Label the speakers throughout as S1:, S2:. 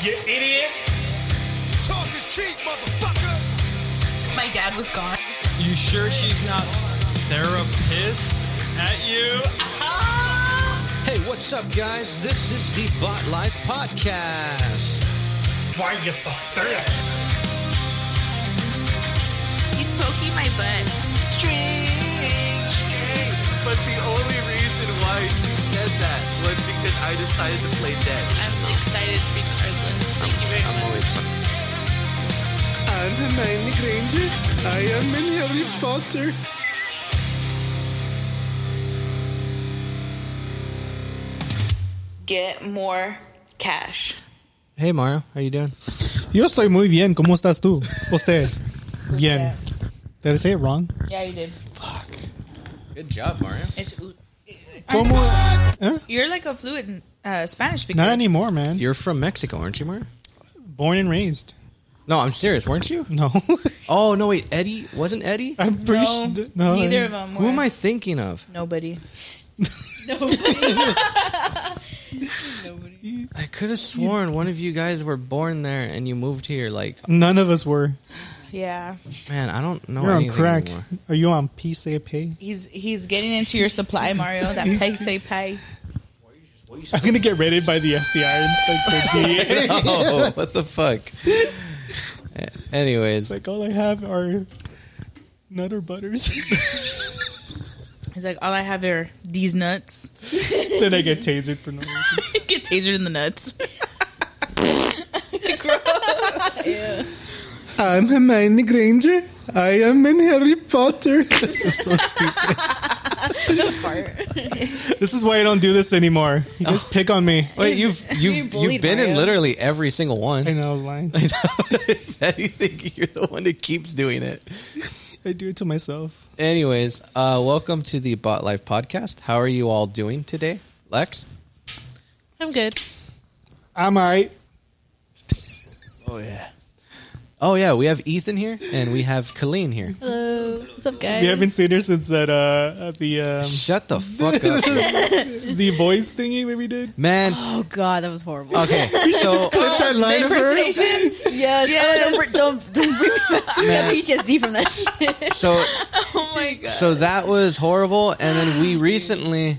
S1: You idiot!
S2: Talk is cheap, motherfucker.
S3: My dad was gone.
S4: You sure she's not therapist at you?
S5: Hey, what's up, guys? This is the Bot Life Podcast.
S1: Why are you so serious?
S3: He's poking my butt.
S5: Strings, strings.
S6: But the only reason why she said that was because I decided to play dead.
S3: I'm excited regardless. Thank you very much.
S5: I'm Hermione Granger. I am in Harry Potter.
S3: Get more cash.
S5: Hey, Mario, how you doing?
S7: Yo estoy muy bien. ¿Cómo estás tú? Usted. Bien. Did I say it wrong?
S3: Yeah, you did.
S5: Good job, Mario.
S3: It's oot.
S7: ¿Cómo?
S3: You're like a fluent uh, Spanish speaker.
S7: Not anymore, man.
S5: You're from Mexico, aren't you, Mario?
S7: Born and raised.
S5: No, I'm serious, weren't you?
S7: No.
S5: Oh, no, wait, Eddie? Wasn't Eddie?
S7: I'm pretty
S3: No,
S7: su-
S3: neither of them.
S5: Who am I thinking of?
S3: Nobody. Nobody. Nobody.
S5: I could have sworn one of you guys were born there and you moved here. Like,
S7: None of us were.
S3: Yeah,
S5: man, I don't know
S7: You're on
S5: anything
S7: crack.
S5: anymore.
S7: Are you on PCP?
S3: he's he's getting into your supply, Mario. That pay say pay.
S7: I'm gonna get raided by the FBI and like the DEA.
S5: Oh, what the fuck? Anyways,
S7: Like all I have are nutter butters.
S3: He's like, all I have are these nuts.
S7: then I get tasered for no reason.
S3: Get tasered in the nuts.
S7: I'm Hermione Granger. I am in Harry Potter. so stupid. this is why I don't do this anymore. You guys pick on me.
S5: wait, you've you've you've
S8: bullied
S5: been in
S8: Mario.
S5: literally every single
S7: I
S5: one.
S7: know I was lying.
S5: if anything, you're the one that keeps doing it.
S7: I do it to myself.
S5: Anyways, uh, welcome to the Bot Life podcast. How are you all doing today, Lex?
S3: I'm good.
S7: I'm alright.
S5: Oh yeah. Oh yeah, we have Ethan here and we have Colleen here.
S8: Hello. What's up, guys?
S7: We haven't seen her since that uh the um,
S5: Shut the fuck up,
S7: the voice thingy that we did.
S5: man.
S8: oh god, that was horrible.
S5: Okay, so
S7: Clip that line of her.
S8: yes. yes. Don't, don't, don't bring
S5: Man.
S8: PTSD from that shit.
S5: so
S3: Oh my god.
S5: so that was horrible, and then we recently.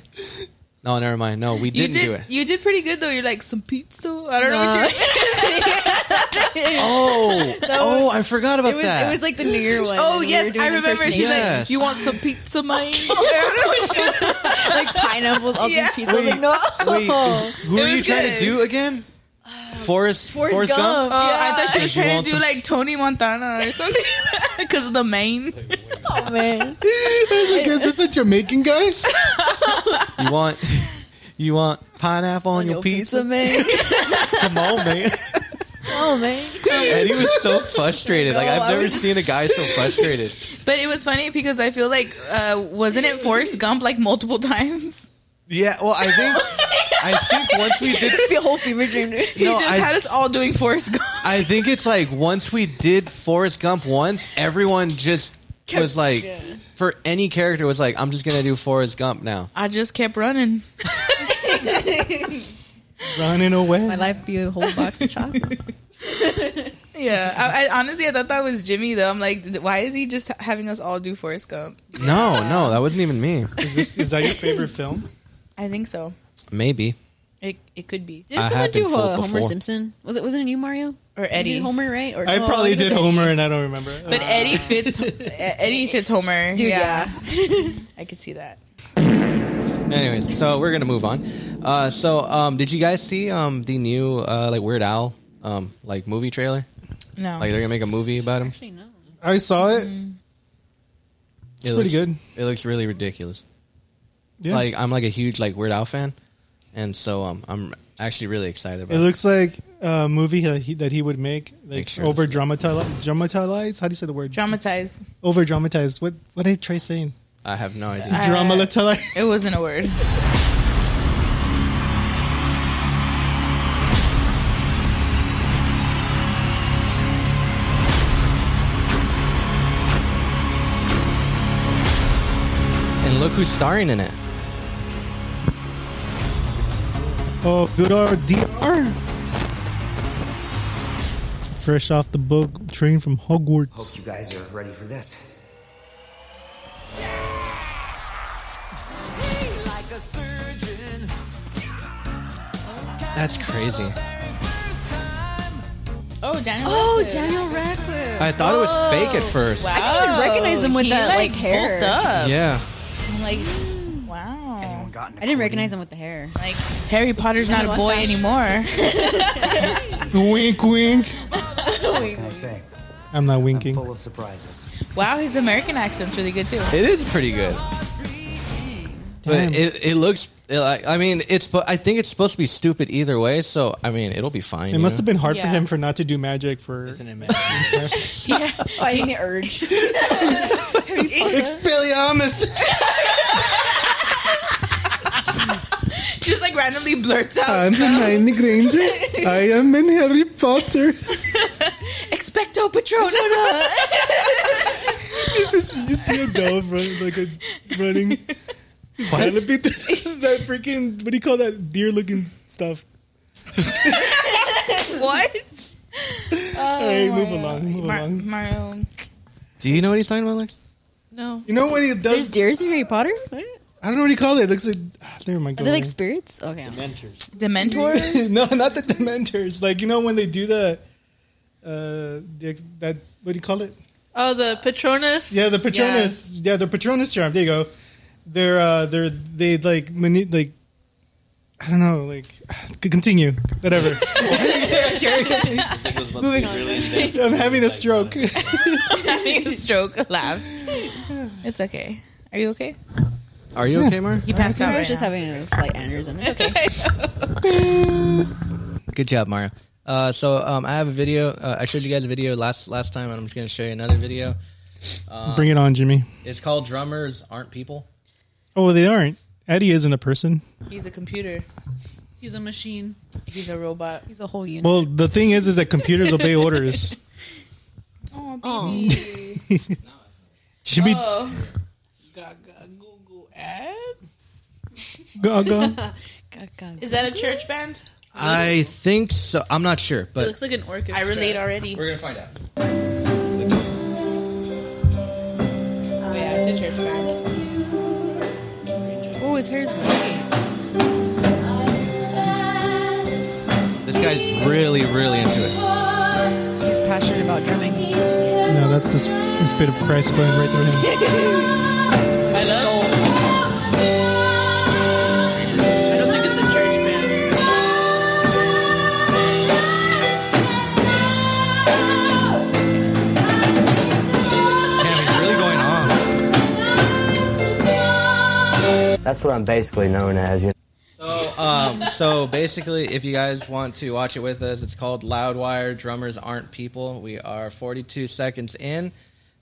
S5: No, never mind. No, we
S3: you
S5: didn't
S3: did.
S5: do it.
S3: You did pretty good though. You're like some pizza. I don't know
S8: Nah.
S3: what you're.
S5: Oh, oh, I forgot about
S8: It was,
S5: that.
S8: it was like the New Year one.
S3: Oh
S8: and we were
S3: yes,
S8: doing
S3: I remember. She's
S8: impersonations.
S5: Yes.
S3: like, you want some pizza, mate? Oh, I don't know what she-
S8: like pineapples on
S3: Yeah.
S8: the pizza. I was like, no.
S5: Wait,
S8: Oh,
S5: who
S3: It
S5: are you
S3: was
S5: trying to
S3: good.
S5: do again? Forrest, Forrest,
S8: Forrest
S5: Gump.
S8: Gump.
S3: Oh, I thought she
S5: Yeah.
S3: was
S5: You
S3: trying
S5: want
S3: to do
S5: some-
S3: like Tony Montana or something because of the mane.
S8: Oh, man.
S7: I guess it's a Jamaican guy.
S5: You want, you want pineapple on, your, pizza?
S8: man.
S5: Come on, man.
S8: Oh man.
S5: Eddie was so frustrated. Like I've
S8: I
S5: never
S8: was just-
S5: seen a guy so frustrated.
S3: But it was funny because I feel like uh, wasn't it Forrest Gump like multiple times?
S5: Yeah. Well, I think, I think once we did,
S8: Your whole fever dream. dude.
S3: He
S5: No,
S3: just
S5: I-
S3: had us all doing Forrest Gump.
S5: I think it's like once we did Forrest Gump once, everyone just was like, for any character was like, I'm just gonna do Forrest Gump now.
S3: I just kept running.
S7: Running
S8: My
S7: away.
S8: life be a whole box of chocolate.
S3: Yeah, I, I honestly I thought that was Jimmy though. I'm like, why is he just having us all do Forrest Gump?
S5: No, no, that wasn't even me.
S7: Is this is that your favorite film?
S3: I think so.
S5: Maybe.
S3: It it could be
S8: Didn't
S5: I
S8: someone
S5: have been
S8: do
S5: fooled
S8: uh, Homer
S5: before.
S8: Simpson? Was it wasn't it you, Mario?
S3: or
S8: You
S3: Eddie.
S8: did Homer, right? Or
S7: I
S9: Oh,
S8: no,
S7: probably
S8: think
S7: did
S8: it's Eddie.
S7: Homer and I don't remember. Uh,
S3: But Eddie fits E-, Eddie fits Homer.
S8: Dude,
S3: yeah. I could see that.
S5: Anyways, so we're gonna move on. Uh, so, um, did you guys see um, the new uh, like Weird Al um, like movie trailer?
S3: No.
S5: Like they're gonna make a movie about him.
S8: Actually, no.
S7: I saw it.
S5: It's
S7: pretty good.
S5: It looks really ridiculous.
S7: Yeah.
S5: Like I'm like a huge like Weird Al fan, and so um, I'm actually really excited about
S7: It
S5: it.
S7: looks like a movie that he, that he would make,
S5: Make
S7: like
S5: sure
S7: over dramatize, dramatize. How do you say the word?
S3: Dramatize.
S7: over dramatize. What what did Trey saying?
S5: I have no idea.
S7: Dramatize.
S3: It wasn't a word.
S5: And look who's starring in it.
S7: Oh, good old DR. fresh off the book train from
S10: Hope
S7: Hogwarts.
S10: you guys are ready for this.
S5: That's crazy.
S3: Oh, Daniel.
S8: Oh,
S3: Radcliffe.
S8: Daniel Radcliffe.
S5: I thought it was fake at first.
S3: Wow.
S8: I didn't even recognize him with
S3: oh, He,
S8: that,
S3: like,
S8: like, hair.
S3: bulked up.
S5: Yeah.
S3: I'm like, wow.
S10: Anyone got an
S8: I didn't recognize him with the hair.
S3: Like Harry Potter's not
S8: a
S3: a boy
S8: mustache.
S3: anymore.
S7: wink, wink.
S10: Can I say?
S7: I'm not
S10: I'm
S7: winking.
S10: full of surprises.
S3: wow, his American accent's really good too.
S5: It is pretty good.
S7: Damn.
S5: But it, it looks. It, like- I mean, it's. I think it's supposed to be stupid either way. So I mean, it'll be fine.
S7: It must have been hard for
S3: Yeah.
S7: him for not to do magic for
S8: Oh, I think the urge.
S5: Expelliarmus.
S3: Just like randomly blurts out.
S7: Um, Hermione Granger. I am in Harry Potter.
S3: Expecto Patronum.
S7: This is you see a dove running like a running. Penelope- that freaking what do you call that deer looking stuff?
S3: what?
S7: All right,
S8: Oh,
S7: move along, move
S3: Mar-
S7: along.
S3: Mario.
S5: Do you know what he's talking about, Lex?
S3: No.
S7: You know what he
S8: There's
S7: does?
S8: deers in Harry Potter? What?
S7: I don't know what he called it. it looks like ah, never mind.
S8: Are
S7: go
S8: they like
S7: away.
S8: spirits? Okay.
S3: Dementors?
S7: no, not the Dementors. Like you know when they do the, uh, the ex- that what do you call it?
S11: Oh, the Patronus.
S7: Yeah, the Patronus. Yeah, the Patronus charm. There you go. They're uh, they're they like mani- like. I don't know, like, c- continue. Whatever.
S8: Moving on.
S7: I'm having a stroke.
S3: having a stroke laughs. It's okay. Are you okay?
S5: Are you okay, Mar?
S3: You passed out.
S8: I
S3: Right
S8: was just having a slight aneurysm. It's okay.
S5: Good job, Mario. Uh, so um, I have a video. Uh, I showed you guys a video last last time, and I'm just gonna show you another video.
S8: uh,
S7: Bring it on, Jimmy.
S5: It's called "Drummers Aren't People."
S7: Oh, they aren't. Eddie isn't a person.
S3: He's a computer.
S11: He's a machine.
S3: He's a robot.
S8: He's a whole unit.
S7: Well, the thing is, is that computers obey orders.
S8: oh.
S7: Jimmy,
S3: Oh.
S7: Gaga.
S3: Is that a church band?
S5: I think so. I'm not sure,
S11: It
S5: but
S11: looks like an orchestra.
S3: I relate already.
S5: we're gonna find out.
S3: Oh, yeah, it's a church band.
S8: Oh, his hair's wavy.
S5: This guy's really, really into it.
S8: He's passionate about drumming.
S7: No, that's the, sp- the spit of Christ going right through him.
S11: I love. I don't think it's a church band.
S5: Damn, he's really going on.
S10: That's what I'm basically known as. You
S5: So, um, so basically, if you guys want to watch it with us, it's called Loudwire. Drummers aren't people. We are 42 seconds in.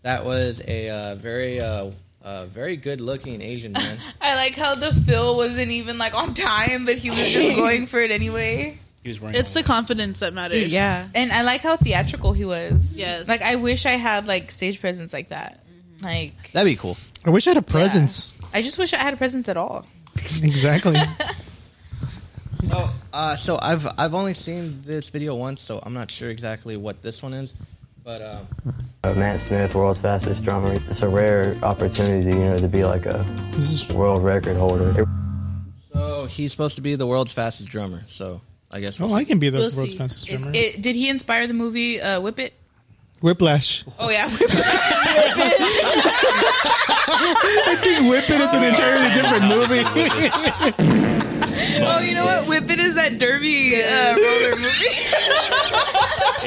S5: That was a uh, very, uh, uh, very good-looking Asian man.
S3: I like how the Phil wasn't even like on time, but he was just going for it anyway.
S12: He was wearing.
S11: It's the confidence that matters.
S8: Yeah.
S3: And I like how theatrical he was.
S11: Yes.
S3: Like I wish I had like stage presence like that. Like
S5: That'd be cool.
S7: I wish I had a presence.
S3: I just wish I had a presence at all.
S7: Exactly.
S5: So, uh, so I've I've only seen this video once, so I'm not sure exactly what this one is. But um,
S10: know, Matt Smith, world's fastest drummer. It's a rare opportunity, you know, to be like a
S7: This is
S10: world record holder.
S5: so he's supposed to be the world's fastest drummer. So I guess. we'll
S7: oh, I can be the
S11: We'll
S7: world's
S11: see.
S7: fastest
S3: Is
S7: drummer.
S3: it did he inspire the movie uh, Whip It?
S7: Whiplash.
S3: Oh yeah.
S7: Whip it is an entirely different movie.
S3: oh, you know what? Whip It is that derby uh, roller movie.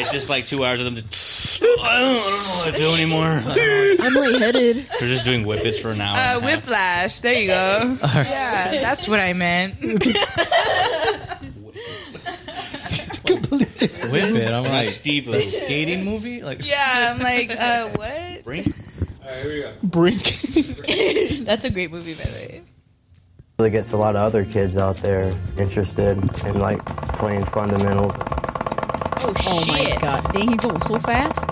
S12: It's just like two hours of them. Just, I, don't, I don't know what to do anymore. I don't know.
S8: I'm lightheaded.
S12: They're just doing whippets for an hour.
S3: Uh,
S12: and a half.
S3: Whiplash. There you go. Yeah, that's what I meant.
S5: Whip it. I'm
S12: And
S5: like
S12: that's Steve. uh, Like,
S5: skating movie. Like
S3: Yeah, I'm like, uh, what?
S12: Brink?
S7: Brink.
S3: That's a great movie, by the way.
S10: Really gets a lot of other kids out there interested in like playing fundamentals.
S3: Oh,
S8: Oh my
S3: shit!
S8: god. Dang, he goes so fast.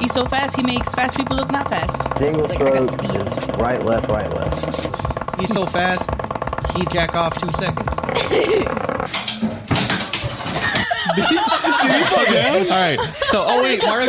S3: He's so fast. He makes fast people look not fast.
S10: Single
S8: Like, I got
S10: stroke is right, left, right, left.
S5: he's so fast. He jack off two seconds.
S7: Did he fall down?
S5: All right. So, oh wait, Mark.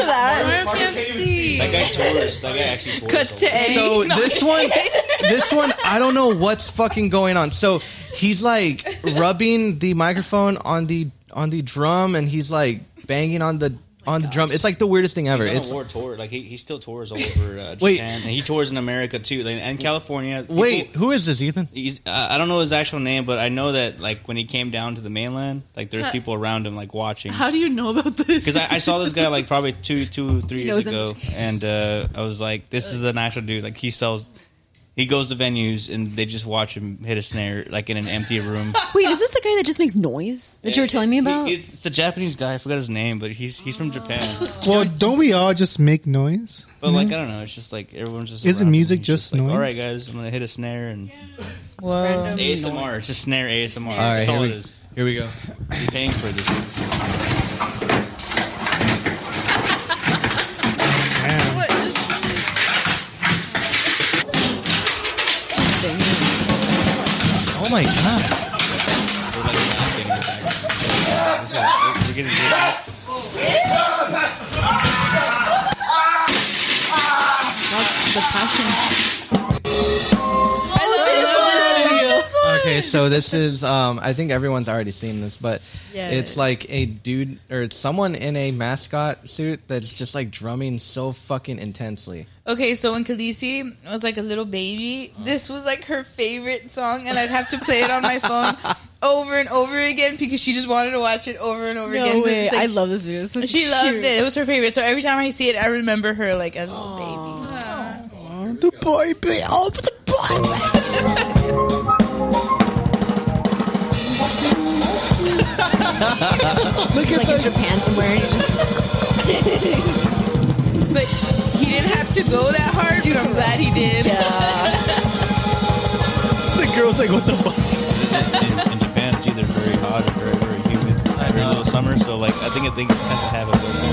S3: Mark can't see.
S12: That guy's tourist. That guy actually tourist.
S3: Cuts to Eddie.
S5: So
S3: No, I'm
S5: this
S3: just
S5: one,
S3: kidding.
S5: this one, I don't know what's fucking going on. So he's like rubbing the microphone on the on the drum, and he's like banging on the
S3: Oh
S5: on the drum. It's like the weirdest thing ever.
S12: He's on
S5: It's
S12: a world tour. Like he, he still tours all over uh, Japan,
S5: Wait.
S12: and he tours in America too, like, and California. People-
S5: wait, who is this, Ethan?
S12: he's uh, I don't know his actual name, but I know that like when he came down to the mainland, like there's
S11: Huh.
S12: people around him like watching.
S11: How do you know about this?
S12: Because I, I saw this guy like probably two, two, three
S11: He
S12: years
S11: knows him.
S12: ago, and uh, I was like, "This is an actual dude. Like he sells, he goes to venues and they just watch him hit a snare like in an empty room."
S13: Wait, is this the guy that just makes noise that you were telling me about?
S12: He- it's a Japanese guy. I forgot his name, but he's he's from Japan.
S7: Well, don't we all just make noise?
S12: But like I don't know, it's just like everyone's just.
S7: Isn't
S12: around him.
S7: music
S12: He's
S7: just
S12: like,
S7: noise?
S12: All right, guys, I'm gonna hit a snare and
S3: Whoa.
S12: It's ASMR. It's just snare ASMR.
S5: All right,
S12: That's
S5: here
S12: all
S5: we,
S12: it is.
S5: Here we go.
S12: You're paying for this.
S5: Oh my god.
S12: We're like laughing in the background. It's like, You're getting hit.
S5: Okay, so this is um I think everyone's already seen this, but
S11: Yeah.
S5: it's like a dude or it's someone in a mascot suit that's just like drumming so fucking intensely.
S3: Okay, so when Khaleesi was like a little baby, this was like her favorite song, and I'd have to play it on my phone over and over again because she just wanted to watch it over and over
S8: No
S3: again.
S8: way.
S3: It's like-
S8: I love this video. It's so
S3: she
S8: cute.
S3: loved it. It was her favorite. So every time I see it, I remember her like as a little baby.
S7: The boy, oh, the boy.
S13: Look at like in Japan somewhere. and you just-
S3: But he didn't have to go that hard, but I'm glad he did.
S5: The girl's like, what the fuck?
S12: In, in Japan, it's either very hot or very, very humid. Very little summer, so like I think I think it has to have a little bit.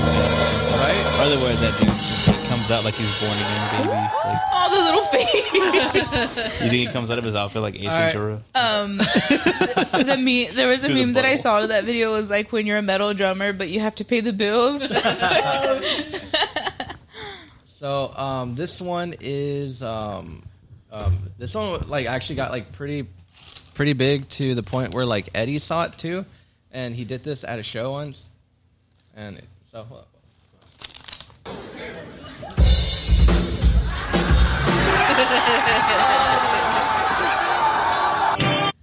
S12: Right. Otherwise, that dude just like comes out like he's born again, baby. Like,
S3: All the little face.
S12: you think he comes out of his outfit like Ace
S3: All right.
S12: Ventura?
S11: Uh,
S3: Um, the meme. There was a
S12: To the
S3: meme that I
S12: butthole.
S3: saw to that video was like when you're a metal drummer, but you have to pay the bills.
S5: So um this one is um um this one like actually got like pretty pretty big to the point where like Eddie saw it too and he did this at a show once. And it, so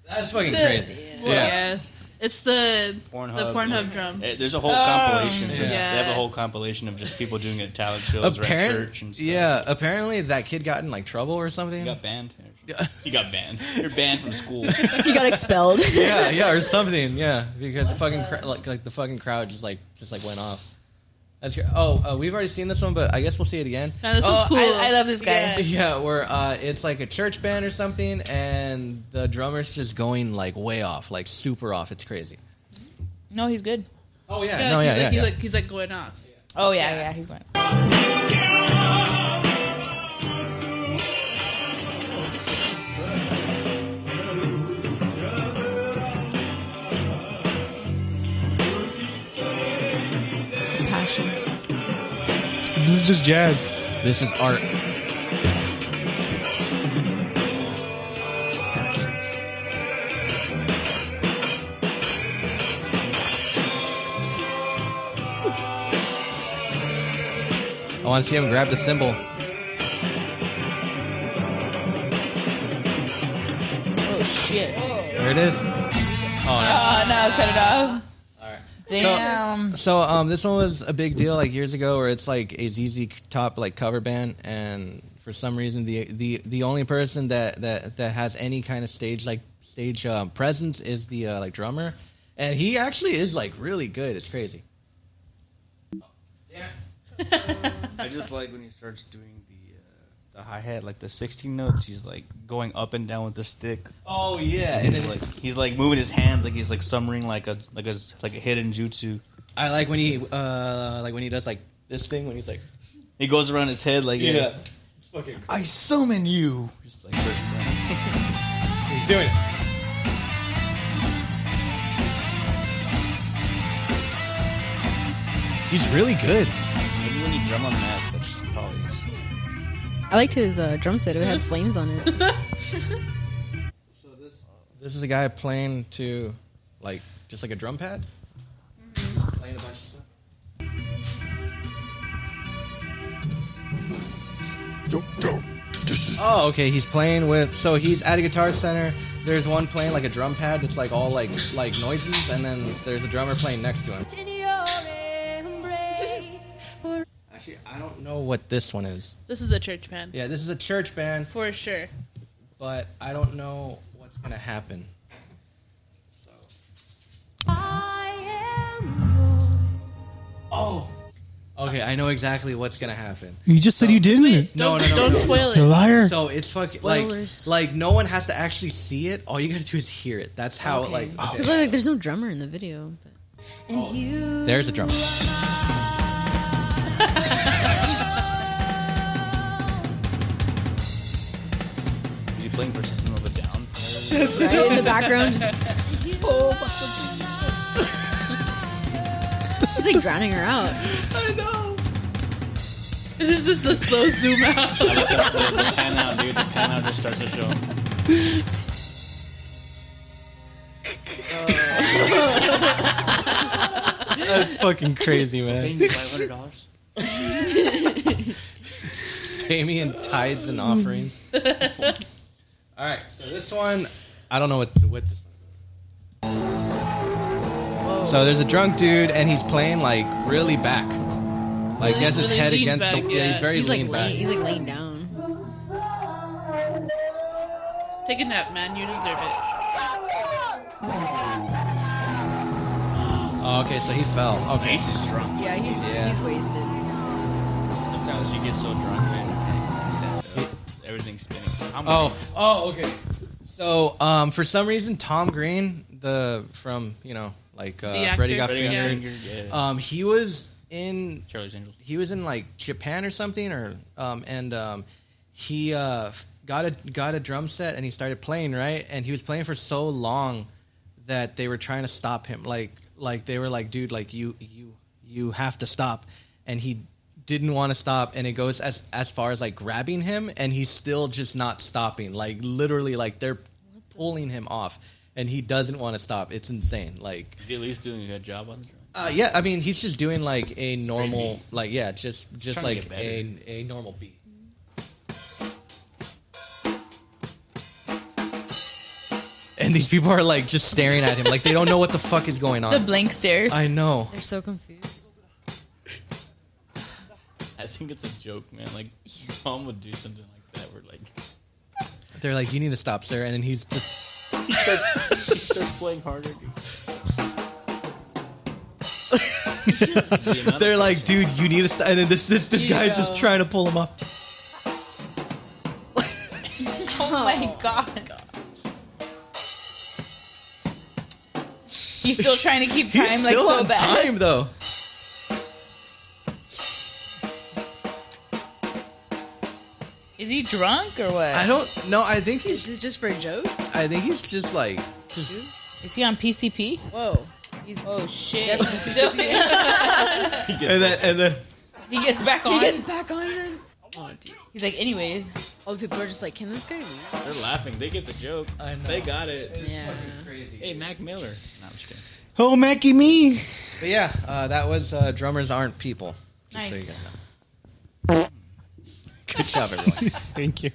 S5: That's fucking crazy.
S11: Yes. It's the the Pornhub drums.
S12: Eh, There's a whole
S11: Oh,
S12: compilation.
S11: yeah.
S12: They have a whole compilation of just people doing it at talent shows, or at
S5: Apparent,
S12: church, and stuff.
S5: yeah. Apparently, that kid got in like trouble or something.
S12: You got banned. You got banned. You're banned from school.
S13: you got expelled.
S5: yeah, yeah, or something. Yeah, because the fucking cr- like, like the fucking crowd just like just like went off. That's cra- oh, uh, we've already seen this one, but I guess we'll see it again.
S3: No, this one's Oh, cool. I- I love this guy.
S5: Yeah, where uh, it's like a church band or something, and the drummer's just going like way off, like super off. It's crazy.
S3: no, he's good.
S5: Oh yeah, no, yeah, yeah,
S11: he's, like, he's
S5: yeah.
S11: like he's like going off.
S3: Oh yeah, yeah, he's going.
S8: Passion.
S7: This is just jazz.
S5: This is art. I want to see him grab the symbol.
S3: Oh shit!
S5: There it is. Oh,
S3: Oh no, cut it off.
S5: no.
S3: Damn.
S5: So, so um, this one was a big deal like years ago, where it's like a ZZ Top like cover band, and for some reason the the the only person that that that has any kind of stage like stage um, presence is the uh, like drummer, and he actually is like really good. It's crazy.
S12: I just like when he starts doing the uh, the hi hat, like the 16 notes. He's like going up and down with the stick.
S5: Oh yeah,
S12: and he's like he's like moving his hands like he's like summering like a like a like a hidden jutsu.
S5: I like when he uh like when he does like this thing when he's like
S12: He goes around his head like yeah.
S5: I summon you.
S12: Just like first round.
S5: He's doing it.
S12: He's really good. Maybe when you drum on that, that's probably.
S13: I liked his uh, drum set. It had flames on it.
S5: This is a guy playing to, like, just like a drum pad. Playing a bunch of stuff. Oh, okay. He's playing with. So he's at a guitar center. There's one playing like a drum pad that's like all like like noises, and then there's a drummer playing next to him. Actually, I don't know what this one is.
S11: This is a church band.
S5: Yeah, this is a church band,
S11: For sure.
S5: but I don't know what's gonna happen. Oh. Okay, I know exactly what's gonna happen.
S7: You just said you didn't.
S5: No, no, no, no, no.
S7: You liar.
S5: So it's fucking like like no one has to actually see it. All you gotta do is hear it. That's how it like.
S13: Because like, there's no drummer in the video.
S5: Oh, There's a drummer.
S12: Is he playing for System of a Down?
S13: That's right, in the background, He's like drowning her out.
S11: I know. This is the slow zoom out.
S12: The pan out, dude. The pan out just starts to show.
S5: That's fucking crazy, man.
S12: $500.
S5: Pay me in tithes and offerings. All right, so this one, I don't know what what this. One is. So there's a drunk dude and he's playing like really back, like
S13: Really-
S5: he has his
S13: really
S5: head
S13: leaned
S5: against
S13: back,
S5: the. Yeah,
S13: yeah.
S5: he's very
S13: He's, like,
S5: lean
S13: lay-
S5: back.
S13: he's, like, laying down.
S11: Take a nap, man. You deserve it.
S5: Oh, okay, so he fell. Okay,
S12: Ace is drunk.
S13: Yeah, he's he's wasted.
S5: Oh,
S12: Sometimes you get so drunk, man, you can't stand up. Everything's spinning. I'm
S5: Oh, oh, okay. So, um, for some reason, Tom Green, the from you know, like uh,
S12: The actor.
S5: Freddy got
S12: Freddy got
S5: fingered,
S12: fingered, yeah.
S5: um, he was in
S12: Charlie's Angels.
S5: He was in like Japan or something, or um, and um, he uh, f- got a got a drum set and he started playing right, and he was playing for so long that they were trying to stop him, like like they were like, dude, like you you you have to stop, and he didn't want to stop and it goes as as far as like grabbing him and he's still just not stopping like literally like they're pulling him off and he doesn't want to stop it's insane like
S12: Is he at least doing a good job on the drum?
S5: uh, yeah i mean he's just doing like a normal like yeah just just
S12: Trying to
S5: like
S12: get
S5: a a normal beat and these people are like just staring at him like they don't know what the fuck is going on
S3: The blank stares.
S5: i know
S13: They're so confused.
S12: I think it's a joke, man. Like, Tom would do something like that where, like,
S5: they're like you need to stop sir and then he's just
S12: he starts, he starts playing harder. Dude.
S5: They're like, dude, you need to stop. And then this this, this
S3: You
S5: guy's
S3: go.
S5: just trying to pull him up.
S3: Oh my god. He's still trying to keep time
S5: He's
S3: like
S5: still
S3: so
S5: on
S3: bad.
S5: time though.
S3: Is he drunk or what?
S5: I don't know. I think
S13: Is this just for a joke?
S5: I think he's just like just
S3: Is he on PCP?
S13: Whoa. He's
S3: oh shit.
S13: definitely
S3: He's still- he
S5: and then and then
S3: gets back on.
S13: He gets back on then. Oh,
S3: He's like, anyways.
S13: All the people are just like, can this guy leave?
S12: They're laughing. They get the joke. I know. They got it.
S13: Yeah.
S12: Hey, Mac Miller. No, I'm just kidding.
S5: Oh, Mackie me. But yeah, uh, that was uh, drummers aren't people. Just
S12: Nice.
S5: So you guys know. Good job, everyone.
S7: Thank you.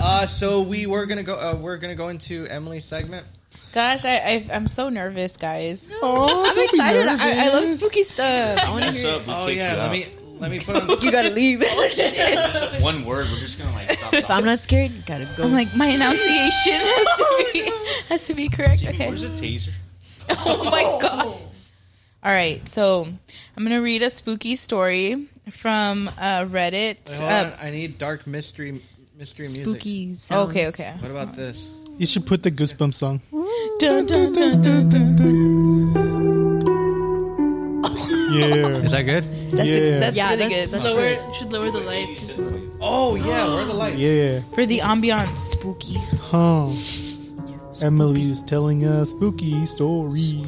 S5: uh, so we were gonna go. Uh, we're gonna go into Emily's segment.
S3: Gosh, I, I I'm so nervous, guys.
S13: I'm excited. I, I love spooky stuff. I want to
S12: Mess
S13: hear.
S12: up, we
S5: Oh,
S12: kick
S5: yeah,
S12: you
S5: let
S12: out.
S5: me- Let me put on.
S13: You gotta leave.
S12: One word. We're just gonna like. Stop
S13: if I'm not scared, gotta go.
S3: I'm like, my enunciation has to be has to be correct. okay.
S12: Where's the taser?
S3: oh my god. All right, so I'm gonna read a spooky story from uh, Reddit.
S5: Wait, hold
S3: Uh,
S5: on. I need dark mystery mystery music.
S13: Spooky. Sounds.
S3: okay, okay.
S5: What about this?
S7: You should put the Goosebumps song.
S3: Dun, dun, dun, dun, dun.
S7: Yeah.
S5: Is that good?
S7: yeah.
S11: That's
S13: Yeah,
S11: really
S13: that's-
S11: good.
S13: that's
S11: lower
S13: good.
S11: should lower the lights.
S5: Oh yeah, where are the lights?
S7: yeah.
S3: for the ambiance, spooky.
S7: Huh. Emily is telling a spooky story.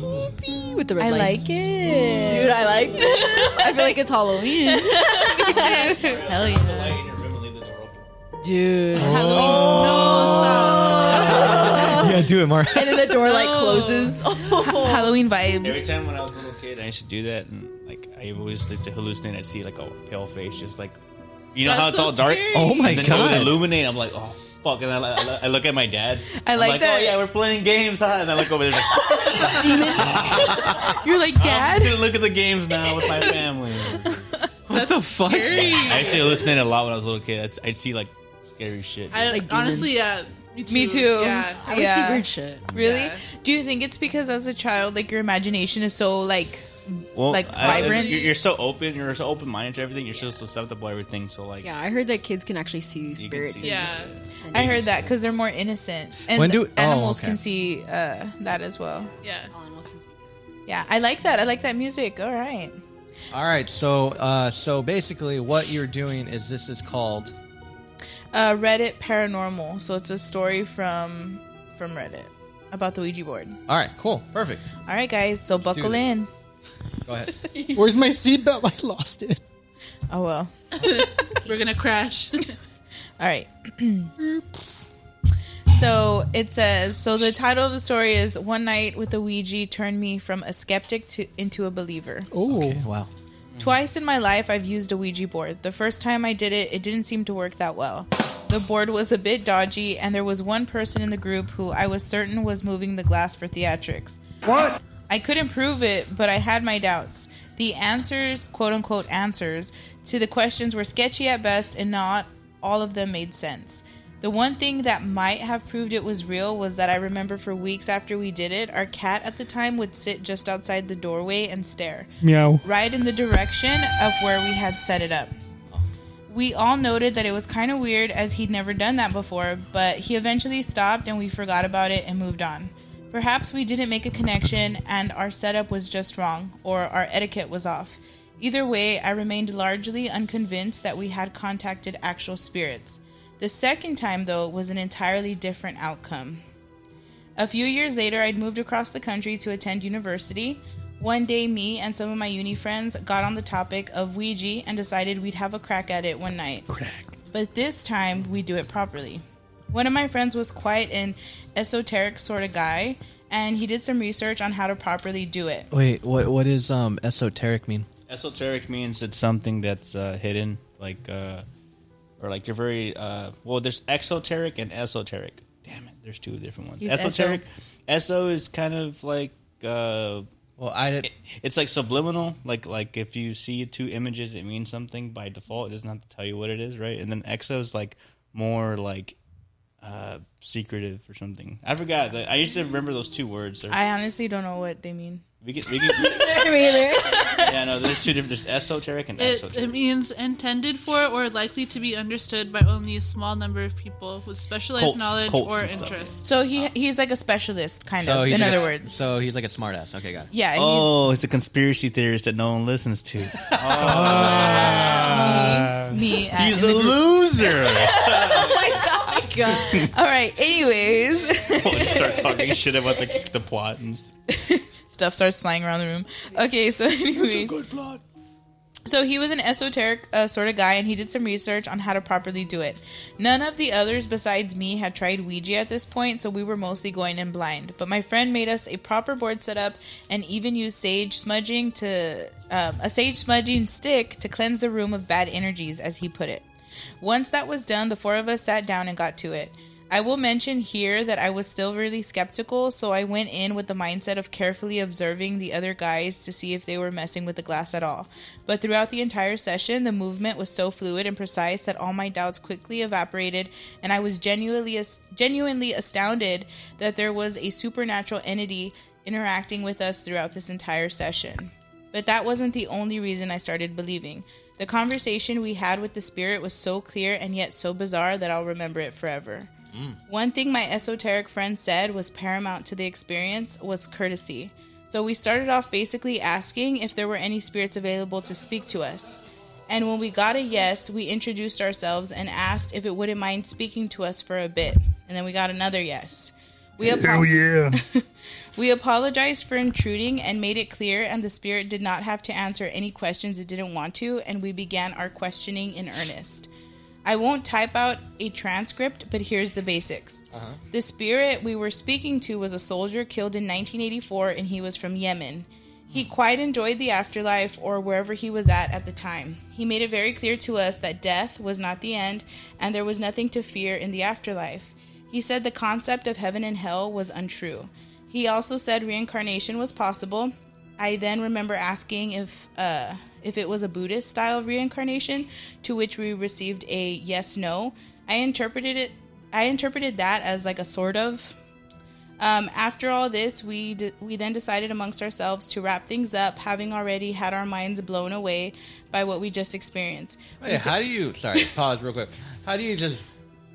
S13: with the red
S11: I
S13: lights.
S11: like it.
S13: dude. I like. This. I feel like it's Halloween. Hell yeah, dude.
S5: yeah, do it, Mark.
S13: And then the door like closes.
S3: Halloween vibes.
S12: Every time when I was a little kid, I used to do that, and like I always used to hallucinate. I'd see like a pale face, just like you know how it's
S3: That's so
S12: all dark.
S3: scary. Oh my
S12: and then It
S3: God.
S12: would illuminate. I'm like, oh fuck, and I, I, I look at my dad.
S3: I
S12: I'm
S3: like that.
S12: Oh yeah, we're playing games, huh? And I look over there. Like,
S3: You're like,
S12: I'm
S3: Dad?
S12: just gonna look at the games now with my family.
S3: What the fuck? Scary.
S12: I used to hallucinate a lot when I was a little kid. I'd, I'd see like scary shit.
S11: I like honestly, yeah. Me too.
S3: Me too.
S11: Yeah.
S13: I would
S3: Yeah.
S13: see weird shit.
S3: Really?
S11: Yeah.
S3: Do you think it's because as a child, like your imagination is so like
S12: Well,
S3: like
S12: I-
S3: vibrant?
S12: you're, you're so open. You're so open minded to everything. You're so susceptible to everything. So like,
S13: Yeah, I heard that kids can actually see spirits.
S12: see Yeah.
S3: I heard that because they're more innocent, and
S5: When do- oh,
S3: animals
S5: okay.
S3: can see uh, that as well.
S11: Yeah.
S3: Yeah, I like that. I like that music. All right.
S5: All right, so uh, so basically, what you're doing is this is called
S3: Uh, Reddit paranormal. So it's a story from from Reddit about the Ouija board.
S5: All right, cool, perfect.
S3: All right, guys. So
S5: do
S3: buckle
S5: this.
S3: in.
S5: Go ahead.
S7: Where's my seatbelt? I lost it.
S3: Oh well.
S11: We're gonna crash.
S3: All right. so it says so the title of the story is One Night with a Ouija turned me from a skeptic to into a believer.
S7: Oh,
S5: wow.
S3: Twice in my life, I've used a Ouija board. The first time I did it, it didn't seem to work that well. The board was a bit dodgy, and there was one person in the group who I was certain was moving the glass for theatrics. What? I couldn't prove it, but I had my doubts. The answers, quote unquote answers, to the questions were sketchy at best, and not all of them made sense. The one thing that might have proved it was real was that I remember for weeks after we did it, our cat at the time would sit just outside the doorway and stare
S7: Meow.
S3: right in the direction of where we had set it up. We all noted that it was kind of weird as he'd never done that before, but he eventually stopped and we forgot about it and moved on. Perhaps we didn't make a connection and our setup was just wrong or our etiquette was off. Either way, I remained largely unconvinced that we had contacted actual spirits. The second time, though, was an entirely different outcome. A few years later, I'd moved across the country to attend university. One day, me and some of my uni friends got on the topic of Ouija and decided we'd have a crack at it one night. Crack. But this time, we do it properly. One of my friends was quite an esoteric sort of guy, and he did some research on how to properly do it.
S5: Wait, what what is um esoteric mean?
S12: Esoteric means it's something that's uh, hidden, like uh, or like you're very uh, well. There's exoteric and esoteric. Damn it, there's two different ones.
S5: Use
S12: esoteric, eso is kind of like uh,
S5: well, I did.
S12: It's like subliminal, like like if you see two images, it means something by default. It doesn't have to tell you what it is, right? And then exo is like more like uh, secretive or something. I forgot. that- I used to remember those two words. They're-
S3: I honestly don't know what they mean.
S12: we could, we could, yeah, no, there's two different. There's esoteric and
S11: It,
S12: exoteric.
S11: it means intended for or likely to be understood by only a small number of people with specialized
S12: Cults-
S11: knowledge
S12: cults
S11: or
S12: and stuff.
S11: interest.
S3: So he he's like a specialist, kind of. In
S5: like
S3: other
S5: a-
S3: words,
S5: so he's like a smartass. Okay, got it.
S3: yeah. he's-
S12: Oh, it's a conspiracy theorist that no one listens to.
S3: me at-
S12: He's
S3: in
S12: a
S3: the group.
S12: loser.
S3: oh my god! All right. Anyways,
S12: Start talking shit about the, the plot. And,
S3: stuff starts flying around the room. Okay, so anyways, so he was an esoteric uh, sort of guy, and he did some research on how to properly do it. None of the others besides me had tried Ouija at this point, so we were mostly going in blind. But my friend made us a proper board setup, and even used sage smudging to um, a sage smudging stick to cleanse the room of bad energies, as he put it. Once that was done, the four of us sat down and got to it. I will mention here that I was still really skeptical, so I went in with the mindset of carefully observing the other guys to see if they were messing with the glass at all. But throughout the entire session, the movement was so fluid and precise that all my doubts quickly evaporated, and I was genuinely genuinely astounded that there was a supernatural entity interacting with us throughout this entire session. But that wasn't the only reason I started believing. The conversation we had with the spirit was so clear and yet so bizarre that I'll remember it forever. One thing my esoteric friend said was paramount to the experience was courtesy. So we started off basically asking if there were any spirits available to speak to us. And when we got a yes, we introduced ourselves and asked if it wouldn't mind speaking to us for a bit. And then we got another yes. We apo-
S9: Hell yeah.
S3: We apologized for intruding and made it clear, and the spirit did not have to answer any questions it didn't want to, and we began our questioning in earnest. I won't type out a transcript, but here's the basics.
S14: Uh-huh.
S3: The spirit we were speaking to was a soldier killed in 1984, and he was from Yemen. He quite enjoyed the afterlife or wherever he was at at the time. He made it very clear to us that death was not the end and there was nothing to fear in the afterlife. He said the concept of heaven and hell was untrue. He also said reincarnation was possible. I then remember asking if uh, if it was a Buddhist style of reincarnation, to which we received a yes no. I interpreted it. I interpreted that as like a sort of um, after all this, we d- we then decided amongst ourselves to wrap things up, having already had our minds blown away by what we just experienced. We
S5: Wait,
S3: sa-
S5: how do you? Sorry, pause real quick. How do you just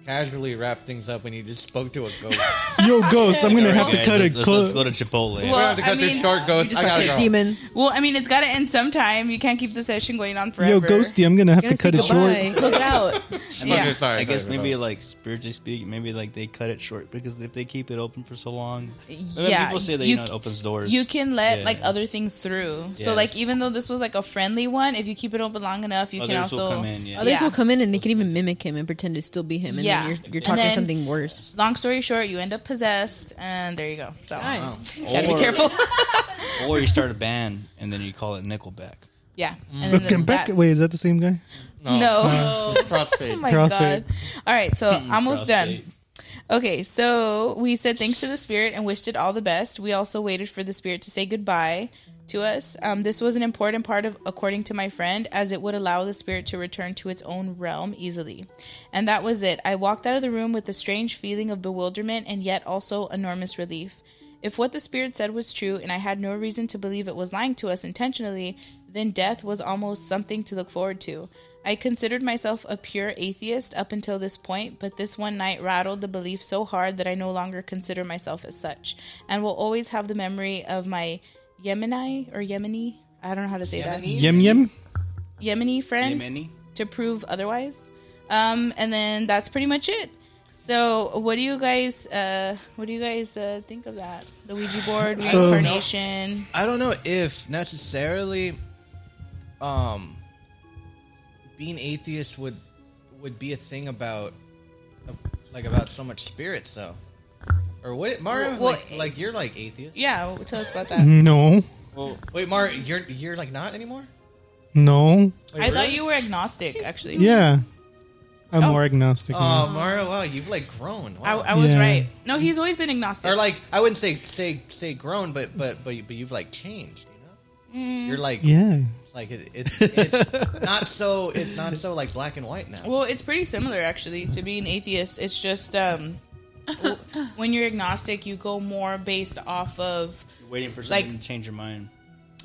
S5: casually wrap things up when you just spoke to a ghost?
S7: Yo, ghost, I'm gonna have to
S12: Guys,
S7: cut
S12: let's-
S7: it
S12: let's- Let's
S7: close.
S12: go to Chipotle.
S5: We're gonna have to cut this short, ghost. I gotta go.
S3: Well, I mean, it's got to end sometime. You can't keep the session going on forever.
S7: Yo, ghosty, I'm gonna have to cut it short.
S3: Close it out.
S12: I,
S3: yeah.
S12: mean, I guess
S5: sorry,
S12: maybe like spiritually speaking, maybe like they cut it short because if they keep it open for so long, Remember,
S3: yeah,
S12: people say that you, know it opens doors.
S3: You can let
S12: Yeah.
S3: like other things through. So
S12: Yes.
S3: like even though this was like a friendly one, if you keep it open long enough, you can
S12: Others will
S3: also
S12: come in, yeah.
S13: Others will come in and they can even mimic him and pretend to still be him. And
S3: Yeah.
S13: then you're, you're
S3: And
S13: talking
S3: then-
S13: something worse.
S3: Long story short, you end up possessed, and there you go. So
S13: Wow.
S3: gotta
S12: Or-
S3: be careful.
S12: or you start a band and then you call it Nickelback.
S3: yeah. And then
S7: Looking back, wait, is that the same guy?
S3: No.
S7: No.
S3: Oh my
S7: Crossfade.
S3: god. All right, so almost done.
S7: Crossfade.
S3: Okay, so we said thanks to the spirit and wished it all the best. We also waited for the spirit to say goodbye to us. Um, this was an important part of, according to my friend, as it would allow the spirit to return to its own realm easily. And that was it. I walked out of the room with a strange feeling of bewilderment and yet also enormous relief. If what the spirit said was true and I had no reason to believe it was lying to us intentionally, then death was almost something to look forward to. I considered myself a pure atheist up until this point, but this one night rattled the belief so hard that I no longer consider myself as such and will always have the memory of my Yemeni or Yemeni, I don't know how to say that.
S7: Yem Yem?
S3: Yemeni friend
S12: Yemeni?
S3: to prove otherwise. Um, and then that's pretty much it. So, what do you guys, uh, what do you guys uh, think of that? The Ouija board,
S5: So-
S3: reincarnation.
S5: I don't know if necessarily, um, being atheist would would be a thing about, like about so much spirits though, or what, Mario?
S3: Well-
S5: like, like you're like atheist?
S3: Yeah, tell us about that.
S7: No,
S5: Well, wait, Mario, you're you're like not anymore.
S7: no.
S3: I thought you were agnostic, actually.
S7: Yeah, I'm more agnostic.
S5: Oh,
S7: now.
S5: Mario, wow, you've like grown.
S3: I,
S5: Wow.
S3: I was
S7: Yeah.
S3: right. No, he's always been agnostic.
S5: or like I wouldn't say say say grown, but but but you- but you've like changed. You know,
S3: Mm.
S5: you're like
S7: Yeah.
S5: it's like it, it's it's not so it's not so like black and white now.
S3: Well, it's pretty similar actually to being atheist. It's just um, w- when you're agnostic, you go more based off of
S12: You're waiting for
S3: Like-
S12: something to change your mind.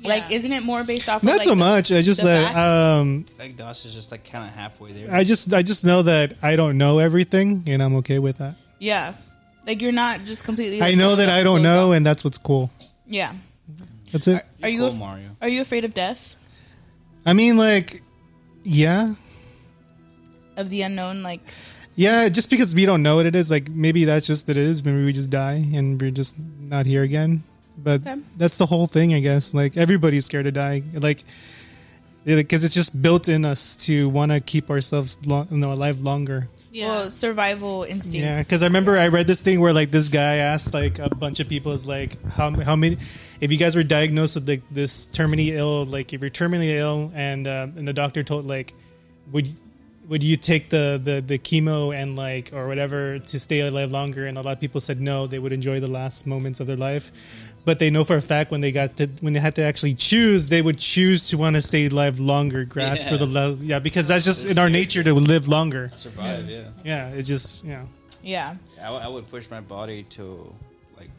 S3: like, isn't it more based off?
S7: Not
S3: of, like,
S7: so
S3: the-
S7: much. I just
S3: the
S7: that
S3: facts?
S7: um,
S12: Like DOS is just like kind of halfway there.
S7: I just I just know that I don't know everything, and I'm okay with that.
S3: yeah, like you're not just completely.
S7: I
S3: like,
S7: know that I don't
S3: closed
S7: know,
S3: off.
S7: and that's what's cool.
S3: Yeah.
S7: That's it.
S3: Are you
S12: cool,
S3: af-
S12: Mario.
S3: Are you afraid of death?
S7: I mean, like, yeah,
S3: Of the unknown? Like
S7: yeah. Just because we don't know what it is, like maybe that's just it is. Maybe we just die and we're just not here again. But
S3: Okay.
S7: that's the whole thing, I guess. Like everybody's scared of dying, like because it's just built in us to want to keep ourselves long, you know, alive longer.
S3: yeah. well, survival instincts.
S7: Yeah, because I remember I read this thing where like this guy asked like a bunch of people is like how how many if you guys were diagnosed with like this terminally ill like if you're terminally ill and uh, and the doctor told like would would you take the, the the chemo and like or whatever to stay alive longer and a lot of people said no they would enjoy the last moments of their life but they know for a fact when they got to when they had to actually choose they would choose to want to stay alive longer grasp for the last yeah because that's just in our nature to live longer
S12: Survive, yeah.
S7: yeah it's just you know
S3: Yeah.
S12: I, w- I would push my body to like,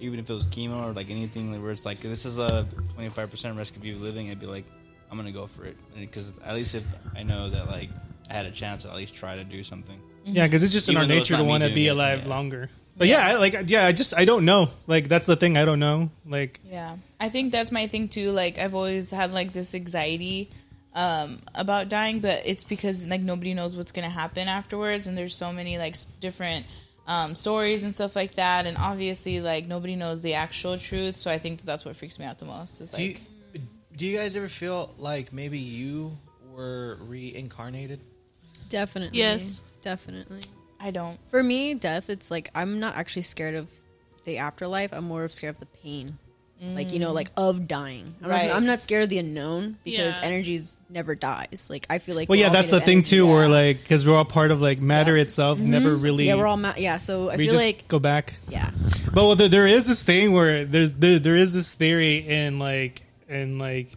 S12: even if it was chemo or like anything where it's like this is a twenty five percent risk of you living, I'd be like, I'm gonna go for it because at least if I know that like I had a chance, at least try to do something.
S7: Yeah, because it's just in
S12: Even
S7: our
S12: though it's
S7: nature
S12: not
S7: to
S12: me
S7: want to
S12: doing
S7: be
S12: it,
S7: alive longer. But yeah. I like yeah, I just I don't know. Like that's the thing I don't know. Like
S3: Yeah. I think that's my thing too. Like I've always had like this anxiety um about dying, but it's because like nobody knows what's going to happen afterwards and there's so many like s- different um, stories and stuff like that. And obviously, like nobody knows the actual truth, so I think that that's what freaks me out the most. Is
S5: Do you,
S3: like
S5: do you guys ever feel like maybe you were reincarnated?
S13: Definitely.
S11: Yes.
S13: Definitely.
S3: I don't.
S13: For me, death, it's like I'm not actually scared of the afterlife. I'm more of scared of the pain. Like, you know,
S11: Mm.
S13: like of dying. I'm,
S11: Right.
S13: not, I'm not scared of the unknown because
S11: Yeah.
S13: energies never dies. Like, I feel like.
S7: well,
S13: we're
S7: yeah,
S13: all
S7: that's
S13: made
S7: the
S13: of
S7: thing
S13: energy.
S7: too. We're like because we're all part of like matter itself. Never
S13: Mhm.
S7: really.
S13: Yeah, we're all. Ma- yeah, so I
S7: we
S13: feel
S7: just
S13: like.
S7: go back.
S13: Yeah.
S7: But well, there, there is this thing where there's there, there is this theory in like in like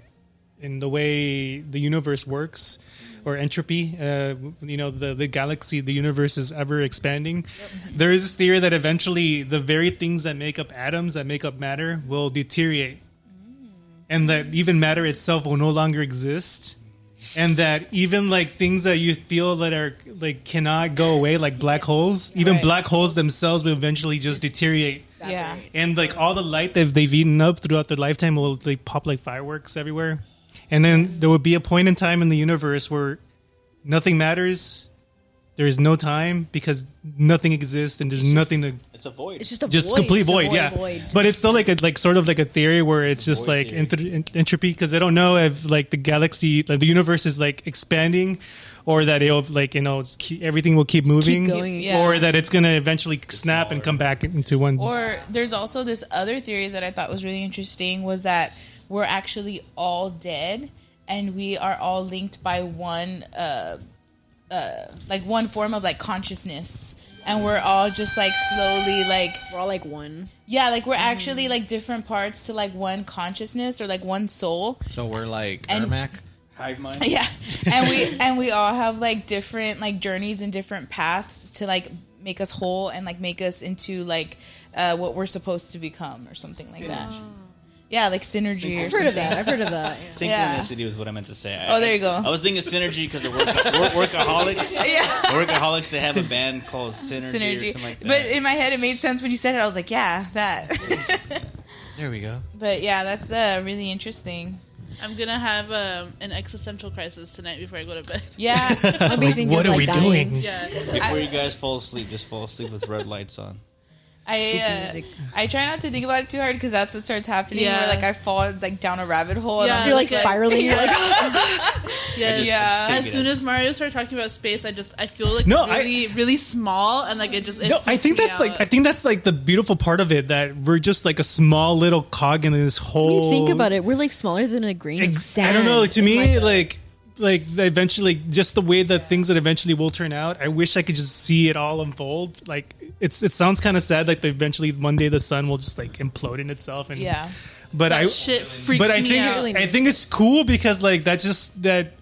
S7: in the way the universe works or entropy. Uh, you know, the the galaxy, the universe is ever expanding. There is this theory that eventually the very things that make up atoms that make up matter will deteriorate, and that even matter itself will no longer exist. And that even like things that you feel that are like cannot go away, like black holes, even
S3: Right.
S7: black holes themselves will eventually just deteriorate
S3: yeah.
S7: and like all the light that they've eaten up throughout their lifetime will like pop like fireworks everywhere and then there would be a point in time in the universe where nothing matters there is no time because nothing exists and there's nothing to
S12: It's a void.
S13: It's just a
S7: just
S13: void.
S7: complete
S13: It's a
S7: void, yeah
S13: void.
S7: but it's still like a like sort of like a theory where it's, just like ent- ent- entropy because i don't know if like the galaxy like the universe is like expanding or that it'll like you know keep, everything will keep moving
S3: going, yeah.
S7: or that it's gonna eventually snap and come back into one
S3: Or there's also this other theory that I thought was really interesting was that we're actually all dead and we are all linked by one uh uh like one form of like consciousness and we're all just like slowly like
S13: we're all like one.
S3: Yeah, like we're actually like different parts to like one consciousness or like one soul.
S5: So we're like
S3: And-
S5: Ermac.
S12: Hive mind.
S3: Yeah. And we and we all have like different like journeys and different paths to like make us whole and like make us into like uh, what we're supposed to become or something like that. Yeah, like synergy.
S13: I've
S3: or
S13: heard of
S3: something.
S13: that. I've heard of that. yeah.
S12: Synchronicity was what I meant to say. I-
S3: Oh, there you go.
S12: I was thinking synergy because of work, work, workaholics.
S3: Yeah.
S12: workaholics. They have a band called Synergy, or
S3: Synergy.
S12: something like that.
S3: but in my head, it made sense when you said it. I was like, yeah, that.
S5: There we go.
S3: but yeah, that's uh, really interesting.
S11: I'm gonna have um, an existential crisis tonight before I go to bed.
S3: Yeah.
S11: I'll
S12: be thinking, What are like, we dying. doing?
S11: Yeah.
S12: Before you guys fall asleep, just fall asleep with red lights on.
S3: I uh, I try not to think about it too hard because that's what starts happening.
S11: Yeah.
S3: Where like I fall like down a rabbit hole. and
S11: Yeah,
S3: I'm
S11: You're,
S3: just
S11: like, spiraling. You're like,
S13: "Oh,
S3: I
S11: Yes.
S3: just- I just take
S11: As
S3: it
S11: soon
S3: as-
S11: as Mario started talking about space, I just I feel like
S7: No, I-
S11: really really small and like it just it
S7: no, I
S11: freaks
S7: think
S11: me
S7: that's
S11: out.
S7: like I think that's like the beautiful part of it that we're just like a small little cog in this
S13: When you
S7: whole.
S13: think about it, we're like smaller than a grain of sand.
S7: Oh. I don't know. Like, to
S13: It's
S7: me, like like the eventually, just the way that things that eventually will turn out. I wish I could just see it all unfold. Like it's it sounds kind of sad. Like that eventually, one day the sun will just like implode in itself and
S11: Yeah.
S7: But
S11: That
S7: I
S11: shit freaks
S7: but I
S11: me
S7: think
S11: out.
S7: I think it's cool because like that's just that.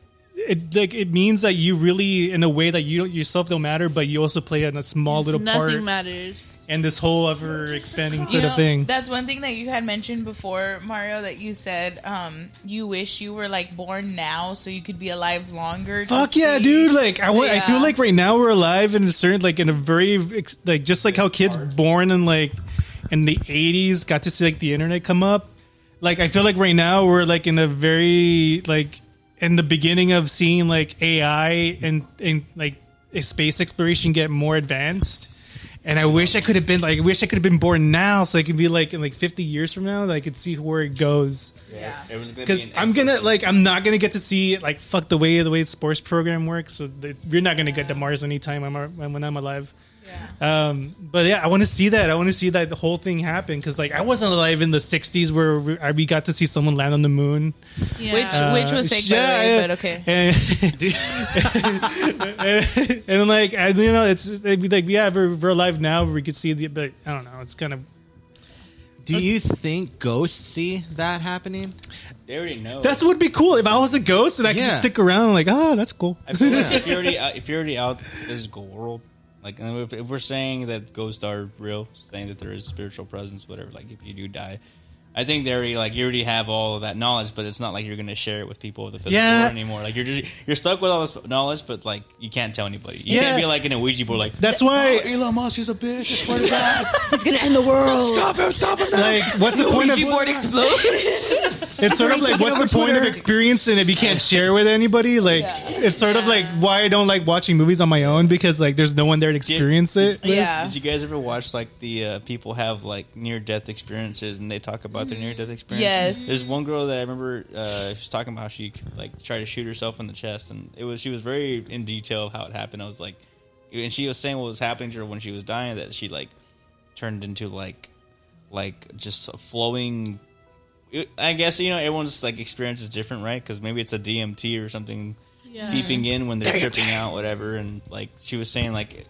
S7: It, like it means that you really, in a way that you don't yourself don't matter, but you also play in a small little
S11: nothing
S7: part
S11: matters.
S7: and this whole ever expanding
S3: You
S7: sort
S3: know,
S7: of thing.
S3: That's one thing that you had mentioned before, Mario, that you said um, you wish you were like born now so you could be alive longer. to
S7: Fuck yeah,
S3: see-
S7: dude! Like I wa- I
S3: Yeah.
S7: feel like right now we're alive in a certain like in a very ex- like just like how kids born in like in the eighties got to see like the internet come up. Like I feel like right now we're like in a very like in the beginning of seeing like AI and and like space exploration get more advanced. And I wish I could have been like I wish I could have been born now so I could be like in like fifty years from now that I could see where it goes.
S12: Yeah. Everyone's gonna
S7: Because
S12: be an
S7: I'm gonna like I'm not gonna get to see like fuck the way the way the sports program works. So it's, you're not gonna get to Mars anytime I'm ar- when I'm alive. Um, but yeah, I want to see that. I want to see that the whole thing happen because like I wasn't alive in the '60s where we, I- we got to see someone land on the moon, Uh,
S3: Yeah. Which- which was fake, by the way, but okay.
S7: And, and, and, like I, you know, it's just- it'd be like yeah, we're, we're alive now. We could see the, but I don't know. It's kind of.
S5: Do you think ghosts see that happening?
S12: They already know.
S7: That's what would be cool if I was a ghost and I could
S12: Yeah.
S7: just stick around. Like, oh, that's cool.
S12: I feel like if you're already out, if you're already out physical world, like and if, if we're saying that ghosts are real, saying that there is spiritual presence, whatever. Like if you do die, I think they already like you already have all of that knowledge, but it's not like you're going to share it with people of the physical
S7: Yeah.
S12: world anymore. Like you're just you're stuck with all this knowledge, but like you can't tell anybody. You
S7: Yeah.
S12: can't be like in a Ouija board. Like
S7: That's why
S6: Elon Musk is a bitch. I swear to God.
S13: He's gonna end the world.
S6: Stop him! Stop him! Now.
S7: Like, what's the point of
S6: Ouija board
S3: explodes?
S7: it's sort of like what's the point of experiencing if you can't share with anybody? Like it's sort of like why I don't like watching movies on my own because like there's no one there to experience it. with.
S12: Did you guys ever watch like the uh, people have like near death experiences and they talk about their near death experiences?
S3: Yes.
S12: There's one girl that I remember uh, she was talking about how she like tried to shoot herself in the chest and it was she was very in detail of how it happened. I was like, and she was saying what was happening to her when she was dying that she like turned into like like just a flowing. it- I guess you know everyone's like experience is different, right? Because maybe it's a DMT or something
S9: Yeah.
S12: seeping in when they're
S9: DMT.
S12: tripping out, whatever. And like she was saying, like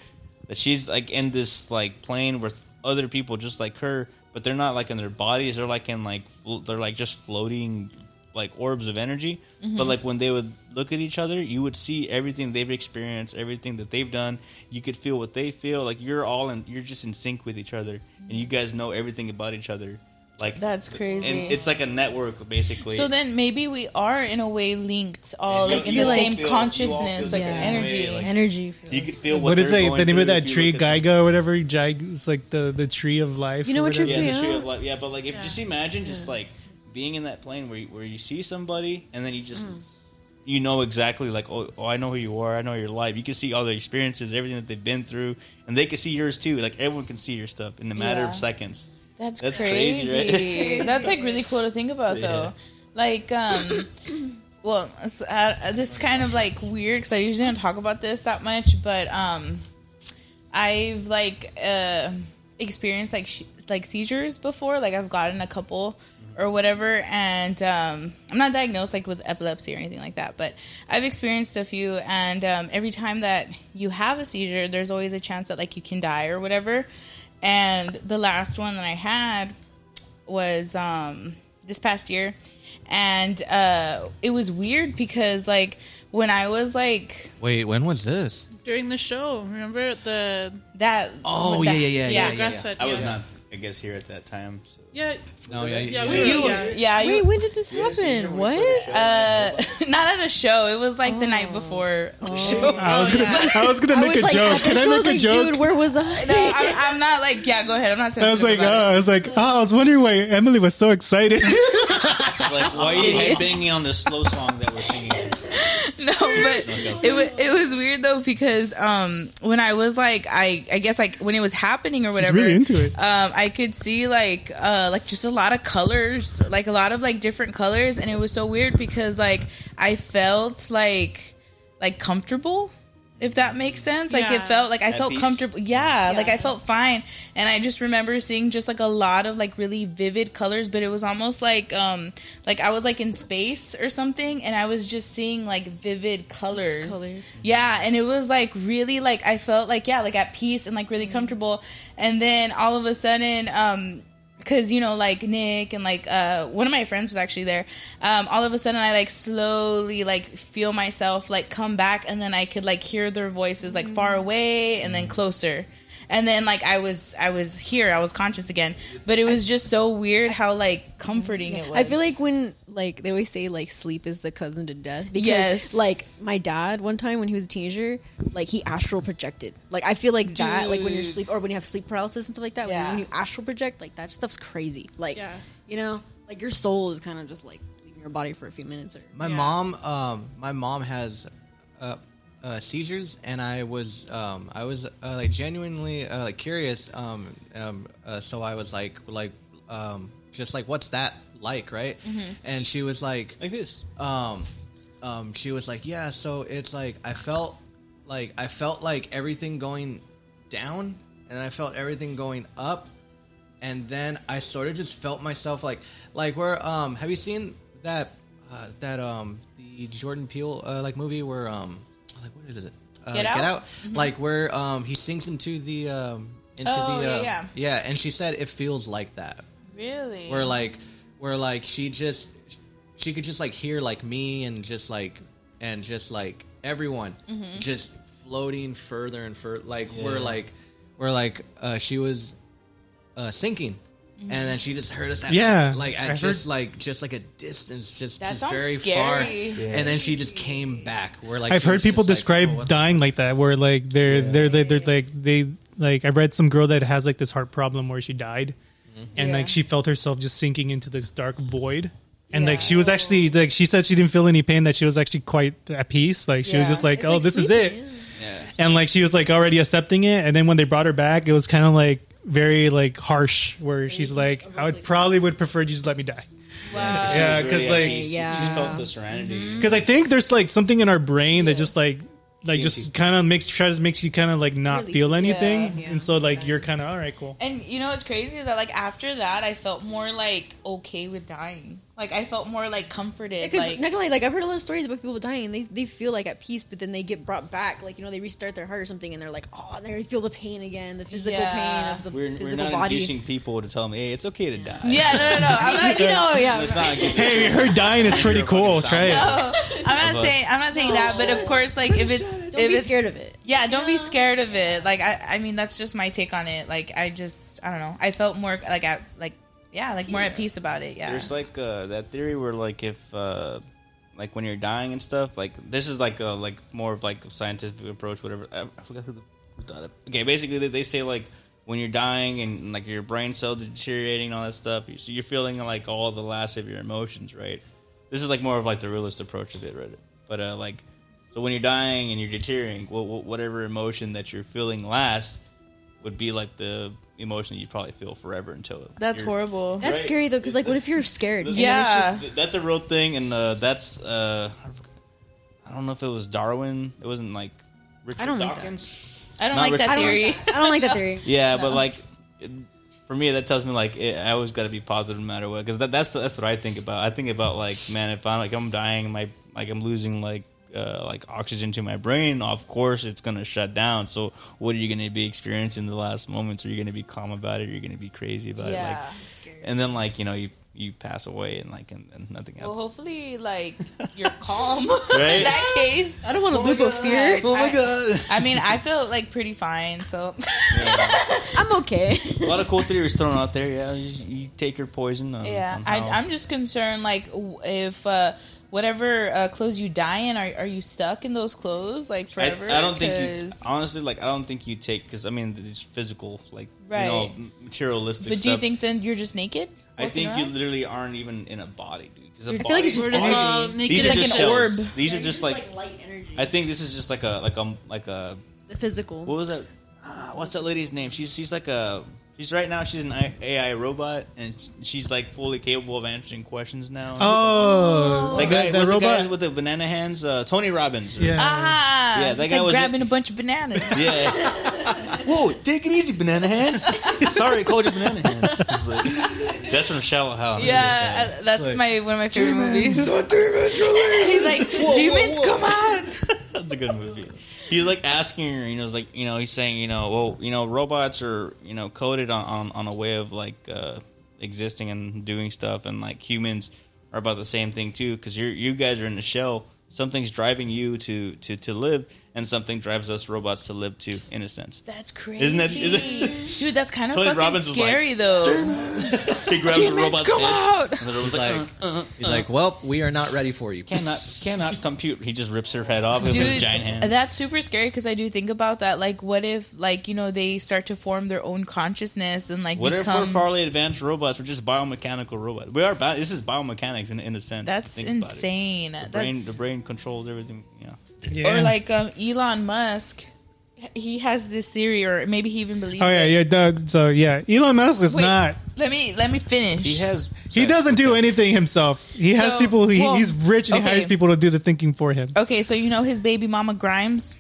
S12: that she's like in this like plane with other people just like her, but they're not like in their bodies. They're like in like flo- they're like just floating like orbs of energy. But
S9: Mhm.
S12: like when they would look at each other, you would see everything they've experienced, everything that they've done. You could feel what they feel. Like you're all in, you're just in sync with each other, and you guys know everything about each other. Like
S3: That's crazy.
S12: And it's like a network basically.
S3: So then maybe we are in a way linked, all
S12: Yeah,
S3: like in
S12: you
S3: the
S12: all
S3: same
S12: feel- you all feel
S3: consciousness,
S12: the
S3: like
S12: same
S3: energy.
S12: way, like-
S13: Energy.
S12: you could feel what,
S7: What is
S12: they're
S7: that?
S12: going
S7: The name of
S12: through
S7: that
S12: if you
S7: tree,
S12: look at-
S7: Geiga or whatever. Jai- It's like the the tree of life. or whatever.
S12: yeah, the tree of life. Yeah, but like if just imagine just like being in that plane where you, where you see somebody and then you just you know exactly like oh, oh I know who you are I know your life you can see all their experiences everything that they've been through and they can see yours too like everyone can see your stuff in a matter
S3: Yeah.
S12: of seconds.
S3: That's,
S12: That's
S3: crazy.
S12: crazy, right?
S3: That's like really cool to think about, though. Like, um, well, s- uh, this is kind of like weird because I usually don't talk about this that much, but um, I've like uh, experienced like sh- like seizures before. Like I've gotten a couple or whatever, and um, I'm not diagnosed like with epilepsy or anything like that, but I've experienced a few. And um, every time that you have a seizure, there's always a chance that like you can die or whatever. And the last one that I had was um, this past year, and uh, it was weird because like when I was like
S5: Wait, when was this?
S11: during the show. Remember the
S3: that?
S5: Oh, yeah, yeah, yeah, yeah, yeah,
S11: grass fed,
S12: I was
S11: yeah.
S12: not I guess here at that time. So.
S11: Yeah.
S12: No, yeah,
S11: yeah.
S12: yeah.
S11: we were-
S12: You-
S11: yeah.
S3: Yeah.
S13: Wait, when did this happen? What?
S3: Uh, not at a show. It was like the night before the show.
S7: I was gonna, I was gonna make a joke. Can I make a joke?
S3: where was I? No, I'm, I'm not like. Yeah, go ahead. I'm not.
S7: I was
S3: sensitive
S7: like, oh,
S3: about
S7: I was like, oh, I was wondering why Emily was so excited.
S12: Like why are you headbanging on the slow song that we're singing?
S3: no, but it was it was weird though because um when I was like I I guess like when it was happening or
S7: She's
S3: whatever
S7: really into it.
S3: um I could see like uh like just a lot of colors like a lot of like different colors and it was so weird because like I felt like like comfortable if that makes sense like it
S13: Yeah.
S3: felt like I
S13: At
S3: felt
S13: peace.
S3: comfortable yeah, like
S13: Yeah.
S3: I felt fine and I just remember seeing just like a lot of like really vivid colors but it was almost like um like I was like in space or something and I was just seeing like vivid colors.
S13: colors.
S3: Yeah, and it was like really like I felt like yeah, like at peace and like really comfortable and then all of a sudden um because you know like nick and like uh, one of my friends was actually there um, all of a sudden i like slowly like feel myself like come back and then i could like hear their voices like
S13: Mm.
S3: far away and then closer and then like i was i was here i was conscious again but it was just so weird how like comforting it was
S13: I feel like when like they always say like sleep is the cousin to death because
S3: Yes.
S13: like my dad one time when he was a teenager like he astral projected like I feel like that like when you're
S11: Dude.
S13: sleep or when you have sleep paralysis and stuff like that when you-
S11: Yeah.
S13: when you astral project like that stuff's crazy like
S11: Yeah.
S13: you know like your soul is kind of just like leaving your body for a few minutes or
S5: My mom, um, my mom has uh, uh, seizures, and I was, um, I was uh, like genuinely uh, like curious. Um, um, uh, so I was like, like, um, just like, what's that like, right?
S9: Mhm.
S5: And she was like,
S12: like this.
S5: Um, um, she was like, yeah. So it's like I felt like I felt like everything going down, and I felt everything going up, and then I sort of just felt myself like like where um have you seen that uh, that um the Jordan Peele uh, like movie where um like what is it uh,
S9: Get Out? Mhm.
S5: like where um he sinks into the um into
S9: Oh,
S5: the
S9: yeah,
S5: uh,
S9: yeah.
S5: yeah and she said it feels like that
S3: Really?
S5: where like where like she just she could just like hear like me and just like and just like everyone
S9: Mhm.
S5: just floating further and further like
S9: Yeah.
S5: we're like we're like uh she was uh sinking
S9: Mhm.
S5: and then she just heard us at,
S7: Yeah,
S5: like
S7: I
S5: at
S7: heard-
S5: just like just like a distance just
S9: That
S5: just
S9: sounds
S5: very far
S9: scary. Yeah.
S5: and then she just came back we're like
S7: I've
S5: she
S7: heard
S5: was
S7: people
S5: just like,
S7: describe
S5: "Oh, what the
S7: dying like that, where like they're, they're they're they're like they like I read some girl that has
S5: Mm-hmm.
S7: like this heart problem where she died, and
S9: Yeah.
S7: like she felt herself just sinking into this dark void, And like she was actually like she said she didn't feel any pain that she was actually quite at peace. Like she was
S9: Yeah.
S7: just like,
S9: It's,
S7: oh,
S9: like,
S7: this
S9: sweet,
S7: is it. And like she was like already accepting it. And then when they brought her back, it was kind of like very like harsh, where she's like, I would probably would prefer you just let me die.
S12: Wow.
S7: Yeah, because like
S12: she felt the serenity.
S9: Mm-hmm.
S7: because I think there's like something in our brain that just like like just kind of makes tries to makes you kind of like not
S3: Release
S7: feel
S3: it.
S7: anything,
S3: Yeah.
S7: and so like you're kind of all right, cool.
S3: And you know what's crazy is that like after that I felt more like okay with dying. Like I felt more like comforted.
S9: Because
S3: like
S9: not gonna lie, like I've heard a lot of stories about people dying. They they feel like at peace, but then they get brought back. Like you know, they restart their heart or something, and they're like, oh, they feel the pain again, the physical
S3: Yeah.
S9: pain of the
S12: We're, we're
S9: physical
S12: not
S9: body.
S12: inducing people to tell them, hey, it's okay to die.
S3: Yeah, no, no, no. I'm not. You know, yeah.
S12: Let's not get-
S7: Hey, her dying is pretty cool. Try it.
S3: No, Oh, I'm
S7: Of
S3: not
S7: us.
S3: saying I'm not saying that, but of course, like if it's
S9: Don't
S3: if
S9: be
S3: it's
S9: scared of it.
S3: yeah, don't be scared of it. Like I, I mean, that's just my take on it. Like I just, I don't know. I felt more like at like yeah, like more at peace about it. Yeah,
S12: There's like uh, that theory where like if uh, like when you're dying and stuff, like this is like a, like more of like a scientific approach, whatever. I, I forgot who, the, who thought it. Okay, basically they, they say like when you're dying and like your brain cells are deteriorating and all that stuff, you, so you're feeling like all the last of your emotions, right? This is like more of like the realist approach of it, right? But uh, like so when you're dying and you're deteriorating, wh- wh- whatever emotion that you're feeling last would be like the emotion you probably feel forever until
S3: That's
S12: you're-
S3: horrible.
S9: That's
S12: Right?
S9: scary though, because like, what if you're scared?
S12: That's-
S9: You know, it's
S12: that's
S9: just-
S12: just- that's a real thing, and uh, that's uh, I don't know if it was Darwin. It wasn't like Richard
S9: I don't like
S12: Dawkins.
S9: that. I don't
S12: Not
S9: like that
S12: Richard
S9: theory.
S12: Dawkins.
S9: I don't like that theory.
S12: Yeah, but
S9: No.
S12: like it- for me, that tells me like it, I always got to be positive no matter what, because that, that's that's what I think about. I think about like man, if I'm like I'm dying, my like I'm losing like. Uh, like oxygen to my brain, of course it's gonna shut down. So what are you gonna be experiencing the last moments? Are you gonna be calm about it? Are you gonna be crazy about it?
S3: Yeah.
S12: Like, and then like you know you you pass away and like and, and nothing
S3: well,
S12: else.
S3: hopefully, like you're calm in
S12: Right?
S3: that case.
S9: I don't wanna Oh my live with God. fear. Oh my
S3: I-
S9: God.
S3: I mean, I feel like pretty fine, so
S9: I'm okay.
S12: a lot of cool theories thrown out there. Yeah, you, you take your poison. On,
S3: Yeah,
S12: on
S3: I,
S12: how-
S3: I'm just concerned, like, w- if uh, whatever uh, clothes you die in, are, are you stuck in those clothes, like,
S12: I,
S3: forever?
S12: I don't think you
S3: 'Cause-
S12: honestly like I don't think you take because I mean these physical like you know
S3: Right.
S12: m- materialistic.
S3: But do you
S12: stuff.
S3: think then you're just naked?
S12: I
S3: walking
S12: think you
S3: around?
S12: literally aren't even in a body, dude. 'cause a
S3: You're- I feel
S12: body-
S3: like it's just We're just energy. all naked.
S12: These are
S3: Like
S12: just
S3: an
S12: shells.
S3: orb.
S12: These
S3: Yeah,
S12: are just
S3: you're just
S12: like,
S3: like light energy.
S12: I think this is just like a like a like a
S9: The physical.
S12: What was that? Ah, what's that lady's name? She's she's like a she's right now she's an I- AI robot and she's like fully capable of answering questions now.
S7: Oh,
S12: that
S7: that-
S12: guy,
S7: that
S12: what's the
S7: robot?
S12: uh, guys with the banana hands, uh, Tony Robbins.
S7: Yeah.
S3: Ah,
S12: yeah, that
S3: it's
S12: guy
S3: like
S12: was
S3: grabbing a bunch of bananas.
S12: yeah. Whoa, take it easy, banana hands. Sorry, I called you banana hands. It's like- that's from Shallow Hal.
S3: yeah, I- that's
S12: Like,
S3: my one of my favorite movies. He's like,
S12: Whoa, whoa,
S3: demons,
S12: whoa."
S3: come out!
S12: That's a good movie. He's like asking her, you know, it's like you know, he's saying, you know, well, you know, robots are you know coded on on, on a way of like uh, existing and doing stuff, and like humans are about the same thing too, because you you guys are in the shell. Something's driving you to to to live, and something drives us robots to live too, in a sense.
S3: That's crazy.
S12: Isn't that- isn't-
S3: Dude, that's kind of
S12: Tony
S3: fucking
S12: Robbins was like,
S3: scary, though.
S12: He grabs the
S3: Demons,
S12: robot's
S3: come
S12: head, and
S3: out!
S12: the robot's
S5: He's
S12: like, uh,
S5: like, he's like, well, we are not ready for you.
S12: cannot cannot compute. He just rips her head off with his giant hand.
S3: That's super scary because I do think about that. Like, what if, like, you know, they start to form their own consciousness and like
S12: What if we're
S3: become?
S12: farly advanced robots? We're just biomechanical robots. We are. Bi- this is biomechanics in, in a sense. if you
S3: that's
S12: think about it.
S3: insane.
S12: The
S3: That's,
S12: brain, the brain controls everything. Yeah.
S3: Or like um, Elon Musk, he has this theory, or maybe he even believes.
S7: Oh yeah,
S3: it.
S7: yeah. Doug, so yeah, Elon Musk is
S3: Wait,
S7: not.
S3: Let me let me finish.
S12: He has.
S7: He doesn't do anything himself. He has
S3: So,
S7: people. He,
S3: well,
S7: he's rich and he
S3: okay.
S7: hires people to do the thinking for him.
S3: Okay, so you know his baby mama Grimes.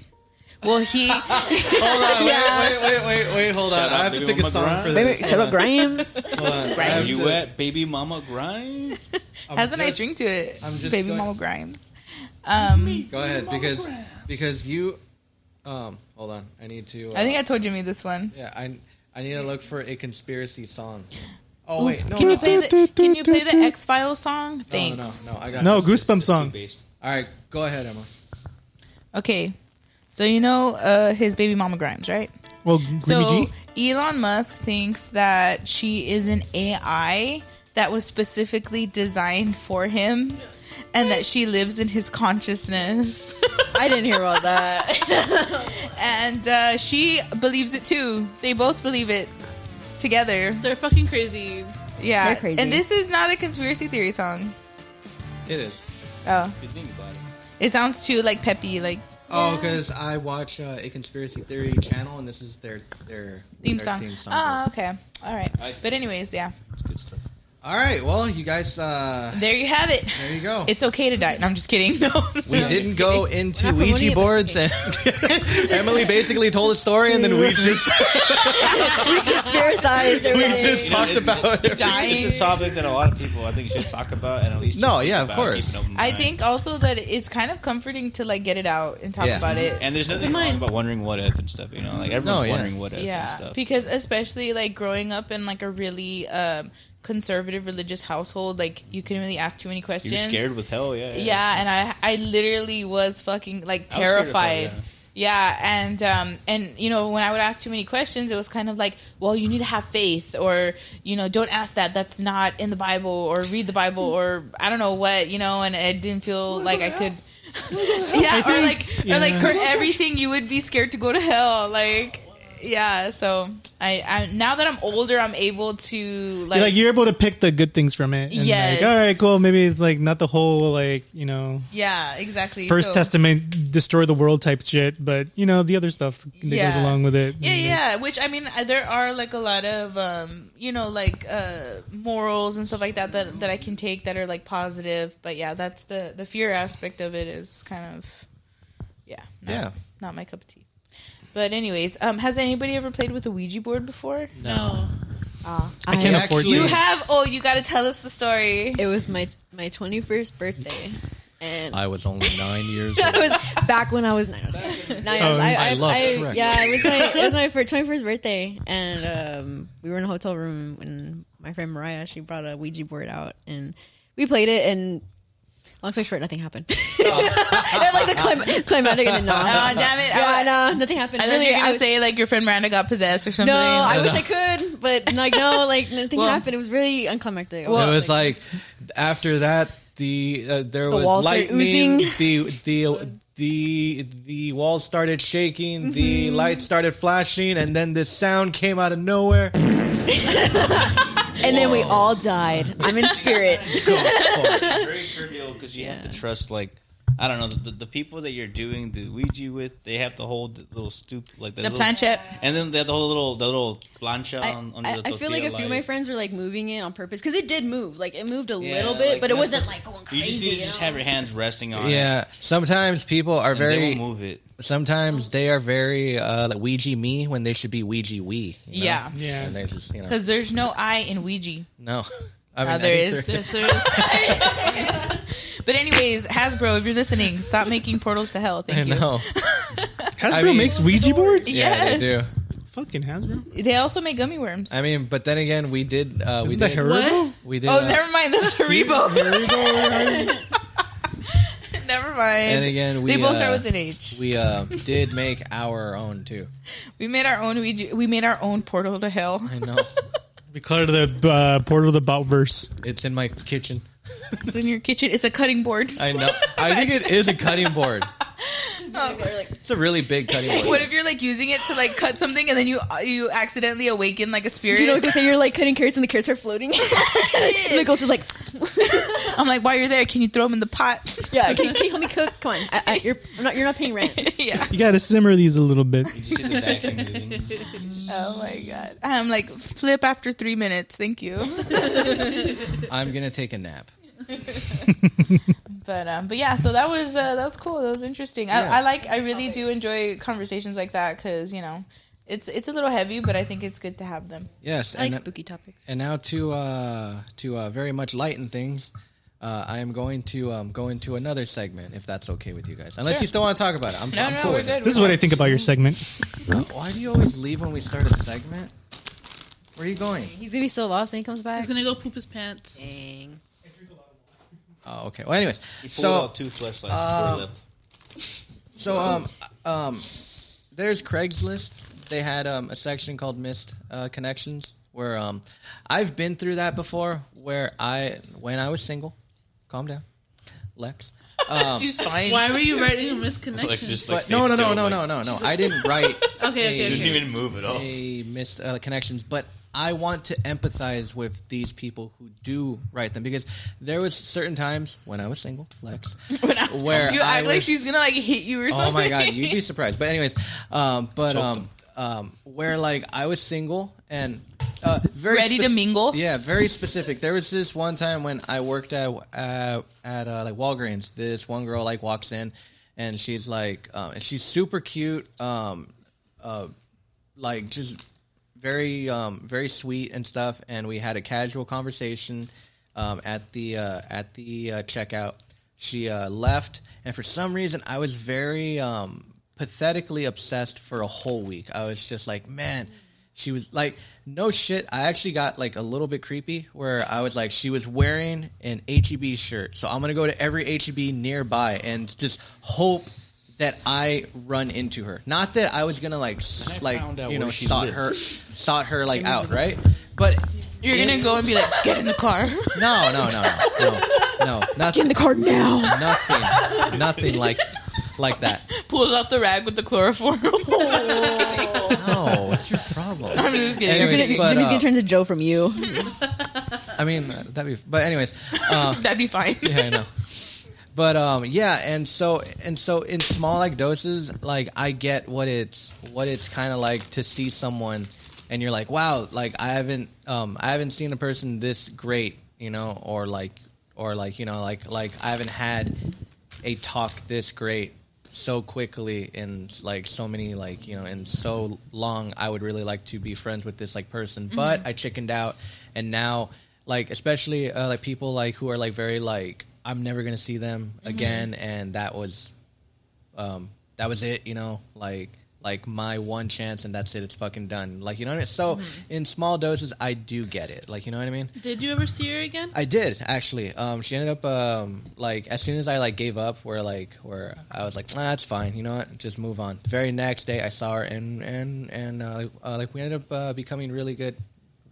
S3: Well, he.
S5: Hold on,
S3: Yeah.
S5: wait, wait, wait, wait, wait, hold on.
S12: Shout out
S5: I have to
S12: Baby
S5: pick a
S12: Mama
S5: song
S12: Grimes.
S5: for
S12: Wait,
S5: this.
S12: wait,
S5: Hold
S12: shout
S5: on.
S12: out
S3: Grimes.
S5: Hold on. I
S12: Are
S5: have
S12: you
S5: to-
S12: at baby mama grind?
S3: has a nice
S5: just-
S3: ring to it.
S5: I'm just
S3: baby
S5: going-
S3: mama Grimes. Um,
S5: Go ahead, because because you, um, hold on. I need to. Uh,
S3: I think I told Jimmy this one.
S5: yeah, I I need to look for a conspiracy song. Oh
S3: Ooh,
S5: wait, no,
S3: can
S5: no,
S3: you play the Can you play the X Files song?
S5: no, no,
S3: Thanks.
S5: no, I got
S7: No,
S5: this.
S7: goosebump song.
S5: All right, go ahead, Emma.
S3: Okay, so you know uh, his baby mama Grimes, right?
S7: Well,
S3: So Elon Musk thinks that she is an AI that was specifically designed for him, and that she lives in his consciousness.
S9: I didn't hear about that.
S3: and uh, she believes it too. They both believe it together.
S11: They're fucking crazy.
S3: Yeah,
S9: They're crazy.
S3: and this is not a conspiracy theory song.
S5: It is.
S3: Oh.
S5: If you think about it.
S3: It sounds too like peppy, like
S5: Oh, because I watch uh, a conspiracy theory channel, and this is their their
S3: theme
S5: their
S3: song.
S5: Theme song.
S3: Ah, okay, all right.
S5: I-
S3: But anyways, yeah,
S5: It's good stuff. All right, well, you guys, uh,
S3: there you have it.
S5: There you go.
S3: It's okay to die. And I'm just kidding. No,
S5: we
S3: I'm
S5: didn't
S3: just
S5: go
S3: kidding.
S5: into Ouija boards, and Emily basically told a story, and then we just
S9: we just stare size.
S5: we just talked about it.
S12: It's, a topic that a lot of people I think should talk about and at least
S5: No,
S12: just
S5: yeah, of
S12: about it,
S5: course.
S12: keep it open
S3: I
S12: mind.
S3: think also that it's kind of comforting to like get it out and talk about it.
S12: And there's nothing wrong about wondering what if and stuff. You know, like everyone's
S5: No, yeah.
S12: wondering what if and
S3: yeah,
S12: stuff.
S3: because especially like growing up in like a really um, conservative religious household, like you couldn't really ask too many questions.
S12: You're scared with hell, yeah.
S3: yeah, and I I literally was fucking like
S12: I was scared of hell,
S3: terrified. yeah. and um, and you know when I would ask too many questions, it was kind of like, well, you need to have faith, or you know, don't ask that. That's not in the Bible, or read the Bible, or I don't know what, you know. And I didn't feel like I could, yeah,
S13: I
S3: or like or like
S13: yeah.
S3: for everything you would be scared to go to hell, like yeah. So I, I now that I'm older, I'm able to
S7: Like,
S3: like,
S7: you're, able to pick the good things from it. And
S3: Yes.
S7: Like, all right, cool. Maybe it's like not the whole like you know
S3: yeah, exactly.
S7: First
S3: So-
S7: Testament destroy the world type shit, but you know the other stuff that
S3: Yeah.
S7: goes along with it.
S3: Yeah, yeah. Which I mean, uh, there are like a lot of um, you know, like uh, morals and stuff like that, that that I can take that are like positive. But yeah, that's the the fear aspect of it is kind of yeah, not,
S5: Yeah.
S3: not my cup of tea. But anyways, um, has anybody ever played with a Ouija board before?
S5: No.
S9: Ah.
S7: I can't afford to.
S3: You have. Oh, you got to tell us the story.
S9: It was my my 21st birthday, and
S5: I was only nine years
S9: that was back when I was nine. Nine
S5: Oh,
S9: years. I,
S5: I
S9: I,
S5: love
S9: I-
S5: Shrek.
S9: Yeah, it was my it was my first, 21st birthday, and um, we were in a hotel room, and my friend Mariah she brought a Ouija board out, and we played it, and long story short, nothing happened.
S3: Oh.
S9: And, like the clim- climatic and the non.
S3: Aw, damn it.
S9: Yeah,
S3: I-
S9: no, nothing happened.
S3: I thought you were gonna
S9: was-
S3: say like your friend Miranda got possessed or something.
S9: No, I wish I could, but like no, like nothing
S3: Well-
S9: happened. It was really unclimactic.
S5: it was like after that the uh, there
S9: The
S5: was
S9: walls started
S5: lightning
S9: oozing.
S5: the the the the walls started shaking the lights started flashing and then this sound came out of nowhere
S9: and then we all died. I'm in spirit.
S12: very trivial because you have to trust like I don't know the, the, the people that you're doing the Ouija with. They have to hold the little stoop like the,
S3: The
S12: little,
S3: planchette.
S12: and then they have the whole little the little plancha on, on
S9: I,
S12: the
S9: I feel like
S12: tortilla
S9: a few of my
S12: light.
S9: friends were like moving it on purpose because it did move. Like it moved a
S12: Yeah,
S9: little bit,
S12: like,
S9: but it
S12: that's
S9: wasn't
S12: the-
S9: like going
S12: You just
S9: crazy.
S12: need to just have your hands resting on. it.
S5: yeah sometimes people are
S12: And they
S5: very
S12: won't move it
S5: sometimes they are very uh like ouija me when they should be ouija we you know?
S3: Yeah. Yeah.
S5: and they're just you know
S3: because there's no I in Ouija.
S5: no
S3: I
S5: I mean,
S3: there
S5: I
S3: is.
S5: think there-
S3: but anyways, Hasbro, if you're listening, stop making portals to hell. Thank
S5: I
S3: you.
S5: know.
S7: Hasbro
S5: I mean-
S7: makes Ouija boards.
S5: yeah they
S3: Yes.
S5: do
S7: Fucking Hasbro.
S3: They also make gummy worms.
S5: I mean, but then again, we did. Uh, we
S7: Isn't that
S5: did.
S7: Haribo?
S5: We did.
S3: oh,
S5: uh,
S3: never mind. That's Haribo. never mind.
S5: And again, we
S3: they both
S5: uh,
S3: start with an H.
S5: We uh, did make our own too.
S3: We made our own Ouija. We made our own portal to hell.
S5: I know
S7: We call it the uh, portal of the Boutverse.
S5: it's in my kitchen.
S3: it's in your kitchen. It's a cutting board.
S5: I know. I think it is a cutting board.
S3: Oh.
S5: It's a really big cutting board.
S3: What if you're like using it to like cut something and then you uh, you accidentally awaken like a spirit?
S9: Do you know what they say? You're like cutting carrots and the carrots are floating. and the ghost is like,
S3: I'm like, while you're there, can you throw them in the pot?
S9: yeah, can, can you help me cook? Come on, I, I, you're I'm not you're not paying rent.
S3: yeah.
S7: You got to simmer these a little bit.
S3: oh my god. I'm like flip after three minutes. Thank you.
S5: I'm gonna take a nap.
S3: but um, but yeah. So that was uh, that was cool. That was interesting. I,
S5: Yeah.
S3: I like. I really do enjoy conversations like that because you know, it's it's a little heavy, but I think it's good to have them.
S5: Yes,
S12: uh,
S5: and- uh,
S9: topics.
S5: And now to uh, to uh, very much lighten things. Uh, I am going to um, go into another segment if that's okay with you guys. Unless
S7: Sure.
S5: you still want to talk about it, I'm,
S3: No,
S5: I'm
S3: no,
S5: cool.
S3: we're
S5: with
S3: good.
S5: it.
S7: This is what I think about your segment.
S5: Why do you always leave when we start a segment? Where are you going?
S9: He's gonna be so lost when he comes back.
S11: He's gonna go poop his pants.
S9: Dang.
S5: Oh, okay. Well, anyways,
S12: He pulled
S5: so
S12: out two flashlights
S5: um,
S12: before he left.
S5: So um um, there's Craigslist. They had um a section called missed uh, connections where um I've been through that before where I when I was single. Calm down, Lex. Um,
S3: She's fine.
S11: Why were you writing a misconnection?
S5: but no, no, no, no, no, no, no. I didn't write.
S11: Okay, okay,
S5: a-
S11: okay. Didn't
S3: Oh.
S12: even move at all.
S5: A missed uh, connections, but I want to empathize with these people who do write them because there was certain times when I was single, Lex, where
S3: you
S5: I
S3: act like
S5: was-
S3: she's gonna like hit you or something.
S5: Oh my god, you'd be surprised. But anyways, um, but
S3: Choke
S5: um, um, where like I was single and uh, very
S3: Ready to
S5: mingle. Yeah, very specific. There was this one time when I worked at uh, at uh, like Walgreens. This one girl like walks in and she's like, um, and she's super cute. Um, uh, like just very um, very sweet and stuff and we had a casual conversation um, at the uh, at the uh, checkout she uh, left and for some reason i was very um, pathetically obsessed for a whole week i was just like man she was like no shit i actually got like a little bit creepy where i was like she was wearing an heb shirt so i'm gonna go to every heb nearby and just hope that i run into her not that i was gonna like s-
S12: And I
S5: like
S12: found out
S5: you know
S12: where she
S5: sought
S12: lived.
S5: her sought her like out right but
S3: You're gonna go and be like, get in the car.
S5: no no no no no no nothing
S3: in the car now.
S5: nothing nothing like like that
S3: Pulls out the rag with the chloroform.
S5: no what's your problem
S3: I'm just kidding.
S9: You're
S5: Anyways, but,
S9: gonna, Jimmy's
S5: uh,
S9: gonna turn to Joe from you.
S5: I mean, uh, that'd be. But anyways, uh,
S3: that'd be fine.
S5: yeah, I know. But um, yeah, and so and so in small like doses, like I get what it's what it's kind of like to see someone, and you're like, wow, like I haven't um I haven't seen a person this great, you know, or like or like you know like like I haven't had a talk this great so quickly and like so many like you know and so long i would really like to be friends with this like person but
S12: Mhm.
S5: i chickened out and now like especially uh, like people like who are like very like i'm never gonna see them again and that was um that was it you know like like my one chance and that's it it's fucking done like you know what i mean so in small doses i do get it like you know what i mean
S11: Did you ever see her again?
S5: I did actually. Um, she ended up um, like as soon as I like gave up, where like where I was like, nah, it's fine. You know what? Just move on. The very next day, I saw her, and and and uh, uh, like we ended up uh, becoming really good,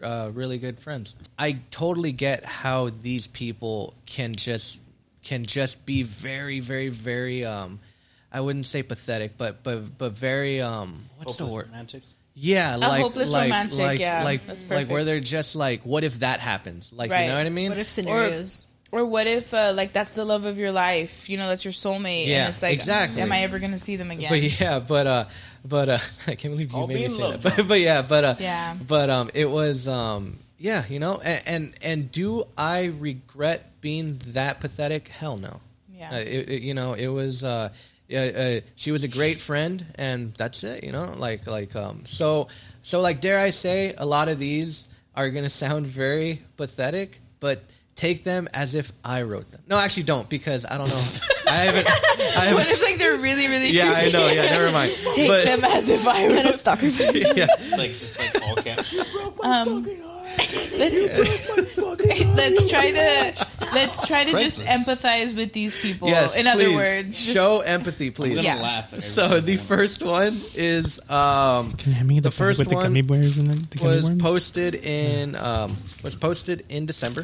S5: uh, really good friends. I totally get how these people can just can just be very, very, very. Um, I wouldn't say pathetic, but but but very. Um, what's the word?
S12: Romantic.
S5: Yeah,
S3: A
S5: like
S3: hopeless
S5: like,
S3: romantic,
S5: like,
S3: yeah,
S5: like,
S3: that's
S5: like where
S3: perfect.
S5: they're just like, what if that happens? Like, you know what I mean?
S3: Or, or what if uh, like that's the love of your life? You know, that's your soulmate.
S5: Yeah,
S3: and it's like,
S5: exactly.
S3: Am I ever gonna see them again?
S5: But yeah, but uh, but uh, I can't believe you
S3: I'll
S5: made
S3: be
S5: me
S3: in
S5: say
S3: love,
S5: that. But, but yeah, but uh,
S3: Yeah.
S5: but um, it was um, yeah, you know, and, and and do I regret being that pathetic? Hell no.
S3: Yeah.
S5: Uh, it, it- you know, it was uh, uh, uh, she was a great friend, and that's it. You know, like like um, so so like dare I say, a lot of these are gonna sound very pathetic, but. Take them as if I wrote them. No, actually, don't because I don't know. I haven't. I haven't
S3: what if like they're really, really?
S5: yeah, I
S3: creepy?
S5: know. Yeah, never mind.
S3: Take
S5: But-
S3: them as if I were a stalker.
S5: yeah.
S12: It's like just like all caps.
S3: Um, let's let's try to let's try to just empathize with these people.
S5: Yes,
S3: In other
S5: please,
S3: words, just-
S5: show empathy, please.
S3: gonna Yeah. laugh at every
S5: so the first one is um,
S7: Can you hand me the,
S5: the
S7: phone
S5: first
S7: with the
S5: one
S7: gummy bears and the, the gummy
S5: was
S7: worms?
S5: posted in um, was posted in December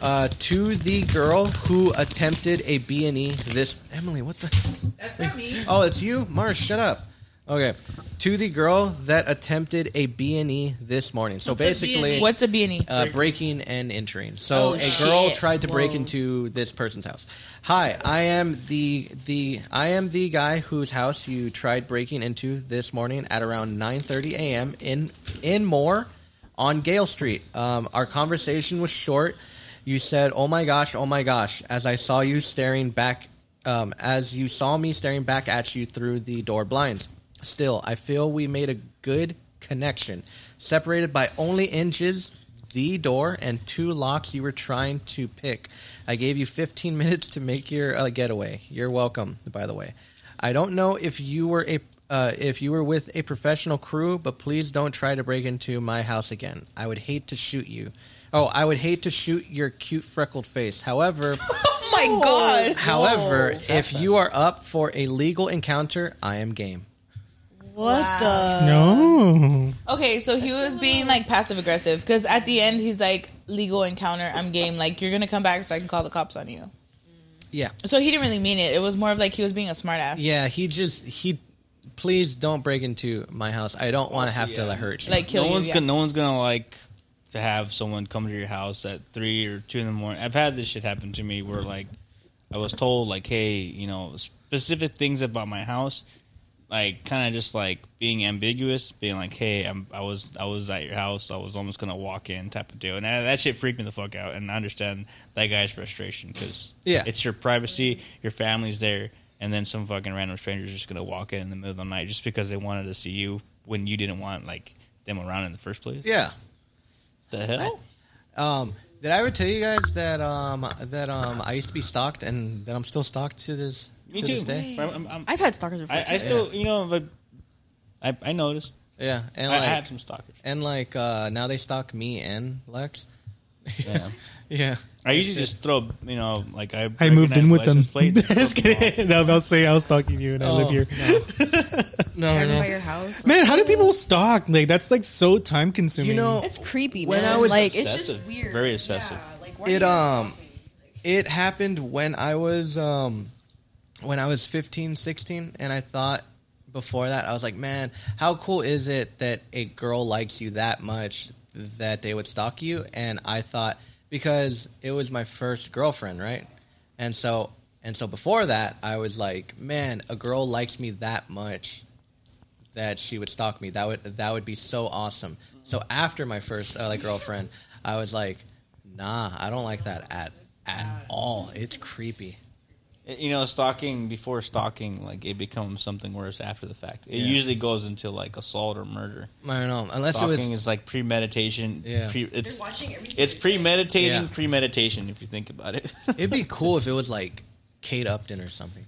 S5: uh, to the girl who attempted a B and E. This Emily, what the?
S3: That's not me.
S5: Oh, it's you, Mars. Shut up. Okay, to the girl that attempted a B and E this morning. So
S3: What's a
S5: basically,
S3: B&E? What's a B&E?
S5: Uh, breaking and entering. So
S3: Oh,
S5: a girl
S3: shit.
S5: tried to break
S3: Whoa.
S5: into this person's house. Hi, I am the the I am the guy whose house you tried breaking into this morning at around 9:30 a.m. in in Moore on Gale Street. Um, our conversation was short. You said, "Oh my gosh, oh my gosh," as I saw you staring back um, as you saw me staring back at you through the door blinds. Still, I feel we made a good connection, separated by only inches, the door, and two locks you were trying to pick. I gave you 15 minutes to make your uh, getaway. You're welcome, by the way. I don't know if you were a uh, if you were with a professional crew, but please don't try to break into my house again. I would hate to shoot you. Oh, I would hate to shoot your cute freckled face. However,
S3: oh my god.
S5: However, if you are up for a legal encounter, I am game.
S9: What the?
S5: uh,
S7: no.
S3: Okay, so he was being like passive aggressive because at the end he's like legal encounter. I'm game. Like you're gonna come back so I can call the cops on you.
S5: Yeah.
S3: So he didn't really mean it. It was more of like he was being a smartass.
S5: Yeah, he just he please don't break into my house. I don't want to have to hurt you.
S3: Like, kill
S12: no
S3: you,
S12: one's
S3: yeah.
S12: gonna, no one's gonna like to have someone come to your house at three or two in the morning. I've had this shit happen to me where like I was told like, hey, you know, specific things about my house, like kind of just like being ambiguous, being like, hey, I'm, I was I was at your house, I was almost gonna walk in type of deal, and that, that shit freaked me the fuck out. And I understand that guy's frustration because
S5: Yeah.
S12: it's your privacy, your family's there. And then some fucking random stranger's just gonna walk in in the middle of the night just because they wanted to see you when you didn't want like them around in the first place.
S5: Yeah.
S12: The hell?
S5: Um, did I ever tell you guys that um that um I used to be stalked and that I'm still stalked to this
S12: Me
S5: to
S12: too.
S5: this day?
S12: But I'm- I'm-
S9: I've had stalkers before.
S12: I, I
S9: too.
S12: still, you know, but I, I noticed.
S5: Yeah, and
S12: I, I
S5: like,
S12: have some stalkers.
S5: And like uh, now they stalk me and Lex.
S12: Yeah.
S5: yeah.
S12: I usually just throw, you know, like I.
S7: I moved
S12: recognize
S7: in with them.
S12: license plate.
S7: Just kidding. No, I'll say I was stalking you and I live
S5: Oh,
S7: here.
S5: No,
S9: Driving by your house.
S7: Man, how do people stalk? Like that's like so time consuming.
S5: You know,
S9: It's creepy.
S5: When
S9: man.
S5: I was
S9: like, it's just weird.
S12: Very obsessive.
S5: it um it happened when I was um when I was 15, 16 and I thought before that I was like, man, how cool is it that a girl likes you that much that they would stalk you? And I thought because it was my first girlfriend, right? And so and so before that, I was like, man, a girl likes me that much that she would stalk me. That would that would be so awesome. So after my first uh, like girlfriend, I was like, nah, I don't like that at at all. It's creepy.
S12: You know, stalking before stalking, like it becomes something worse after the fact. It
S5: Yeah.
S12: usually goes into like assault or murder.
S5: I don't know. Unless it
S12: stalking
S5: was-
S12: is like premeditation.
S5: Yeah.
S12: pre- it's
S5: They're watching everything
S12: it's premeditating
S5: Yeah.
S12: premeditation if you think about it.
S5: It'd be cool if it was like Kate Upton or something.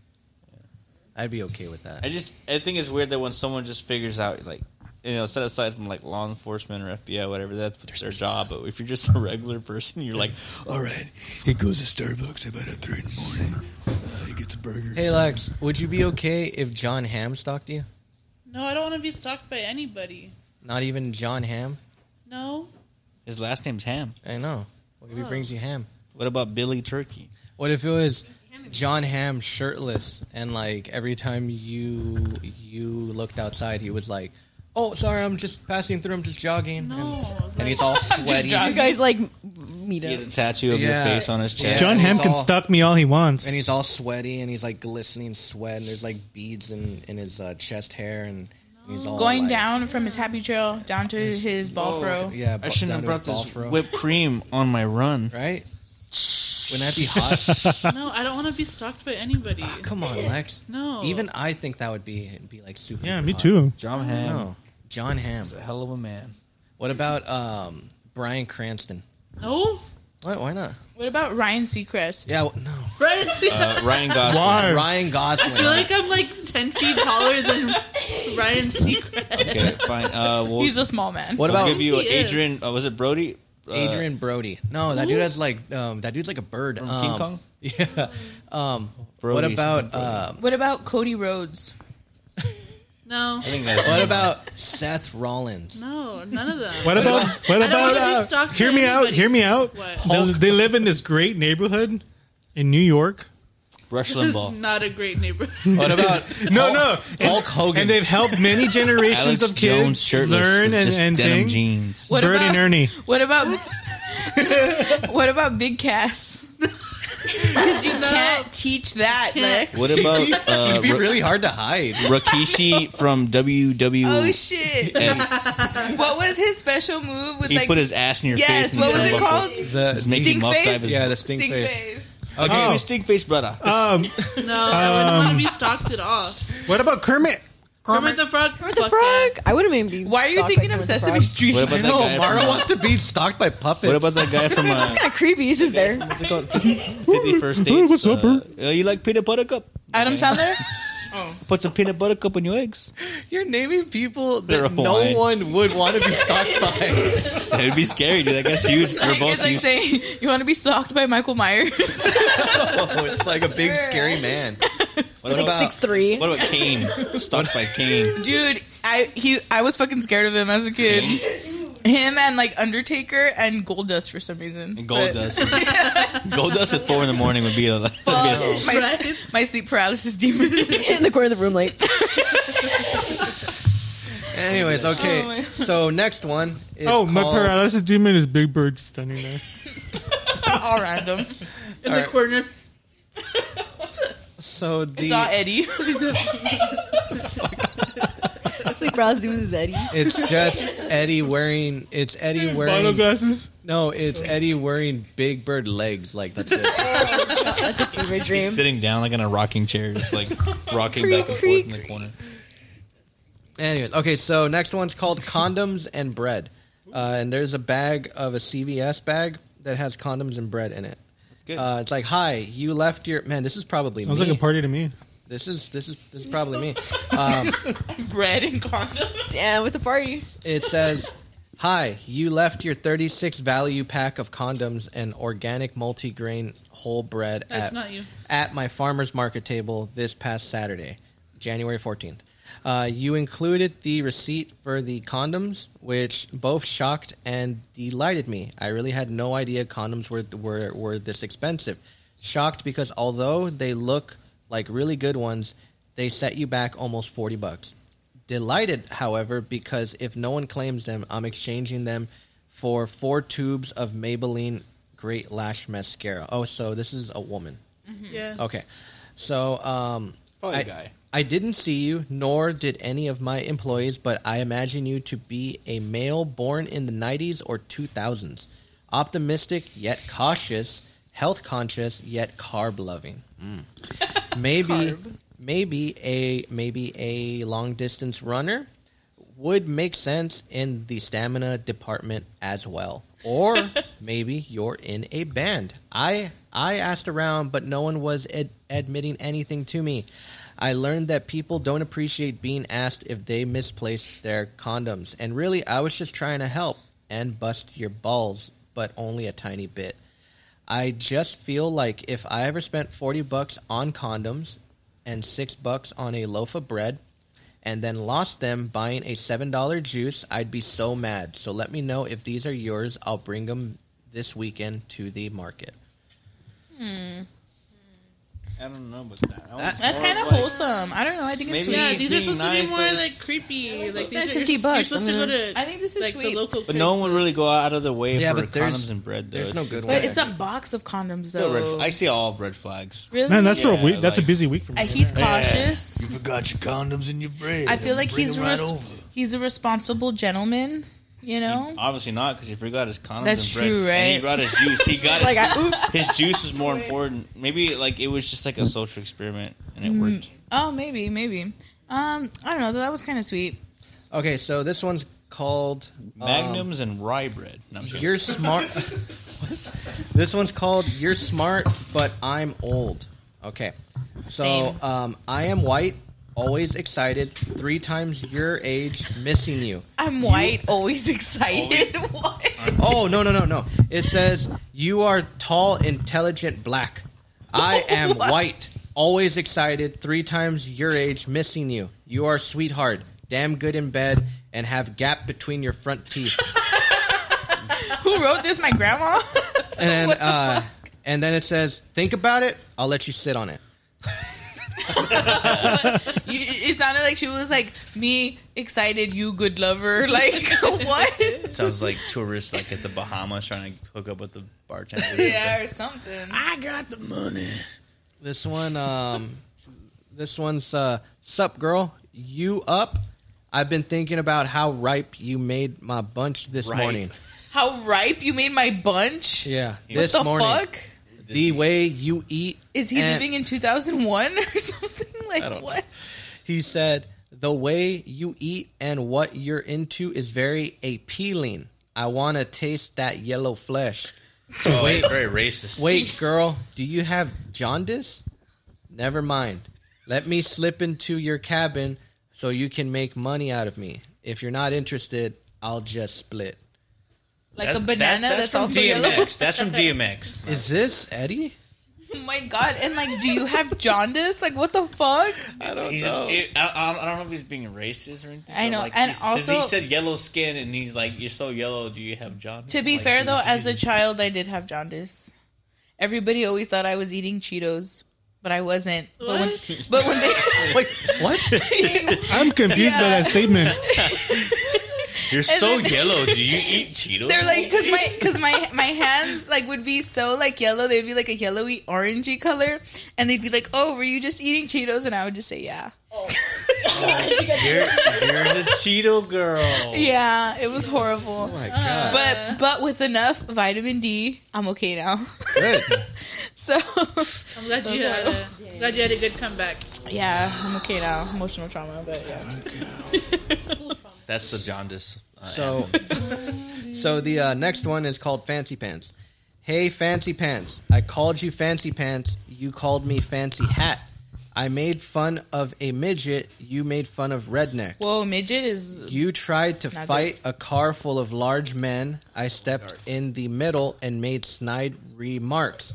S5: I'd be okay with that.
S12: I just I think it's weird that when someone just figures out like you know set aside from like law enforcement or FBI whatever that's their job, but if you're just a regular person, you're like, all right,
S2: He goes to Starbucks about at three in the morning. Uh, he gets a burger.
S5: Hey Lex, would you be okay if John Ham stalked you?
S11: No, I don't want to be stalked by anybody.
S5: Not even John Ham.
S11: No.
S12: his last name's Ham.
S5: I know. What if he
S11: Oh.
S5: brings you ham?
S12: What about Billy Turkey?
S5: What if it was John Ham shirtless and like every time you you looked outside, he was like, "Oh, sorry, I'm just passing through. I'm just jogging," and, and he's all sweaty.
S9: You guys like meet
S12: He
S9: up.
S12: has a tattoo of
S5: Yeah.
S12: your face on his chest.
S7: John Ham
S5: He's
S7: can
S5: all-
S7: stalk me all he wants.
S5: And he's all sweaty and he's like glistening sweat and there's like beads in, in his uh, chest hair and he's all
S3: Going
S5: like- Oh,
S3: down from his happy trail down to his ball throw.
S5: Yeah,
S12: I
S5: bu-
S12: shouldn't have
S5: down
S12: brought
S5: to his
S12: this
S5: ball throw.
S12: whipped cream on my run.
S5: Right? Wouldn't that be hot?
S11: No, I don't want to be stalked by anybody.
S12: Ah,
S5: Come on, Lex.
S11: No.
S5: Even I think that would be be like super.
S7: Yeah,
S5: duper
S7: me
S5: hot.
S7: too.
S12: John
S5: I
S12: Ham,
S5: know. John Ham.
S12: a hell of a man.
S5: What about um, Brian Cranston?
S3: No.
S5: Why, why not?
S3: What about Ryan Seacrest?
S5: Yeah, w- no.
S3: Ryan Seacrest.
S12: Uh, Ryan Gosling.
S7: Why?
S5: Ryan
S11: I
S5: Gosling.
S11: feel like I'm like ten feet taller than Ryan Seacrest.
S12: Okay, fine. Uh, we'll,
S3: He's a small man.
S5: what
S12: we'll
S5: about
S12: give you
S11: He is.
S12: Adrian? Uh, was it Brody? Uh,
S5: Adrian Brody? No, that dude has like um, that dude's like a bird.
S12: from
S5: um,
S12: King Kong.
S5: Yeah. Um, what
S12: Brody's
S5: about
S12: not Brody.
S5: um,
S3: What about Cody Rhodes?
S11: No,
S12: I think that's
S5: what about Seth Rollins?
S11: no, none of them.
S7: What about what
S11: I don't
S7: about
S11: wanna be
S7: uh,
S11: stalked by
S7: hear me out,
S11: anybody.
S7: hear me out.
S11: What?
S7: They, they live in this great neighborhood in New York.
S12: Rush
S11: This
S12: Limbaugh.
S11: is not a great neighborhood.
S5: What about
S7: No,
S5: Hulk-
S7: no. And-
S5: Hulk Hogan?
S7: And they've helped many generations
S12: Alex
S7: of kids
S12: Jones shirtless
S7: learn
S12: with
S7: and,
S12: just
S7: and
S12: denim
S7: thing.
S12: jeans.
S3: What
S7: Bird
S3: about,
S7: and Ernie.
S3: What about what about Big Cass? Because you can't teach that,
S11: Can't.
S3: Lex.
S12: What about uh,
S5: It'd be
S12: Ra-
S5: really hard to hide.
S12: Rikishi from WWE?
S3: Oh shit!
S12: and
S3: What was his special move? Was
S12: he
S3: like
S12: put his ass in your face.
S3: yes.
S12: and
S3: what
S12: you
S3: was it
S12: buckle.
S3: called?
S5: The
S12: Just make him
S3: Stink
S12: up
S3: face?
S12: type of-
S5: yeah, the stink,
S3: Stink
S5: face.
S3: face.
S12: Okay,
S7: Oh.
S12: we stink face, brother.
S7: Um,
S11: No, I wouldn't want
S12: Um,
S11: to be stalked at all.
S7: what about Kermit?
S11: Kermit the Frog.
S9: Kermit the
S11: fuck that.
S9: Frog. I wouldn't even be.
S3: Why are you
S9: stalked by
S3: thinking of
S9: Kermit the
S3: Sesame
S9: Frog.
S3: Street?
S12: What about that
S5: No,
S12: guy?
S5: Mara
S12: from,
S5: wants to be stalked by puppets.
S12: What about that guy from uh,
S9: It's kind of creepy. It's just there.
S12: what's it called? Fifty First Dates.
S7: what's up,
S12: uh, uh, you like peanut butter cup?
S3: Adam Sandler.
S12: Put some peanut butter cup on your eggs.
S5: You're naming people
S12: They're
S5: that no
S12: Hawaiian.
S5: one would want to be stalked by.
S12: That'd be scary, dude. That guy's huge. They're
S3: Like,
S12: both
S3: it's like
S12: huge.
S3: saying you want to be stalked by Michael Myers.
S5: Oh, it's like a big scary man.
S12: what
S5: Like
S12: about
S9: Six three.
S12: what about Kane? Stalked by Kane.
S3: Dude, I he I was fucking scared of him as a kid. Him and like Undertaker and Goldust for some reason.
S12: Gold
S3: But-
S12: dust. Gold dust at four in the morning would be a. that'd be a-
S3: my, my sleep paralysis demon.
S9: in the corner of the room, like
S5: Anyways, okay.
S7: Oh my-
S5: so next one is
S7: oh, my
S5: called-
S7: paralysis demon is Big Bird standing there.
S3: all random.
S11: In
S5: All
S11: the
S5: right.
S11: corner.
S5: So the
S3: It's all Eddie.
S9: Sleep Ross doing his Eddie.
S5: It's just Eddie wearing. It's Eddie wearing
S7: Bottle glasses?
S5: No, it's Eddie wearing Big Bird legs. Like that's it.
S9: That's a fever dream.
S12: sitting down like in a rocking chair, just like rocking back and
S9: Creak,
S12: forth in the corner.
S5: Anyways, okay, so next one's called condoms and bread, uh, and there's a bag of a CVS bag that has condoms and bread in it.
S12: good.
S5: Uh, it's like, hi, you left your man. This is probably
S7: Sounds
S5: me.
S7: like a party to me.
S5: This is this is this is probably me. Um,
S3: Bread and
S12: Uh,
S3: condom.
S9: Damn, it's a party.
S5: it says, hi, you left your 36 value pack of condoms and organic multigrain whole bread
S11: That's
S5: at
S11: not you.
S5: at my farmer's market table this past Saturday, January 14th. Uh, you included the receipt for the condoms, which both shocked and delighted me. I really had no idea condoms were, were, were this expensive. Shocked because although they look like really good ones, they set you back almost 40 bucks. Delighted, however, because if no one claims them, I'm exchanging them for four tubes of Maybelline Great Lash Mascara. Oh, so this is a woman.
S11: Yes.
S5: Okay. So, um,
S12: Probably a
S5: I,
S12: guy.
S5: I didn't see you, nor did any of my employees, but I imagine you to be a male born in the 90s or 2000s. Optimistic yet cautious, health conscious yet carb loving. Mm. Maybe, maybe a maybe a long distance runner would make sense in the stamina department as well. Or maybe you're in a band. I I asked around, but no one was ad- admitting anything to me. I learned that people don't appreciate being asked if they misplaced their condoms. And really, I was just trying to help and bust your balls, but only a tiny bit. I just feel like if I ever spent 40 bucks on condoms and 6 bucks on a loaf of bread and then lost them buying a $7 juice, I'd be so mad. So let me know if these are yours. I'll bring them this weekend to the market.
S12: I don't know about that. I want
S3: That's
S12: more
S3: kind of
S12: like-
S3: wholesome. I don't know. I think it's
S12: Oh, Maybe
S3: sweet.
S11: Yeah, these are
S12: being
S11: supposed to
S12: nice,
S11: be more
S12: but
S11: like
S12: it's-
S11: creepy. Like these
S9: spent
S11: are
S9: 50
S11: you're,
S9: bucks,
S11: you're supposed to
S9: I'm
S11: go
S9: gonna-
S11: to.
S3: I think this is
S11: like
S3: sweet.
S11: the local.
S12: But no one would really go out of the way
S5: Yeah,
S12: for
S5: but there's-
S12: condoms and bread. Though
S5: there's no good
S3: But
S5: one.
S3: it's a box of condoms
S12: Still red
S3: though.
S12: flag. I see all red flags.
S3: Really?
S7: Man, that's for a
S12: Yeah,
S7: week. That's a
S12: like-
S7: busy week for me.
S3: Uh, he's cautious.
S2: You forgot your condoms and your bread.
S3: I feel
S2: I'm
S3: like
S2: bringing
S3: he's
S2: them right
S3: res-
S2: over.
S3: he's a responsible gentleman. You know,
S12: Obviously not, because he forgot his condoms
S3: That's
S12: and bread.
S3: true,
S12: And
S3: right?
S12: he brought his juice. He got
S9: Like,
S12: it.
S9: I, oops.
S12: His juice was more important. Maybe like it was just like a social experiment, and it worked.
S3: oh maybe maybe. Um, I don't know. That was kind of sweet.
S5: Okay, so this one's called um,
S12: Magnums and rye bread. No, I'm joking.
S5: You're smart. This one's called You're Smart, but I'm Old. Okay. So,
S3: Same.
S5: um, I am white, always excited, three times your age, missing you.
S3: I'm white, always excited. what?
S5: Oh, no, no, no, no. It says, You are tall, intelligent, black. I am white, always excited, three times your age, missing you. You are sweetheart, damn good in bed, and have gap between your front teeth.
S3: Who wrote this? My grandma.
S5: and then, uh, and then it says, "Think about it. I'll let you sit on it."
S3: you, it sounded like she was like me excited, you good lover. Like what?
S12: Sounds like tourists like at the Bahamas trying to hook up with the bartender.
S3: yeah, or something.
S12: I got the money.
S5: This one, um, this one's uh, "Sup, girl? You up? I've been thinking about how ripe you made my bunch this
S12: Ripe.
S5: morning.
S3: How ripe you made my bunch.
S5: Yeah,
S12: What
S5: this
S3: what the
S5: morning.
S3: fuck?
S5: The way you eat.
S3: Is he
S5: and-
S3: living in 2001 or something? Like
S5: don't know.
S3: what?
S5: He said, The way you eat and what you're into is very appealing. I want to taste that yellow flesh.
S12: Oh, it's very racist.
S5: Wait, girl, do you have jaundice? Never mind. Let me slip into your cabin so you can make money out of me. If you're not interested, I'll just split.
S3: Like
S12: That-
S3: a
S12: that-
S3: banana that's,
S12: from
S3: also
S12: DMX.
S3: yellow.
S12: That's from DMX.
S5: Is this Eddie?
S3: Oh my god! And like, do you have jaundice? Like, what the fuck?
S12: I don't know. I, I don't know if he's being racist or anything.
S3: I
S12: but,
S3: know,
S12: like,
S3: and
S12: he's- 'cause he
S3: also-
S12: said yellow skin, and he's like, "You're so yellow. Do you have jaundice?"
S3: To be
S12: Like,
S3: fair
S12: dude,
S3: though, as a
S12: Jesus.
S3: child, I did have jaundice. Everybody always thought I was eating Cheetos but I wasn't. But when, but when they
S7: Wait, what? I'm confused by that statement.
S6: You're so yellow. Do you eat Cheetos?
S3: They're like because my because my my hands like would be so like yellow. They'd be like a yellowy orangey color, and they'd be like, "Oh, were you just eating Cheetos?" And I would just say, "Yeah,
S12: You're, you're the Cheeto girl.
S3: yeah." It was
S5: Oh
S3: horrible.
S12: my
S5: Uh,
S12: God.
S3: But but with enough vitamin D, I'm okay now.
S5: Good.
S3: so
S11: I'm glad you had a glad you had a good comeback.
S3: yeah, I'm okay now. Emotional trauma, but yeah.
S6: That's the jaundice. uh,
S5: So,
S6: anthem.
S5: so the uh, next one is called Fancy Pants. Hey, Fancy Pants! I called you Fancy Pants. You called me Fancy Hat. I made fun of a midget. You made fun of rednecks.
S3: Whoa, midget is
S5: You tried to
S3: Not
S5: fight a car full of large men. I stepped in the middle and made snide remarks.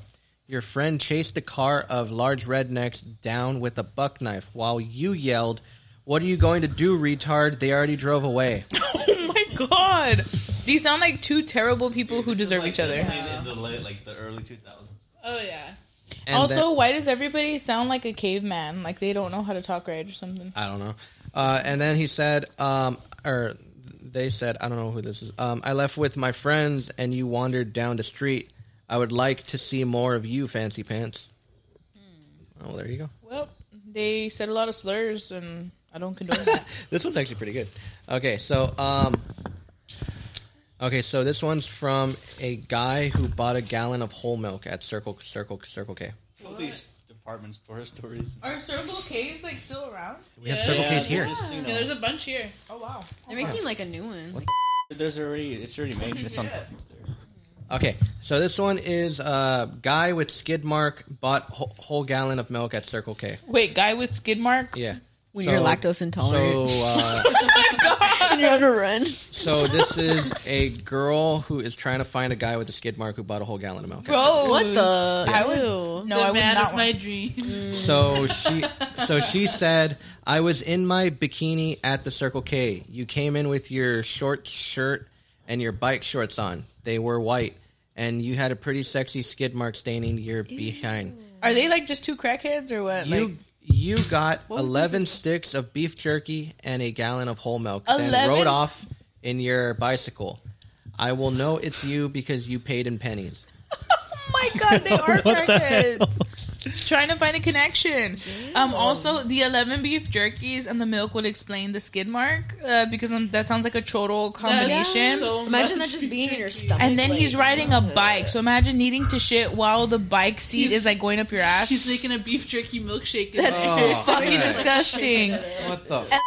S5: Your friend chased the car of large rednecks down with a buck knife while you yelled, What are you going to do, retard? They already drove away.
S3: Oh my god. These sound like two terrible people who deserve each other.
S12: In the late, like the early 2000s.
S11: Oh yeah.
S5: And
S3: also,
S5: then-
S3: why does everybody sound like a caveman? Like they don't know how to talk right or something.
S5: I don't know. Uh, and then he said, um, or they said, I don't know who this is. Um, I left with my friends and you wandered down the street. I would like to see more of you, Fancy Pants. Oh, well, there you go.
S3: Well, they said a lot of slurs and I don't condone that.
S5: This one's actually pretty good. Okay, so um, okay, so this one's from a guy who bought a gallon of whole milk at Circle Circle Circle K.
S12: All these department store stories.
S3: Are Circle K's like still around?
S5: We have Circle K's here.
S11: Yeah, there's a bunch here.
S3: Oh wow.
S9: They're making like a new one.
S12: There's already it's already made. It's on.
S5: Okay, so this one is uh, guy with skid mark bought whole, whole gallon of milk at Circle K.
S3: Wait, guy with skid mark?
S5: Yeah.
S9: When you're lactose intolerant.
S5: So, uh,
S9: and you're on a run.
S5: so this is a girl who is trying to find a guy with a skid mark who bought a whole gallon of milk. at Circle K.
S3: Gross.
S9: What the?
S3: I would,
S9: Ew.
S3: no,
S11: the
S3: I would
S11: man
S3: not
S11: of my
S3: want.
S11: dreams.
S5: So she so she said, I was in my bikini at the Circle K. You came in with your short shirt and your bike shorts on. They were white. And you had a pretty sexy skid mark staining your behind.
S3: Are they like just two crackheads or what?
S5: You
S3: like,
S5: you got eleven sticks of beef jerky and a gallon of whole milk. Then
S3: 11?
S5: rode off in your bicycle. I will know it's you because you paid in pennies.
S3: my god, they are crackheads. Trying to find a connection. Um, also, the eleven beef jerkies and the milk would explain the skid mark uh, because um, that sounds like a total combination.
S11: So
S9: Imagine
S11: much
S9: that just being in your stomach.
S3: and then
S9: like-
S3: he's riding a bike, so imagine needing to shit while the bike seat
S11: He's-
S3: is like going up your ass.
S11: He's making a beef jerky milkshake.
S5: Oh,
S3: fucking
S5: yeah.
S3: disgusting.
S5: What the? F-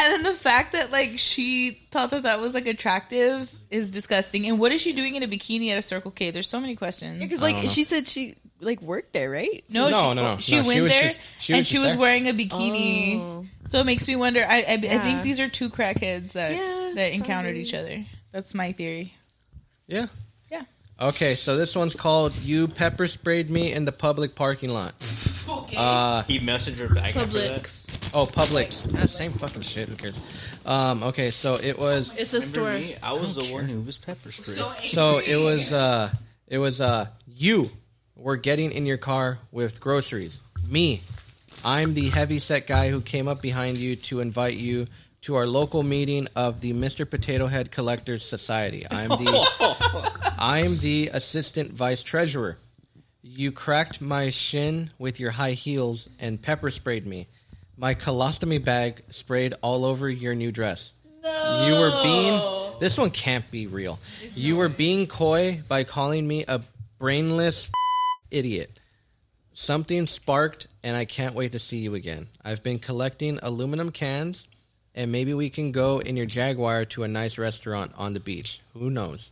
S3: And then the fact that like she thought that that was like attractive is disgusting. And what is she doing in a bikini at a Circle K? There's so many questions.
S9: Because
S5: I
S9: like
S5: don't know.
S9: she said she like worked there, right?
S3: No,
S5: No,
S3: she,
S5: no, no,
S3: She
S5: no, she
S3: went
S5: was
S3: there
S5: just- she was
S3: and she
S5: just
S3: was
S5: there.
S3: wearing a bikini. So it makes me wonder. I I, I think
S9: Yeah.
S3: these are two crackheads that
S9: Yeah,
S3: that encountered
S9: probably.
S3: each other. That's my theory.
S5: yeah.
S3: Yeah.
S5: Okay, so this one's called "You Pepper Sprayed Me in the Public Parking Lot." Uh,
S12: He messaged her back after that.
S11: Publix.
S5: oh, Publix. Ah, same fucking shit. Who cares? Um, okay, so it was.
S11: It's a
S12: Remember
S11: store.
S12: me? I was the one who was pepper sprayed.
S5: So it was. Uh, it was. Uh, you were getting in your car with groceries. Me, I'm the heavy set guy who came up behind you to invite you to our local meeting of the Mr. Potato Head Collectors Society. I'm the. I'm the assistant vice treasurer. You cracked my shin with your high heels and pepper sprayed me. My colostomy bag sprayed all over your new dress. No. You were
S3: Oh.
S5: being This one can't be real. you were being coy by calling me a brainless idiot. Something sparked and I can't wait to see you again. I've been collecting aluminum cans and maybe we can go in your Jaguar to a nice restaurant on the beach. Who knows?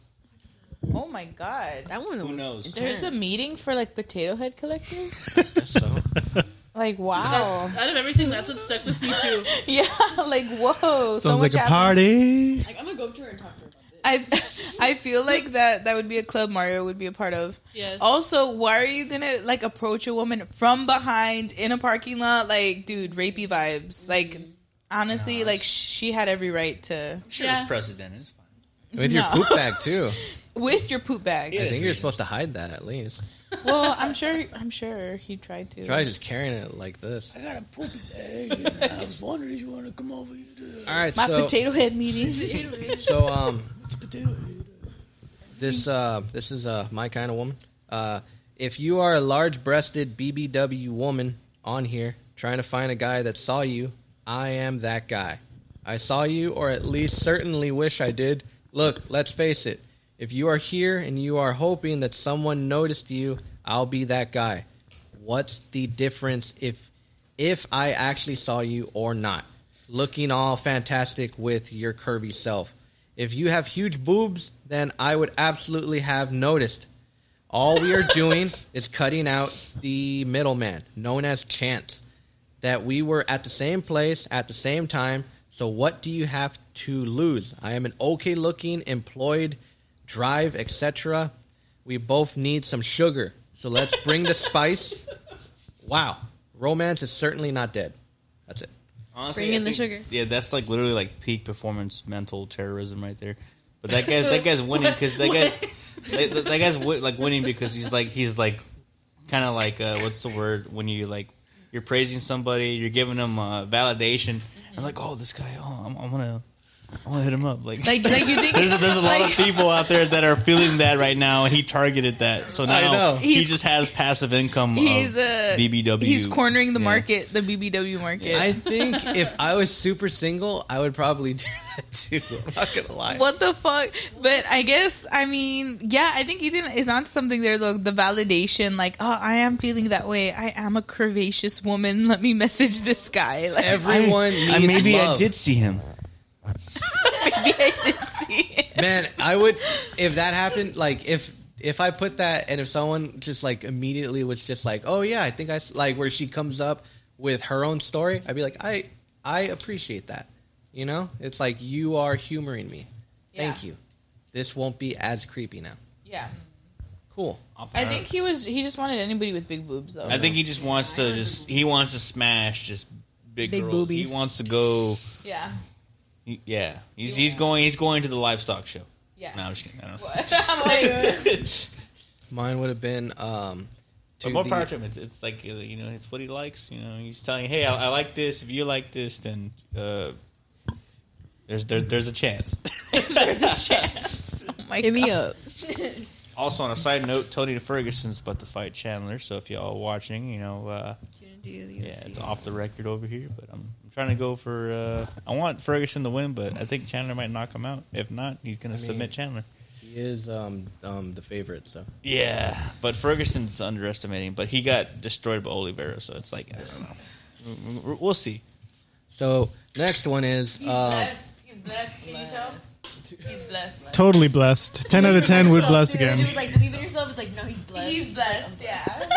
S3: Oh my god.
S9: That one was
S12: knows?
S3: There's a meeting for like potato head collectors.
S5: So
S3: like wow.
S11: Out of everything, that's what stuck with me too.
S3: yeah. Like whoa. so
S7: Sounds
S3: much
S7: like a
S3: happened.
S7: party.
S9: Like, I'm gonna go up to her and talk to her.
S3: I I feel like that that would be a club Mario would be a part of.
S11: Yes.
S3: Also, why are you gonna like approach a woman from behind in a parking lot? Like, dude, rapey vibes. Like, honestly, like she had every right to
S12: Sure,
S11: Yeah.
S12: it's president. It's fine.
S5: with your
S3: No.
S5: poop bag too.
S3: with your poop bag.
S12: It
S5: I
S12: is
S5: think you're
S12: vegan.
S5: supposed to hide that at least.
S3: well, I'm sure. I'm sure he tried to.
S5: Probably just carrying it like this.
S2: I got a poopy leg. and I was wondering if you want to come over here. To...
S5: All right,
S3: My
S5: so
S3: potato head meeting.
S5: so um,
S2: It's a potato head.
S5: this uh, this is uh, my kind of woman. Uh, if you are a large-breasted BBW woman on here trying to find a guy that saw you, I am that guy. I saw you, or at least certainly wish I did. Look, let's face it. If you are here and you are hoping that someone noticed you, I'll be that guy. What's the difference if if I actually saw you or not? Looking all fantastic with your curvy self. If you have huge boobs, then I would absolutely have noticed. All we are doing is cutting out the middleman, known as chance, that we were at the same place at the same time. So, what do you have to lose? I am an okay looking, employed, drive, etc. We both need some sugar. So, let's bring the spice. Wow. Romance is certainly not dead. That's it.
S12: Honestly,
S9: Bring in
S12: I think-
S9: the sugar.
S12: Yeah, that's like literally like peak performance mental terrorism right there. But that guy's that guy's winning because that guy that, that- that guy's wi- like winning because he's like he's like kind of like uh, what's the word when you like you're praising somebody, you're giving them uh, validation. and like, oh, this guy, oh, I'm, I'm gonna. I'm gonna hit him up. Like,
S3: Like- like you think-
S12: there's, a, there's a lot of people out there that are feeling that right now, and he targeted that. So now
S3: know.
S12: he
S3: He's-
S12: just has passive income.
S3: He's
S12: of
S3: uh,
S12: BBW.
S3: He's cornering the
S12: Yeah.
S3: market, the BBW market.
S5: I think if I was super single, I would probably do that too. I'm not going to lie.
S3: What the fuck? But I guess I mean, yeah, I think Ethan is onto something there. Though the validation, like, oh, I am feeling that way. I am a curvaceous woman. Let me message this guy. Like,
S5: Everyone
S12: I-
S5: needs
S12: maybe
S5: love.
S12: I did see him.
S3: maybe I did see it.
S5: Man, I would if that happened. Like if if I put that and if someone just like immediately was just like, oh yeah, I think I s-" like where she comes up with her own story. I'd be like, I I appreciate that. You know, it's like you are humoring me. Thank
S3: Yeah.
S5: you. This won't be as creepy now.
S3: Yeah,
S5: Cool.
S3: I think he was. He just wanted anybody with big boobs, though.
S12: I think he just wants to just he wants to smash just big,
S3: Big
S12: girls.
S3: boobies.
S12: He wants to go.
S3: Yeah.
S12: he- yeah, he's, he's going he's going to the livestock show.
S3: Yeah.
S12: no, I'm just kidding. I don't know.
S5: Mine would have been um.
S12: But more
S5: the-
S12: power to him. It's, it's like uh, you know it's what he likes. You know he's telling hey I, I like this. If you like this, then uh, there's there, there's a chance.
S3: There's a chance. Oh my
S9: Hit me
S3: God.
S9: up.
S12: also on a side note, Tony Ferguson's about to fight Chandler. So if y'all are watching, you know. Uh, Yeah, it's off the record over here, but I'm, I'm trying to go for. Uh, I want Ferguson to win, but I think Chandler might knock him out. If not, he's going
S5: I
S12: to
S5: mean-
S12: submit Chandler.
S5: He is um um the favorite. So
S12: Yeah, but Ferguson's underestimating, but he got destroyed by Oliveira, so it's like, I don't know. We- we- We'll see.
S5: so next one is uh,
S3: He's blessed. Can you tell? He's blessed.
S7: Totally blessed. Ten out of ten would bless again.
S9: like, believe in yourself. It's like, no, he's blessed. He's blessed, yeah.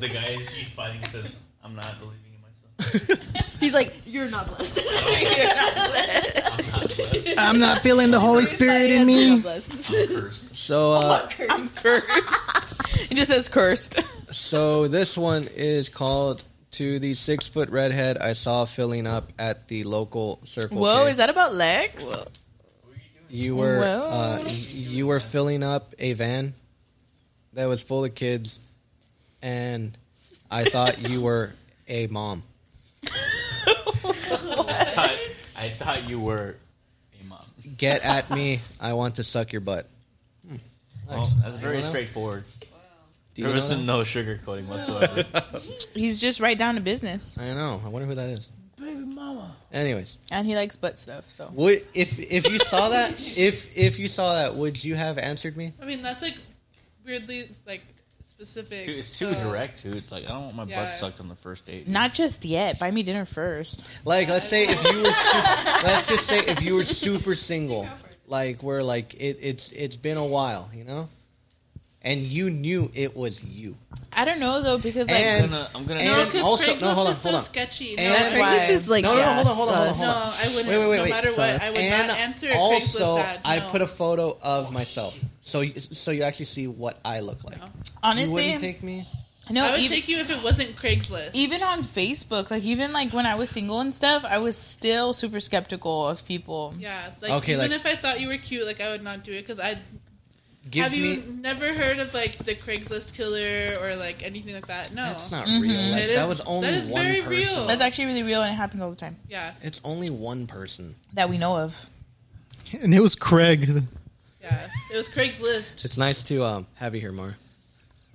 S12: The guy he's fighting says, "I'm not believing in
S9: he's like, you're not blessed. you're not blessed.
S2: I'm not feeling the Holy Spirit in me.
S3: Oh,
S5: so uh,
S3: I'm cursed. it just says cursed.
S5: So this one is called "To the Six Foot Redhead I Saw Filling Up at the Local Circle."
S3: Whoa,
S5: K."
S3: is that about Lex?
S5: you were
S3: Whoa.
S5: uh, you were filling up a van that was full of kids, and I thought you were a mom.
S12: I thought, I thought you were a mom.
S5: Get at me! I want to suck your butt.
S12: Well, that's very
S5: Anyone else?
S12: straightforward.
S5: Do you
S12: There
S5: know
S12: isn't
S5: that?
S12: no sugar coating whatsoever.
S3: He's just right down to business,
S5: I know. I wonder who that is.
S3: baby mama.
S5: Anyways,
S3: And he likes butt stuff. So
S5: would if if you saw that if if you saw that would you have answered me?
S11: I mean, that's like weirdly like specific.
S12: Too- it's too
S11: so-
S12: direct too. It's like I don't want my
S11: uh, Yeah.
S12: butt sucked on the first date.
S3: not just yet. Buy me dinner first.
S5: Like, let's say if you were, super, let's just say if you were super single, like where like it, it's it's been a while, you know, and you knew it was you.
S3: I don't know though because like
S5: And-
S12: gonna- I'm gonna-
S5: and
S11: No, 'cause
S5: also no,
S11: Craigslist
S5: hold on,
S11: is so
S5: hold on.
S11: sketchy.
S5: And-
S11: That's why-
S9: Craigslist is like,
S5: no, no, no,
S9: yeah,
S5: hold on, hold on, hold on,
S9: sus.
S5: hold on.
S11: No, I wouldn't.
S5: Wait, wait, wait,
S11: no
S5: wait.
S11: matter what, I would
S5: and
S11: not answer a
S5: also,
S11: Craigslist ad.
S5: I
S11: no.
S5: put a photo of myself, so you- so you actually see what I look like. you
S3: honestly,
S5: wouldn't take me.
S3: no,
S11: I would
S3: even,
S11: take you if it wasn't Craigslist.
S3: even on Facebook, like even like when I was single and stuff, I was still super skeptical of people.
S11: yeah, like
S5: Okay,
S11: even
S5: like-
S11: if I thought you were cute, like I would not do it because I
S5: Give
S11: Have you
S5: me-
S11: never heard of like the Craigslist killer or like anything like that? No,
S5: That's not real.
S3: Mhm.
S5: That's-
S11: It
S5: that
S11: is-
S5: was only
S11: that is
S5: one
S11: very
S5: person.
S11: real.
S3: That's actually really real, and it happens all the time.
S11: Yeah,
S5: It's only one person.
S3: that we know of.
S7: And it was Craig.
S11: yeah. It was Craigslist.
S5: It's nice to um, have you here, Mar.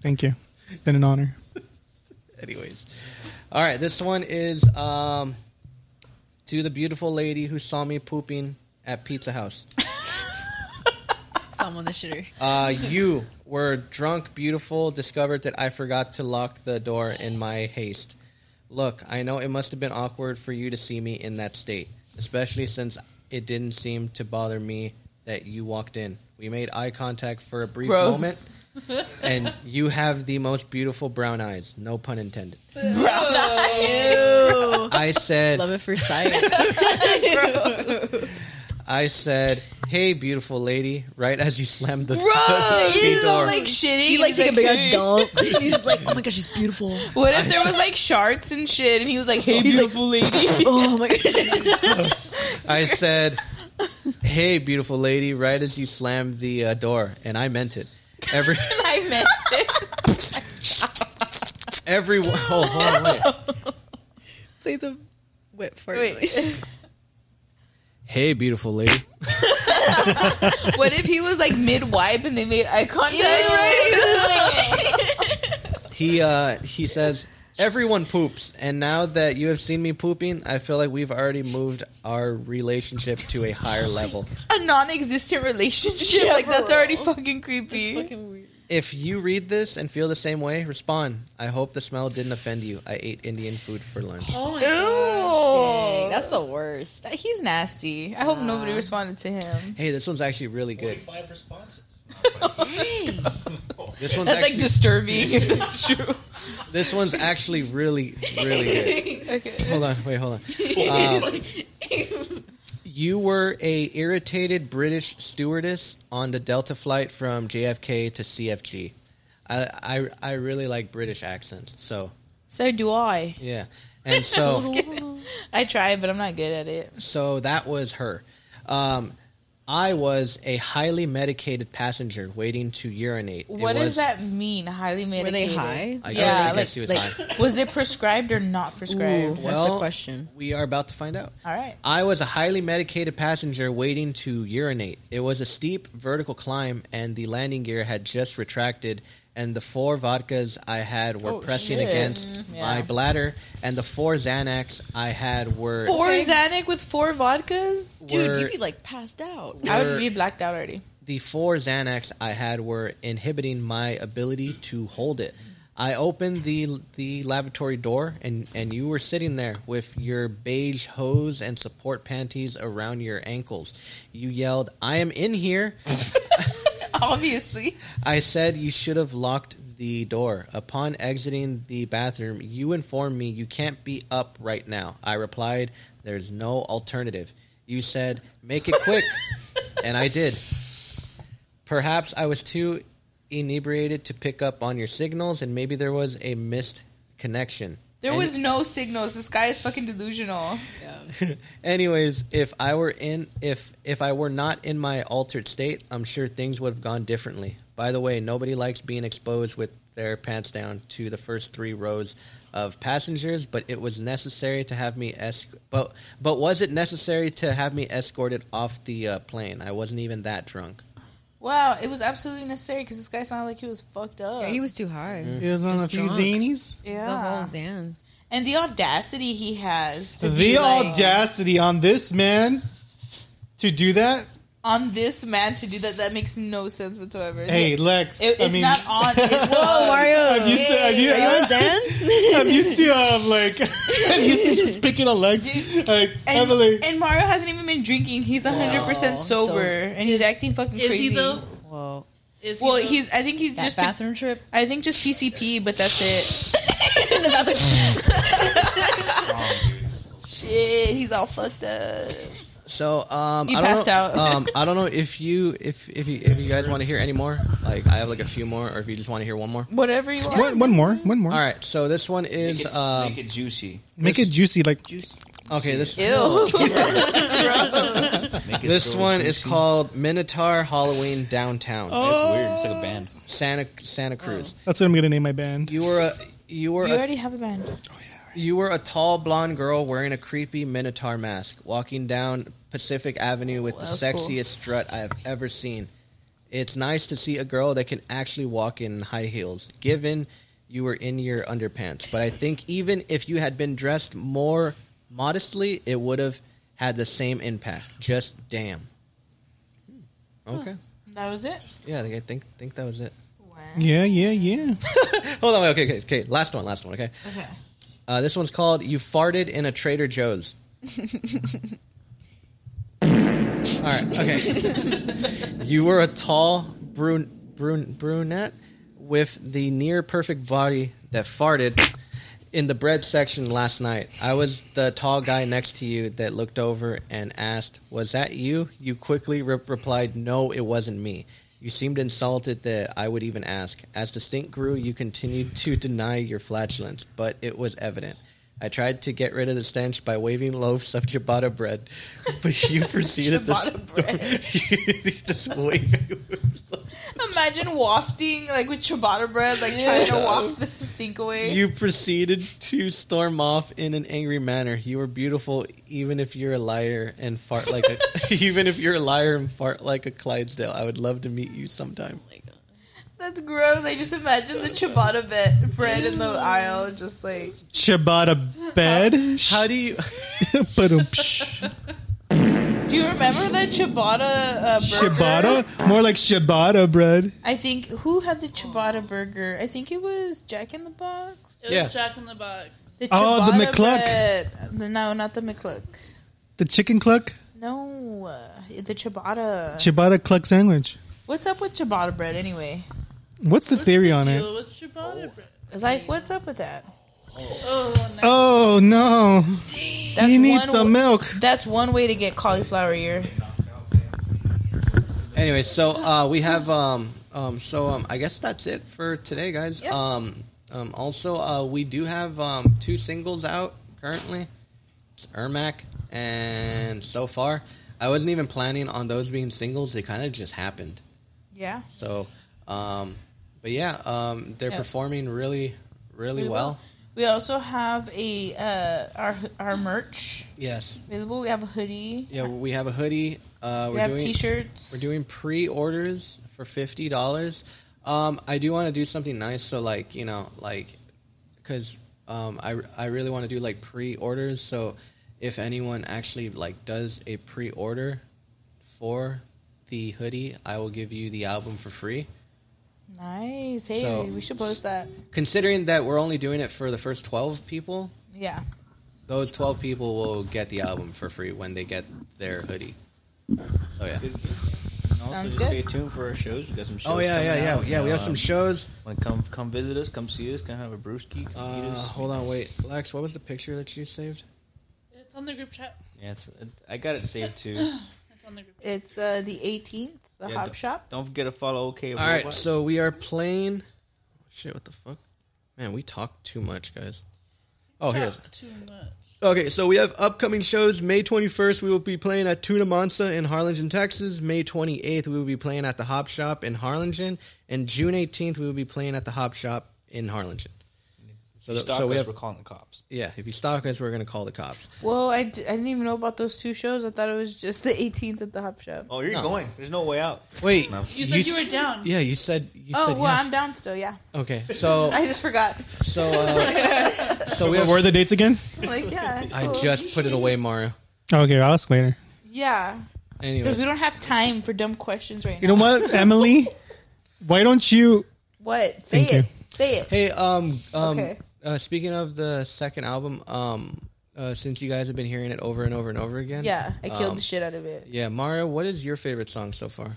S7: Thank you. It's been an honor.
S5: Anyways, all right. This one is um, to the beautiful lady who saw me pooping at Pizza House.
S9: Someone the shitter.
S5: Uh, you were drunk, beautiful, discovered that I forgot to lock the door in my haste. Look, I know it must have been awkward for you to see me in that state, especially since it didn't seem to bother me that you walked in. We made eye contact for a brief
S3: Gross.
S5: moment, and you have the most beautiful brown eyes, no pun intended.
S9: Ew.
S5: I said,
S9: Love at first sight.
S5: I said, hey, beautiful lady, right as you slammed the,
S3: Bro,
S5: the- the
S3: he's all
S5: door.
S3: like shitting.
S9: He like
S3: He's
S9: take a big
S3: "Hey."
S9: old dump. He's just like, oh my god, she's beautiful.
S3: What if there was like sharks and shit, and he was like, "Hey, beautiful lady."
S9: Oh my god.
S5: I said, "Hey, beautiful lady," right as you slammed the uh, door, and I meant it. Every
S3: I meant it.
S5: everyone. Oh, hold on, wait.
S9: Play the whip for
S3: Wait.
S9: noise.
S5: Hey, beautiful lady.
S3: what if he was like mid wipe and they made eye contact?
S5: He uh, he says, "Everyone poops, and now that you have seen me pooping, I feel like we've already moved our relationship to a higher level.
S3: a non-existent relationship.
S9: Yeah,
S3: like that's
S9: bro.
S3: already fucking creepy.
S5: If you read this and feel the same way, respond. I hope the smell didn't offend you. I ate Indian food for lunch.
S11: Oh my
S9: Dang, that's the worst.
S3: He's nasty. I hope nobody responded to him.
S5: Hey, this one's actually really good.
S12: Five responses.
S5: This one's
S3: That's like
S5: actually,
S3: disturbing. if that's true.
S5: this one's actually really really good."
S3: Okay.
S5: hold on, wait, hold on. Um, you were a irritated British stewardess on the Delta flight from JFK to CFG. I I, I really like British accents, so
S3: So do I.
S5: yeah, and so
S3: Just kidding. I try, but I'm not good at it.
S5: so that was her. Um, I was a highly medicated passenger waiting to urinate.
S3: What
S5: it was,
S3: does that mean? Highly
S9: Were
S3: medicated.
S9: they high?
S5: I
S3: Yeah,
S5: guess
S3: like,
S5: she was
S9: like-
S5: high.
S3: was it prescribed or not prescribed?
S9: Ooh.
S5: Well,
S9: That's the question.
S5: We are about to find out.
S3: All right.
S5: I was a highly medicated passenger waiting to urinate. It was a steep vertical climb, and the landing gear had just retracted, and the four vodkas I had were
S3: Oh,
S5: pressing
S3: shit.
S5: against
S3: Mm,
S5: my
S3: yeah.
S5: bladder, and the four Xanax I had were.
S3: Four
S9: Okay.
S3: Xanax with four vodkas?
S9: Dude,
S5: were-
S9: you'd be like passed out.
S3: I would
S5: were-
S3: be blacked out already.
S5: the four Xanax I had were inhibiting my ability to hold it. I opened the the laboratory door and and you were sitting there with your beige hose and support panties around your ankles. You yelled, "I am in here."
S3: Obviously.
S5: I said you should have locked the door. Upon exiting the bathroom, you informed me you can't be up right now. I replied, There's no alternative. You said, Make it quick. and I did. Perhaps I was too inebriated to pick up on your signals, and maybe there was a missed connection.
S3: There
S5: And-
S3: was no signals. This guy is fucking delusional.
S5: Anyways, if I were in if if I were not in my altered state, I'm sure things would have gone differently. By the way, nobody likes being exposed with their pants down to the first three rows of passengers, but it was necessary to have me esc- but but was it necessary to have me escorted off the uh, plane? I wasn't even that drunk.
S3: Wow, it was absolutely necessary because this guy sounded like he was fucked up.
S9: Yeah, he was too high.
S7: It was on
S9: Just
S7: a few
S9: drunk.
S7: zanies.
S3: Yeah.
S9: The whole dance.
S3: and the audacity he has to be
S7: The
S3: like,
S7: audacity on this man to do that.
S3: on this man to do that. That makes no sense whatsoever.
S7: Hey,
S3: It-
S7: Lex.
S3: it- it's
S7: I mean,
S3: not on. It
S9: Oh,
S3: was.
S9: Mario.
S7: I'm used to, I'm used,
S9: Are you on
S7: I'm,
S9: dance?
S7: I'm used to um, like, I'm used to just picking on Lex.
S3: Dude,
S7: Like,
S3: And,
S7: Emily.
S3: and Mario hasn't even been drinking. He's 100%
S9: so-
S3: sober and he's acting fucking
S11: Is
S3: crazy.
S11: he though?
S9: Whoa.
S11: Is he
S3: Well,
S11: though?
S3: he's. I think he's
S9: That
S3: just. a-
S9: bathroom trip?
S3: I think just PCP, but that's it. Shit, he's all fucked up.
S5: So um,
S3: You
S5: I don't
S3: passed
S5: know,
S3: out.
S5: um, I don't know if you if if you, if you guys want to hear any more. Like I have like a few more, or if you just want to hear one more.
S3: Whatever you want.
S7: one, one more. One more.
S5: All right, so this one
S12: Mm-hmm. Make
S5: is
S12: it,
S5: um,
S12: make it juicy.
S7: Make it juicy. Like,
S5: Okay, this
S3: Ew.
S5: this one is called Minotaur Halloween Downtown.
S12: Oh.
S3: That's weird. It's like a
S5: band. Santa Santa Cruz.
S7: That's what I'm gonna name my band.
S5: You were a you were
S3: You
S5: a,
S3: already have a band.
S5: you were a tall blonde girl wearing a creepy Minotaur mask, walking down Pacific Avenue with the
S3: that's cool.
S5: sexiest strut I have ever seen. It's nice to see a girl that can actually walk in high heels, given you were in your underpants. But I think even if you had been dressed more modestly, it would have had the same impact. Just damn. Okay.
S3: That was it.
S5: Yeah, I think- I think think that was it.
S7: Yeah, yeah, yeah.
S5: Hold on, wait, okay, okay, okay. Last one, last one, okay.
S3: Okay.
S5: Uh, this one's called "You Farted in a Trader Joe's." All right, okay. you were a tall brun- brun- brunette with the near perfect body that farted in the bread section last night. I was the tall guy next to you that looked over and asked, "Was that you?" You quickly re- replied, "No, it wasn't me." You seemed insulted that I would even ask. As the stink grew, you continued to deny your flatulence, but it was evident. I tried to get rid of the stench by waving loaves of ciabatta bread, but you proceeded to just wave.
S3: Imagine wafting like with ciabatta bread, like trying to waft the stink away.
S5: You proceeded to storm off in an angry manner. You were beautiful, even if you're a liar and fart like a. even if you're a liar and fart like a Clydesdale, I would love to meet you sometime.
S3: That's gross. I just imagine the ciabatta bed, bread in the aisle, just like
S7: Ciabatta bed.
S5: How, do you?
S7: but um,
S3: Do you remember the ciabatta uh, burger?
S7: ciabatta, more like ciabatta bread.
S3: I think who had the ciabatta burger? I think it was Jack in the Box.
S7: It was Yeah.
S11: Jack in the Box.
S3: The
S7: Oh, the
S3: ciabatta
S7: McCluck.
S3: bread. No, not the McCluck.
S7: The chicken cluck,
S3: No, uh, the ciabatta.
S7: ciabatta cluck sandwich.
S3: What's up with ciabatta bread anyway?
S7: What's the theory on it?
S11: with ciabatta bread?
S3: It's like, what's up with that?
S11: Oh,
S7: Oh no!
S3: That's
S7: he needs
S3: one
S7: some
S3: wa-
S7: milk.
S3: That's one way to get cauliflower ear.
S5: Anyway, so uh, we have um, um, so um, I guess that's it for today, guys.
S3: Yeah.
S5: Um, um, also, uh, we do have um, two singles out currently. It's Ermac and so far. I wasn't even planning on those being singles. They kind of just happened.
S3: Yeah.
S5: So, um, but yeah, um, they're
S3: Yeah.
S5: performing really, really,
S3: Really
S5: well.
S3: well. We also have a uh, our our merch
S5: Yes.
S3: available. We have a hoodie.
S5: Yeah, we have a hoodie. Uh,
S3: We
S5: we're
S3: have
S5: doing,
S3: t-shirts.
S5: We're doing pre-orders for fifty dollars. Um, I do want to do something nice, so like you know, like because um, I I really want to do like pre-orders. So if anyone actually like does a pre-order for the hoodie, I will give you the album for free.
S3: Nice. Hey,
S5: So-
S3: we should post that.
S5: Considering that we're only doing it for the first twelve people,
S3: Yeah.
S5: those 12 people will get the album for free when they get their hoodie. So yeah.
S14: And also
S3: Sounds
S14: just
S3: good.
S14: stay tuned for our shows. We got some shows.
S5: Oh, yeah, yeah,
S14: coming
S5: yeah.
S14: out,
S5: Yeah,
S14: you
S5: we
S14: know,
S5: have some
S14: um,
S5: shows.
S14: When come come visit us, come see us, come have a brewski. Come eat
S5: Uh,
S14: us.
S5: hold on, wait. Lex, what was the picture that you saved?
S11: It's on the group chat.
S14: Yeah, it's, it, I got it saved too.
S11: It's on the group.
S3: It's uh, the 18th, the
S14: Yeah,
S3: Hop
S14: don't-
S3: Shop.
S14: Don't forget to follow OK.
S5: All right, so we are playing. Shit, what the fuck? Man, we talk too much, guys. Oh, here's.
S11: Not too much.
S5: Okay, so we have upcoming shows. May 21st, we will be playing at Tuna Monza in Harlingen, Texas. May 28th, we will be playing at the Hop Shop in Harlingen. And June 18th, we will be playing at the Hop Shop in Harlingen. So,
S14: You
S5: th-
S14: stalk
S5: so we
S14: us,
S5: have
S14: we're calling the cops.
S5: Yeah, if you stalk us, we're going to call the cops.
S3: Well, I, d- I didn't even know about those two shows. I thought it was just the 18th at the Hop Shop.
S14: Oh, you're
S5: No.
S14: going. There's no way out.
S5: Wait.
S11: You said you
S5: s-
S11: were down.
S5: Yeah, you said you
S3: oh,
S5: said
S3: well,
S5: yes.
S3: I'm down still, yeah.
S5: Okay, so
S3: I just forgot.
S5: so uh, so we
S7: What
S5: have,
S7: were the dates again?
S3: Like, yeah.
S5: I
S3: cool.
S5: just put it away, Mario.
S7: Okay, I'll ask later.
S3: Yeah. Because
S5: Anyways,
S3: we don't have time for dumb questions right
S7: You
S3: now.
S7: know what, Emily? Why don't you?
S3: What? Say
S5: Thank
S3: it.
S5: you.
S3: Say it.
S5: Hey, um, um,
S3: Okay.
S5: uh, speaking of the second album, um, uh, since you guys have been hearing it over and over and over again,
S3: Yeah, I killed
S5: um,
S3: the shit out of it.
S5: Yeah, Mario, what is your favorite song so far?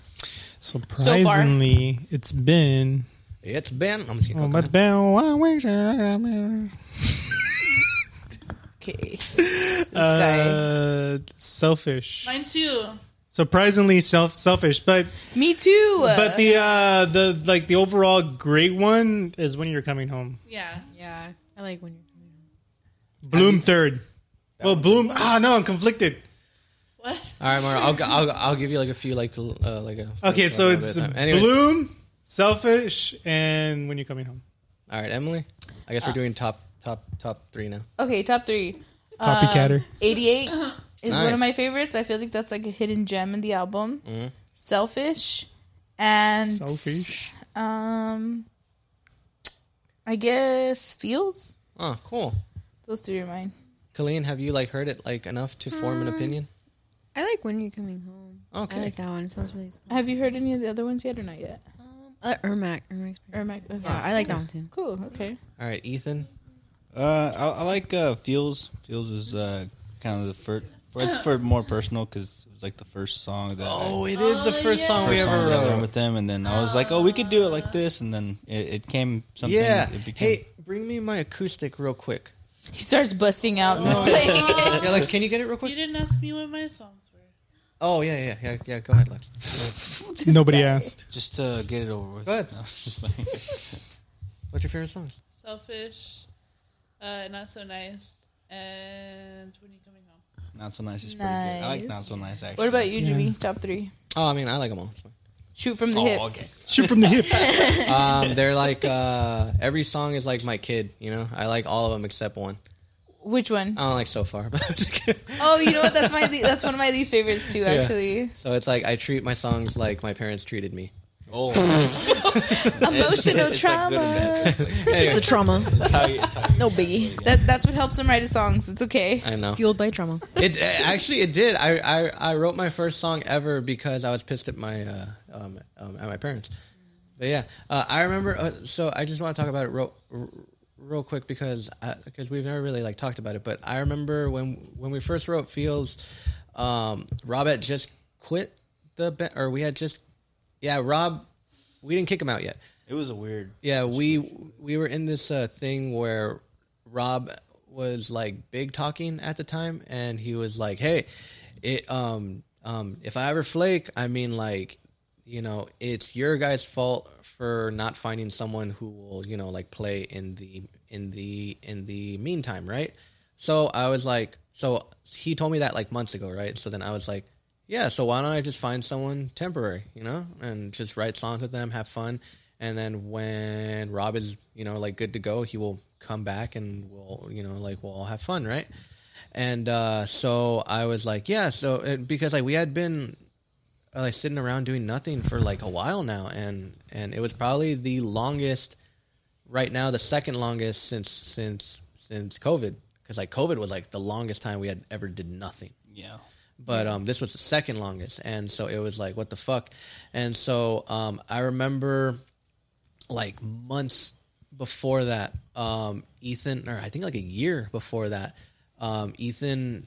S7: Surprisingly, it's been.
S5: It's been. I'm just
S7: Oh,
S5: kidding.
S7: but been one week. uh,
S3: Okay. This
S5: Uh,
S3: guy.
S7: Uh, selfish.
S11: Mine too.
S7: Surprisingly self selfish, but
S3: Me too.
S7: but the uh the like the overall great one is when you're coming home.
S11: Yeah.
S9: Yeah. I like when you're.
S7: Bloom third. well, Bloom. Ah, no, I'm conflicted.
S5: All right, Mara, I'll, I'll, I'll give you like a few like l- uh, like a.
S7: Okay, so
S5: a
S7: it's
S5: bit of time. Anyway.
S7: Bloom, Selfish, and When You're Coming Home.
S5: All right, Emily. I guess
S3: Uh,
S5: we're doing top top top three now.
S3: Okay, top three.
S5: Copycatter.
S3: Um, 88 is one
S5: Nice.
S3: of my favorites. I feel like that's like a hidden gem in the album.
S5: Mhm.
S3: Selfish and
S5: Selfish.
S3: Um, I guess Fields.
S5: Oh, cool.
S3: Those three are mine.
S5: Colleen, have you like heard it like enough to form an
S9: Mm.
S5: opinion?
S9: I like When You're Coming Home.
S5: Okay.
S9: I like that one. It sounds really.
S3: Have you heard any of the other ones yet or not yet?
S9: Uh, Ermac. Ermac's
S3: Ermac. Okay.
S9: Yeah, I like that one too.
S3: Cool. Okay.
S5: All right, Ethan.
S12: Uh, I, I like uh, Feels. Feels was uh, kind of the first. It's for more personal because it was like the first song that.
S5: Oh,
S12: I,
S5: it is the first song we
S12: first
S5: ever uh,
S12: that I
S5: wrote.
S12: learned with them, and then I was like, "Oh, we could do it like this," and then it, it came something.
S5: yeah.
S12: it became,
S5: Hey, bring me my acoustic real quick.
S3: He starts busting out. and
S5: Oh. yeah, Lex, can you get it real quick?
S11: You didn't ask me what my songs were.
S5: Oh yeah, yeah, yeah, yeah. Go ahead, Lex.
S7: Nobody asked.
S12: Just to get it over with.
S5: Go ahead.
S12: I was just like,
S5: What's your favorite songs?
S11: Selfish, uh, not so nice, and when you coming home.
S12: not so nice is pretty good. I like not so nice actually.
S3: What about you, Jimmy? Top three.
S5: Oh, I mean, I like them all. It's fine.
S3: Shoot from the
S12: Oh,
S3: hip.
S12: okay.
S7: Shoot from the hip.
S5: Um, they're like uh, every song is like my kid. You know, I like all of them except one.
S3: Which one?
S5: I don't like so far. But
S3: Oh, you know what? That's my le- that's one of my least favorites too.
S5: Yeah.
S3: Actually,
S5: So it's like I treat my songs like my parents treated me.
S12: Oh,
S3: emotional trauma.
S9: It's just the trauma. no biggie.
S3: That that's what helps him write his songs. It's okay.
S5: I know.
S9: Fueled by trauma.
S5: It uh, actually it did. I, I I wrote my first song ever because I was pissed at my uh, um, um, at my parents. But yeah, uh, I remember. Uh, so I just want to talk about it real, r- real quick because because we've never really like talked about it. But I remember when when we first wrote Fields, um, Rob had just quit the ba- or we had just yeah Rob, we didn't kick him out yet.
S12: It was a weird.
S5: Yeah, we we were in this uh, thing where Rob was like big talking at the time, and he was like, "Hey, it um um if I ever flake, I mean like." You know, it's your guys' fault for not finding someone who will, you know, like play in the in the in the meantime, right? So I was like, so he told me that like months ago, right? So then I was like, yeah, so why don't I just find someone temporary, you know, and just write songs with them, have fun, and then when Rob is, you know, like good to go, he will come back and we'll, you know, like we'll all have fun, right? And uh, so I was like, yeah, so it, because like we had been uh, like sitting around doing nothing for like a while now, and and it was probably the longest, right now the second longest since since since COVID, because like COVID was like the longest time we had ever did nothing
S12: Yeah.
S5: but um, this was the second longest, and so it was like, what the fuck? And so um, I remember, like months before that, um, Ethan, or I think like a year before that, um, Ethan,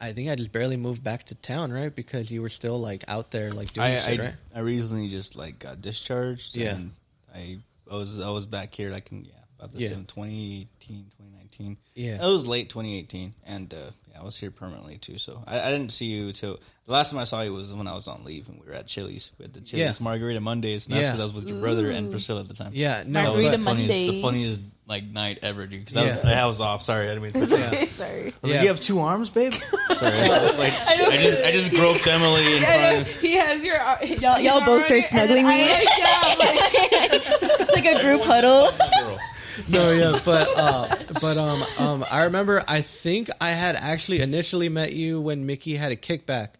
S5: I think I just barely moved back to town, right? Because you were still like out there, like doing
S12: I,
S5: shit,
S12: I,
S5: right?
S12: I recently just like got discharged.
S5: Yeah.
S12: And I I was I was back here like in yeah about the
S5: Yeah.
S12: same 2018 2019.
S5: Yeah.
S12: It was late 2018, and uh, yeah, I was here permanently too. So I, I didn't see you till the last time I saw you was when I was on leave and we were at Chili's. We had the Chili's
S5: Yeah.
S12: Margarita Mondays, and that's
S5: Yeah.
S12: because I was with your brother
S5: Ooh.
S12: and Priscilla at the time.
S5: Yeah, no,
S12: That was
S5: Margarita
S12: the funniest, the
S5: Mondays.
S12: funniest like night ever, dude. Because I was
S5: Yeah.
S12: I was off. Sorry, I didn't mean. To
S5: It's okay,
S3: sorry.
S12: I was like, you have two arms, babe. Sorry, I, was like,
S3: I know.
S12: I just I just groped Emily in
S3: I know,
S12: front of.
S3: he has your ar-
S9: Y'all, y'all both start snuggling me. it's like a group huddle.
S5: no, yeah, but uh, but um, um, I remember. I think I had actually initially met you when Mickey had a kickback,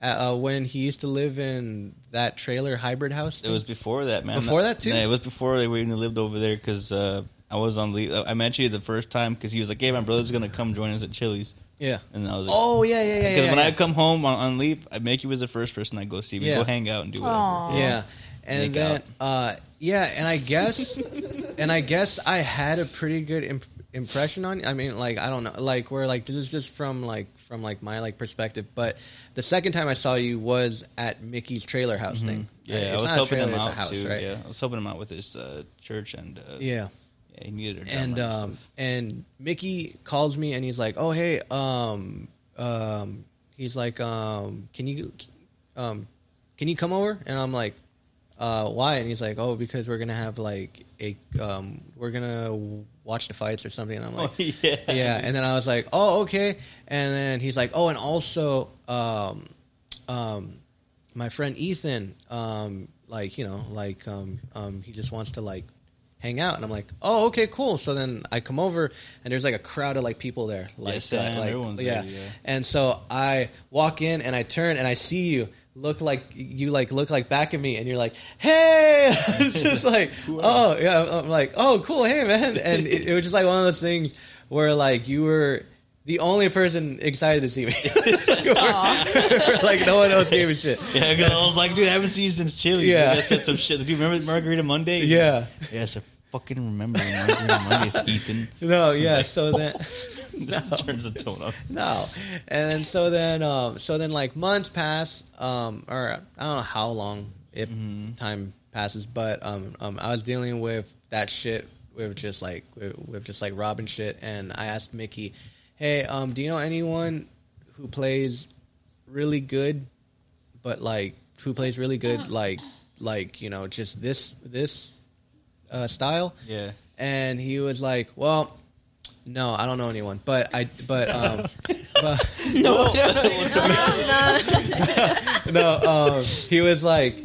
S5: uh, uh, when he used to live in that trailer hybrid house.
S12: It was before that, man.
S5: Before that, too?
S12: Yeah, it was before they we even lived over there because uh, I was on leave. I met you the first time because he was like, "Hey, my brother's gonna come join us at Chili's."
S5: Yeah.
S12: and I was like,
S5: Oh, yeah, yeah, yeah,
S12: Because
S5: yeah,
S12: when
S5: yeah.
S12: I come home on, on leave, I- Mickey was the first person I go see. We
S5: Yeah.
S12: go hang out and do whatever.
S5: Aw. Yeah. and
S12: Make
S5: then
S12: out.
S5: uh, yeah, and I guess and I guess I had a pretty good imp- impression on. I mean, like I don't know, like where like this is just from like from like my like perspective. But the second time I saw you was at Mickey's trailer house
S12: Mhm.
S5: thing.
S12: Yeah,
S5: it's
S12: I was
S5: not a
S12: helping
S5: trailer,
S12: him
S5: it's
S12: out
S5: a house,
S12: too.
S5: right?
S12: Yeah, I was helping him out with his uh, church and uh,
S5: Yeah.
S12: yeah, he needed a drummer.
S5: and um and Mickey calls me and he's like, "Oh hey, um um he's like, um can you um can you come over?" And I'm like, "Uh why?" And he's like, "Oh, because we're going to have like a um we're going to watch the fights or something. And I'm like, yeah. And then I was like, oh, okay. And then he's like, oh, and also, um, um, my friend Ethan, um, like, you know, like, um, um, he just wants to like hang out. And I'm like, oh, okay, cool. So then I come over and there's like a crowd of like people there. Like,
S12: Yes,
S5: that,
S12: and
S5: like,
S12: everyone's
S5: yeah.
S12: there, yeah.
S5: And so I walk in and I turn and I see you look like you like look like back at me and you're like, hey, it's just like, oh yeah, I'm- I'm like, oh cool, hey man, and it, it was just like one of those things where like you were the only person excited to see me, You were- like no one else gave a shit.
S12: Yeah, 'cause I was like, dude, I haven't seen you since Chili.
S5: Yeah.
S12: Yeah, I said some shit. Do you remember Margarita Monday?
S5: Yeah.
S12: yes, I fucking remember Margarita Mondays, Ethan.
S5: No,
S12: I was
S5: yeah.
S12: like,
S5: so then,
S12: this turns the tone up.
S5: No, and then so then, um, so then, like months pass, um, or I don't know how long if time passes, but um, um, I was dealing with that shit with just like with, with just like Robin shit, and I asked Mickey, "Hey, um, do you know anyone who plays really good, but like who plays really
S3: Uh-huh.
S5: good, like like you know just this this uh, style?"
S12: Yeah.
S5: and he was like, "Well." No, I don't know anyone, but I, but um, but,
S3: No,
S5: no, um, he was like,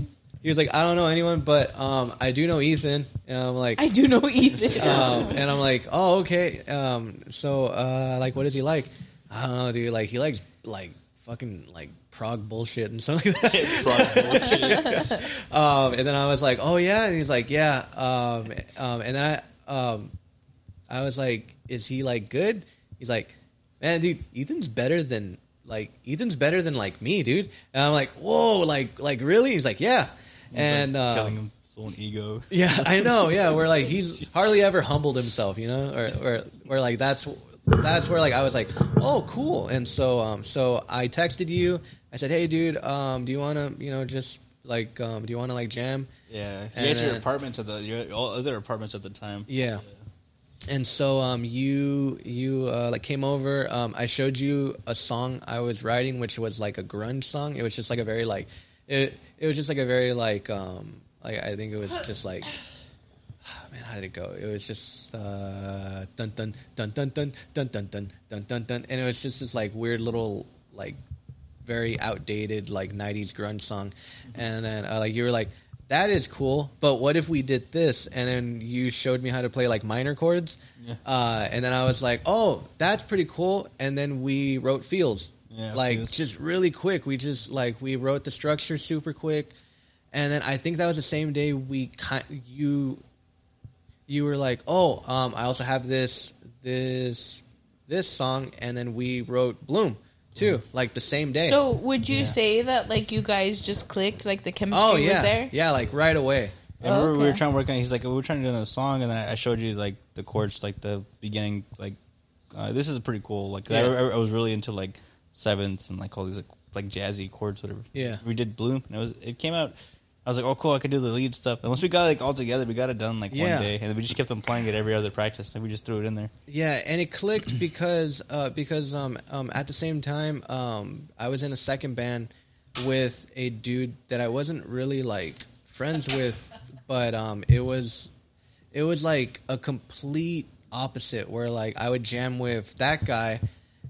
S5: he was like, I don't know anyone, but um, I do know Ethan, and I'm like,
S3: I do know Ethan.
S5: um, and I'm like, oh, okay. Um, so, uh, like, what is he like? I don't know, dude. Like, he likes like fucking like prog bullshit and something like that. um, and then I was like, oh yeah, and he's like, yeah. Um, um, and I, um, I was like, is he like good? He's like, man, dude, Ethan's better than like Ethan's better than like me, dude. And I'm like, whoa, like like really? He's like, yeah. and um,
S12: Telling him soul and ego.
S5: yeah, I know. Yeah, where like he's hardly ever humbled himself, you know, or or where like that's that's where like I was like, oh, cool. And so um, so I texted you. I said, hey, dude, um, do you want to you know just like um, do you want to like jam?
S12: Yeah, you
S5: And
S12: had your
S5: then-
S12: apartments at the your all other apartments at the time.
S5: Yeah. And so um, you you uh, like came over. Um, I showed you a song I was writing, which was like a grunge song. It was just like a very like it. It was just like a very like um like I think it was just like Ah, man how did it go? It was just uh, dun dun dun dun dun dun dun dun dun dun dun, and it was just this like weird little like very outdated like '90s grunge song,
S12: Mm-hmm.
S5: and then uh, like you were like, "That is cool, but what if we did this?" And then you showed me how to play like minor chords,
S12: Yeah.
S5: uh, and then I was like, "Oh, that's pretty cool." And then we wrote fields,
S12: Yeah,
S5: like
S12: Fields.
S5: just really quick. We just like we wrote the structure super quick, and then I think that was the same day we ki- you you were like, "Oh, um, I also have this this this song," and then we wrote "Bloom" too, like the same day.
S3: So would you
S5: Yeah.
S3: say that like you guys just clicked, like the chemistry
S5: Oh yeah,
S3: was there?
S5: yeah, like right away.
S12: And we, were, we were
S3: Okay.
S12: trying to work on. He's like, we were trying to do a song, and then I I showed you like the chords, like the beginning, like uh, this is pretty cool. Like I-
S5: Yeah.
S12: I, I was really into like sevenths and like all these like, like jazzy chords, whatever.
S5: Yeah.
S12: we did Bloom, and it was it came out. I was like, oh cool, I could do the lead stuff. And once we got like all together, we got it done like
S5: Yeah.
S12: one day, and then we just kept on playing it every other practice, and we just threw it in there.
S5: Yeah, and it clicked because uh, because um, um, at the same time um, I was in a second band with a dude that I wasn't really like friends with, but um, it was it was like a complete opposite where like I would jam with that guy,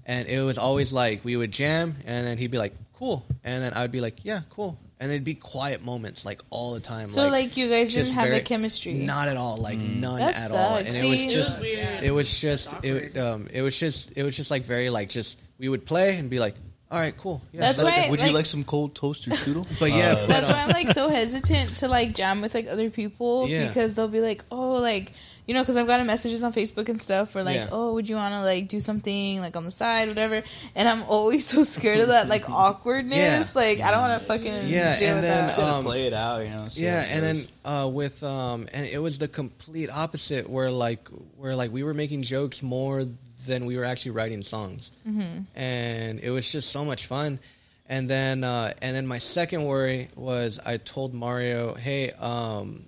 S5: and it was always like we would jam, and then he'd be like cool, and then I would be like yeah cool, and it'd be quiet moments like all the time.
S3: So, like, you guys
S5: just
S3: didn't have the chemistry?
S5: Not at all, like none
S3: That
S5: at all, and
S3: sucks.
S5: it was
S3: See?
S5: just
S3: That's weird.
S5: it was just it um it was just it was just like very like just we would play and be like all right cool yeah
S3: That's
S5: let's-
S3: why, Would you like- like
S5: some cold toast or strudel but
S12: Uh,
S5: yeah but,
S3: That's
S5: um,
S3: why I'm like so hesitant to like jam with like other people
S5: Yeah.
S3: because they'll be like, oh, like you know, because I've gotten messages on Facebook and stuff for like,
S5: Yeah.
S3: oh, would you want to like do something like on the side, whatever. And I'm always so scared of that like awkwardness. Like I don't want to fucking
S5: yeah
S3: deal
S5: and
S3: with
S5: then
S3: that.
S5: um,
S12: play it out, you know. see
S5: yeah
S12: how it
S5: and
S12: goes.
S5: then uh with um and it was the complete opposite where like where like we were making jokes more than we were actually writing songs
S15: Mhm.
S5: and it was just so much fun and then uh and then my second worry was I told Mario hey um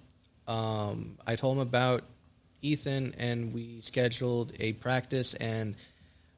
S5: um I told him about Ethan and we scheduled a practice and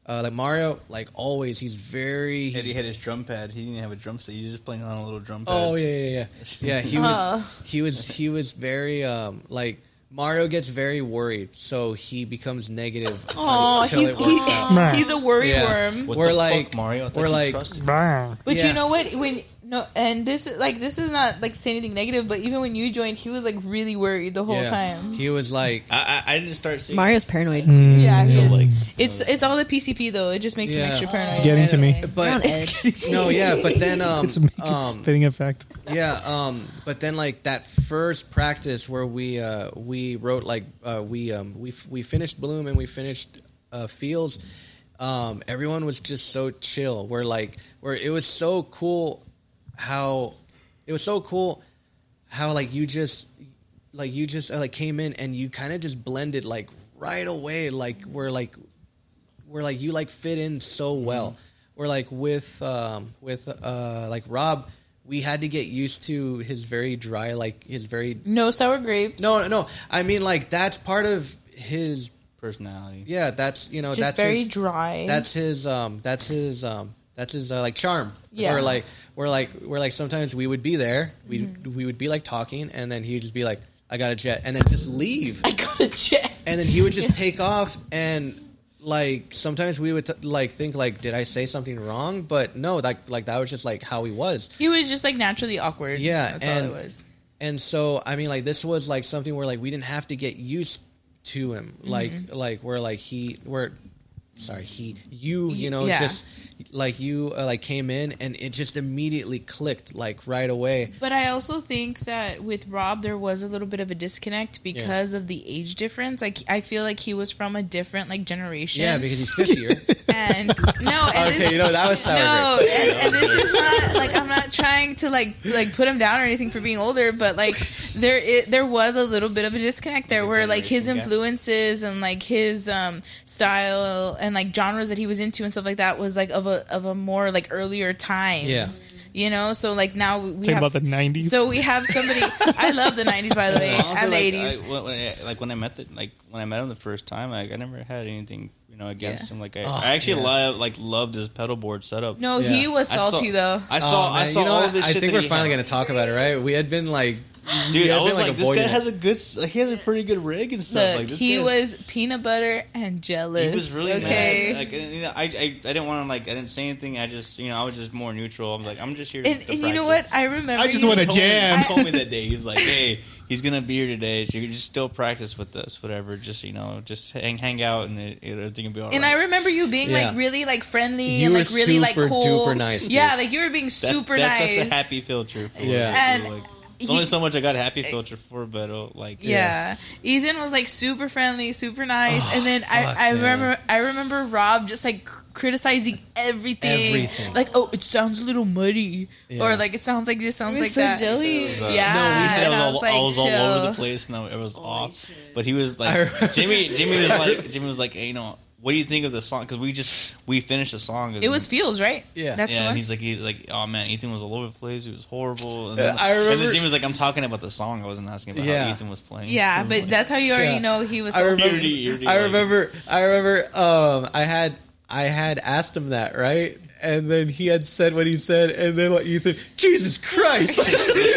S5: uh, like Mario, like always, he's very.
S12: Eddie
S5: he's-
S12: had his drum pad. He didn't have a drum set. He was just playing on a little drum pad.
S5: Oh yeah, yeah, yeah. Yeah, he
S12: Oh.
S5: was he was he was very um like Mario gets very worried, so he becomes negative.
S3: Aw,
S5: until
S3: Oh, he's-
S5: it works
S3: he's-
S5: out.
S3: he's a worry worm. What
S5: we're
S3: the fuck,
S5: like
S12: Mario? I thought
S5: We're
S12: you
S5: like,
S12: trusted me.
S7: Ah.
S5: but
S3: But you know what? When no, and this is like this is not like say anything negative, but even when you joined, he was like really worried the whole time.
S5: he was like,
S12: I, I, I didn't start seeing
S9: Mario's paranoid.
S7: Mm,
S3: Yeah, he is. it's it's all the PCP though. It just makes him
S5: Yeah.
S3: extra paranoid.
S7: It's getting to me.
S5: but no, yeah, but then um,
S7: it's making,
S5: um,
S7: fitting effect.
S5: yeah um but then like that first practice where we uh we wrote like uh we um we f- we finished bloom and we finished uh fields um everyone was just so chill we're like where it was so cool how it was so cool how like you just like you just uh, like came in and you kind of just blended like right away like we're like we're like you like fit in so well we're like with um with uh like rob we had to get used to his very dry like his very
S3: no sour grapes
S5: no no no i mean like that's part of his
S12: personality
S5: yeah that's you know
S3: Just
S5: that's
S3: very
S5: his,
S3: dry.
S5: that's his um that's his um that's his uh, like charm
S3: Yeah.
S5: we're like we're like we're like sometimes we would be there we we would be like talking and then he'd just be like i got a jet and then just leave i
S3: got a jet
S5: and then he would just take off and like sometimes we would t- like think like did i say something wrong but no like like that was just like how he was
S3: He was just like naturally awkward.
S5: yeah,
S3: that's
S5: and,
S3: all it was.
S5: And so I mean, like this was like something where like we didn't have to get used to him, like
S3: Mhm.
S5: like where like he where sorry he you you know
S3: Yeah.
S5: just like you uh, like came in and it just immediately clicked like right away.
S3: But I also think that with Rob, there was a little bit of a disconnect because of the age difference. Like, I feel like he was from a different like generation.
S5: Yeah, because he's fifty. right?
S3: and no, and
S5: okay, you know that was sour
S3: no,
S5: grapes.
S3: and, and this is not like I'm not trying to like like put him down or anything for being older, but like there it, there was a little bit of a disconnect there where like his
S13: gap.
S3: influences and like his um style and like genres that he was into and stuff like that was like of a of a more like earlier time.
S7: Yeah.
S3: You know, so like now we
S7: Talking
S3: have
S7: about the 90s.
S3: So we have somebody. I love the '90s, by the way,
S12: Also,
S3: and the
S12: like,
S3: '80s.
S12: I, when, when I, like when I met the, like when I met him the first time, like, I never had anything you know against
S3: Yeah.
S12: him. Like I,
S3: Oh,
S12: I actually
S5: yeah.
S12: love like loved his pedal board setup.
S3: No, he Yeah. was
S12: I saw-
S3: salty, though.
S12: I saw
S5: Oh,
S12: I
S5: man,
S12: saw
S5: you know
S12: all
S5: what?
S12: of his
S5: I
S12: shit.
S5: think
S12: that
S5: we're
S12: he
S5: finally
S12: had.
S5: gonna talk about it, right? We had been like, we
S12: Dude,
S5: had
S12: I
S5: been,
S12: was like, this guy
S5: avoiding
S12: has a good, s- like, he has a pretty good rig and stuff.
S3: Look,
S12: like this
S3: he
S12: guy's-
S3: was peanut butter and jealous.
S12: He was really
S3: okay.
S12: mad. Like and, you know, I, I, I didn't want to like I didn't say anything. I just you know I was just more neutral. I'm like I'm just here.
S3: And,
S12: to
S3: and you know
S12: practice.
S3: what? I remember. you-
S12: He told me- He told me that day. He was like, "Hey, he's gonna be here today. So you can just still practice with us, whatever. Just you know, just hang hang out, and it, it, everything will be all
S3: and
S12: right."
S3: I remember you being
S12: Yeah.
S3: like really like friendly
S12: You
S3: and
S12: were
S3: like really like
S12: super
S3: cool.
S12: duper nice, dude.
S3: Yeah, like you were being
S12: That's-
S3: super
S12: that's,
S3: nice.
S12: That's a happy filter. For
S5: Yeah.
S12: yeah,
S3: And
S12: like,
S3: he- eh,
S12: there's only so much I got a happy filter for, but uh, like
S3: yeah. Ethan was like super friendly, super nice, and then
S12: Oh, fuck,
S3: I, I
S12: man.
S3: remember I remember Rob just like cr- criticizing everything.
S5: Everything.
S3: like oh it sounds a little muddy
S12: Yeah.
S3: or like it sounds like this sounds
S9: was
S3: like
S9: so
S3: that
S9: jelly.
S12: It was, uh,
S3: yeah
S12: no, we said
S3: and
S12: I was, all, I was all over the
S3: chill.
S12: place, and I, it was off. But he was like, Jimmy. Jimmy was like, Jimmy was like, hey, you know, what do you think of the song? Because we just we finished the song.
S3: it was feels right that's
S12: yeah,
S3: the one
S12: and he's like, he's like, oh man, Ethan was all over the place. He was horrible. And
S5: Yeah,
S12: then,
S5: I
S12: and
S5: remember-
S12: then Jimmy was like, I'm talking about the song. I wasn't asking about
S5: Yeah.
S12: how Ethan was playing.
S3: yeah
S12: It was
S3: but
S12: like-
S3: that's how you already
S5: Yeah.
S3: know he was
S5: I
S3: so
S5: remember.
S3: funny.
S5: I remember. I remember. Um, I had. I had asked him that, right? And then he had said what he said, and then like Ethan, Jesus Christ!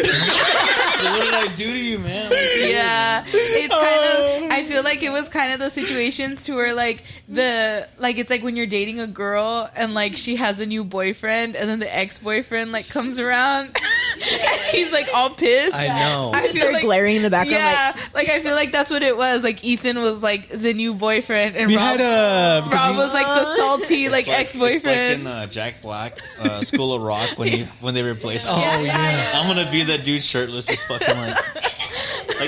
S12: what did I do to you, man?
S3: yeah it's kind of i feel like it was kind of those situations to where like the like it's like when you're dating a girl and like she has a new boyfriend and then the ex-boyfriend like comes around and he's like all pissed
S9: I know.
S3: I feel
S9: They're glaring in the background,
S3: yeah like, i feel like that's what it was like ethan was like the new boyfriend and
S7: We
S3: Rob,
S7: had
S5: uh,
S7: a
S3: Rob was like the salty
S12: It's It's
S3: like
S12: like
S3: ex-boyfriend
S12: in uh, Jack Black, uh, School of Rock, when he when they replaced. him.
S3: Oh, yeah.
S12: I'm gonna be that dude shirtless, just fucking like.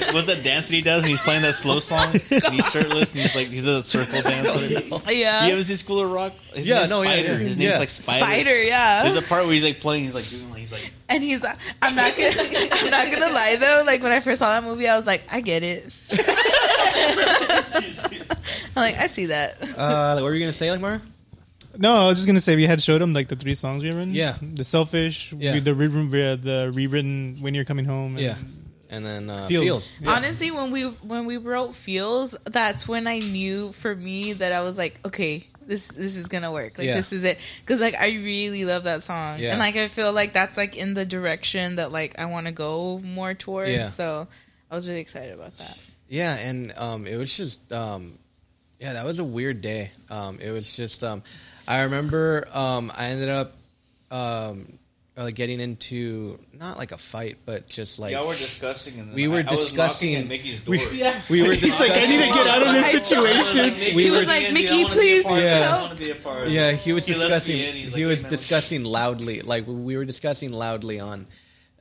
S12: Like what's that dance that he does? And he's playing that slow song. And he's shirtless, and he's like he's a circle dancer.
S3: yeah
S12: You ever see School of Rock? His
S5: Yeah,
S12: name's
S5: no, yeah,
S12: Spider.
S5: yeah.
S12: His name's
S5: Yeah.
S12: like Spider.
S3: Spider, yeah.
S12: There's a part where he's like playing. He's like doing like he's like
S3: And he's, like, I'm not gonna, I'm not gonna lie though. Like when I first saw that movie, I was like, I get it. I'm like, I see that.
S5: uh, what were you gonna say, like Mara?
S7: No, I was just gonna say we had showed him like the three songs we had written.
S5: Yeah.
S7: the selfish,
S5: Yeah.
S7: we- the rewritten, we had the rewritten when you're coming home.
S5: Yeah. And then uh,
S7: Feels.
S5: feels.
S3: Honestly, when we when we wrote feels, that's when I knew for me that I was like, okay, this this is gonna work. Like
S5: Yeah.
S3: this is it. Because like I really love that song,
S5: Yeah.
S3: and like I feel like that's like in the direction that like I want to go more towards.
S5: Yeah.
S3: So I was really excited about that.
S5: Yeah, and um, it was just um, yeah, that was a weird day. Um, it was just um, I remember um, I ended up um, uh, getting into not like a fight, but just like
S12: Y'all were discussing and then
S5: we
S12: I-
S5: were
S12: I was knocking
S5: discussing
S12: at Mickey's
S5: We,
S12: door. Yeah.
S5: we were.
S12: He's like, "I need to get out of this I saw it. situation." He was like, "Mickey, please
S5: Yeah.
S12: help."
S5: Yeah, he was
S12: He lets me
S5: discussing.
S12: in, he's like,
S5: he
S12: "Hey,
S5: was
S12: man,
S5: discussing loudly. Like we were discussing loudly on.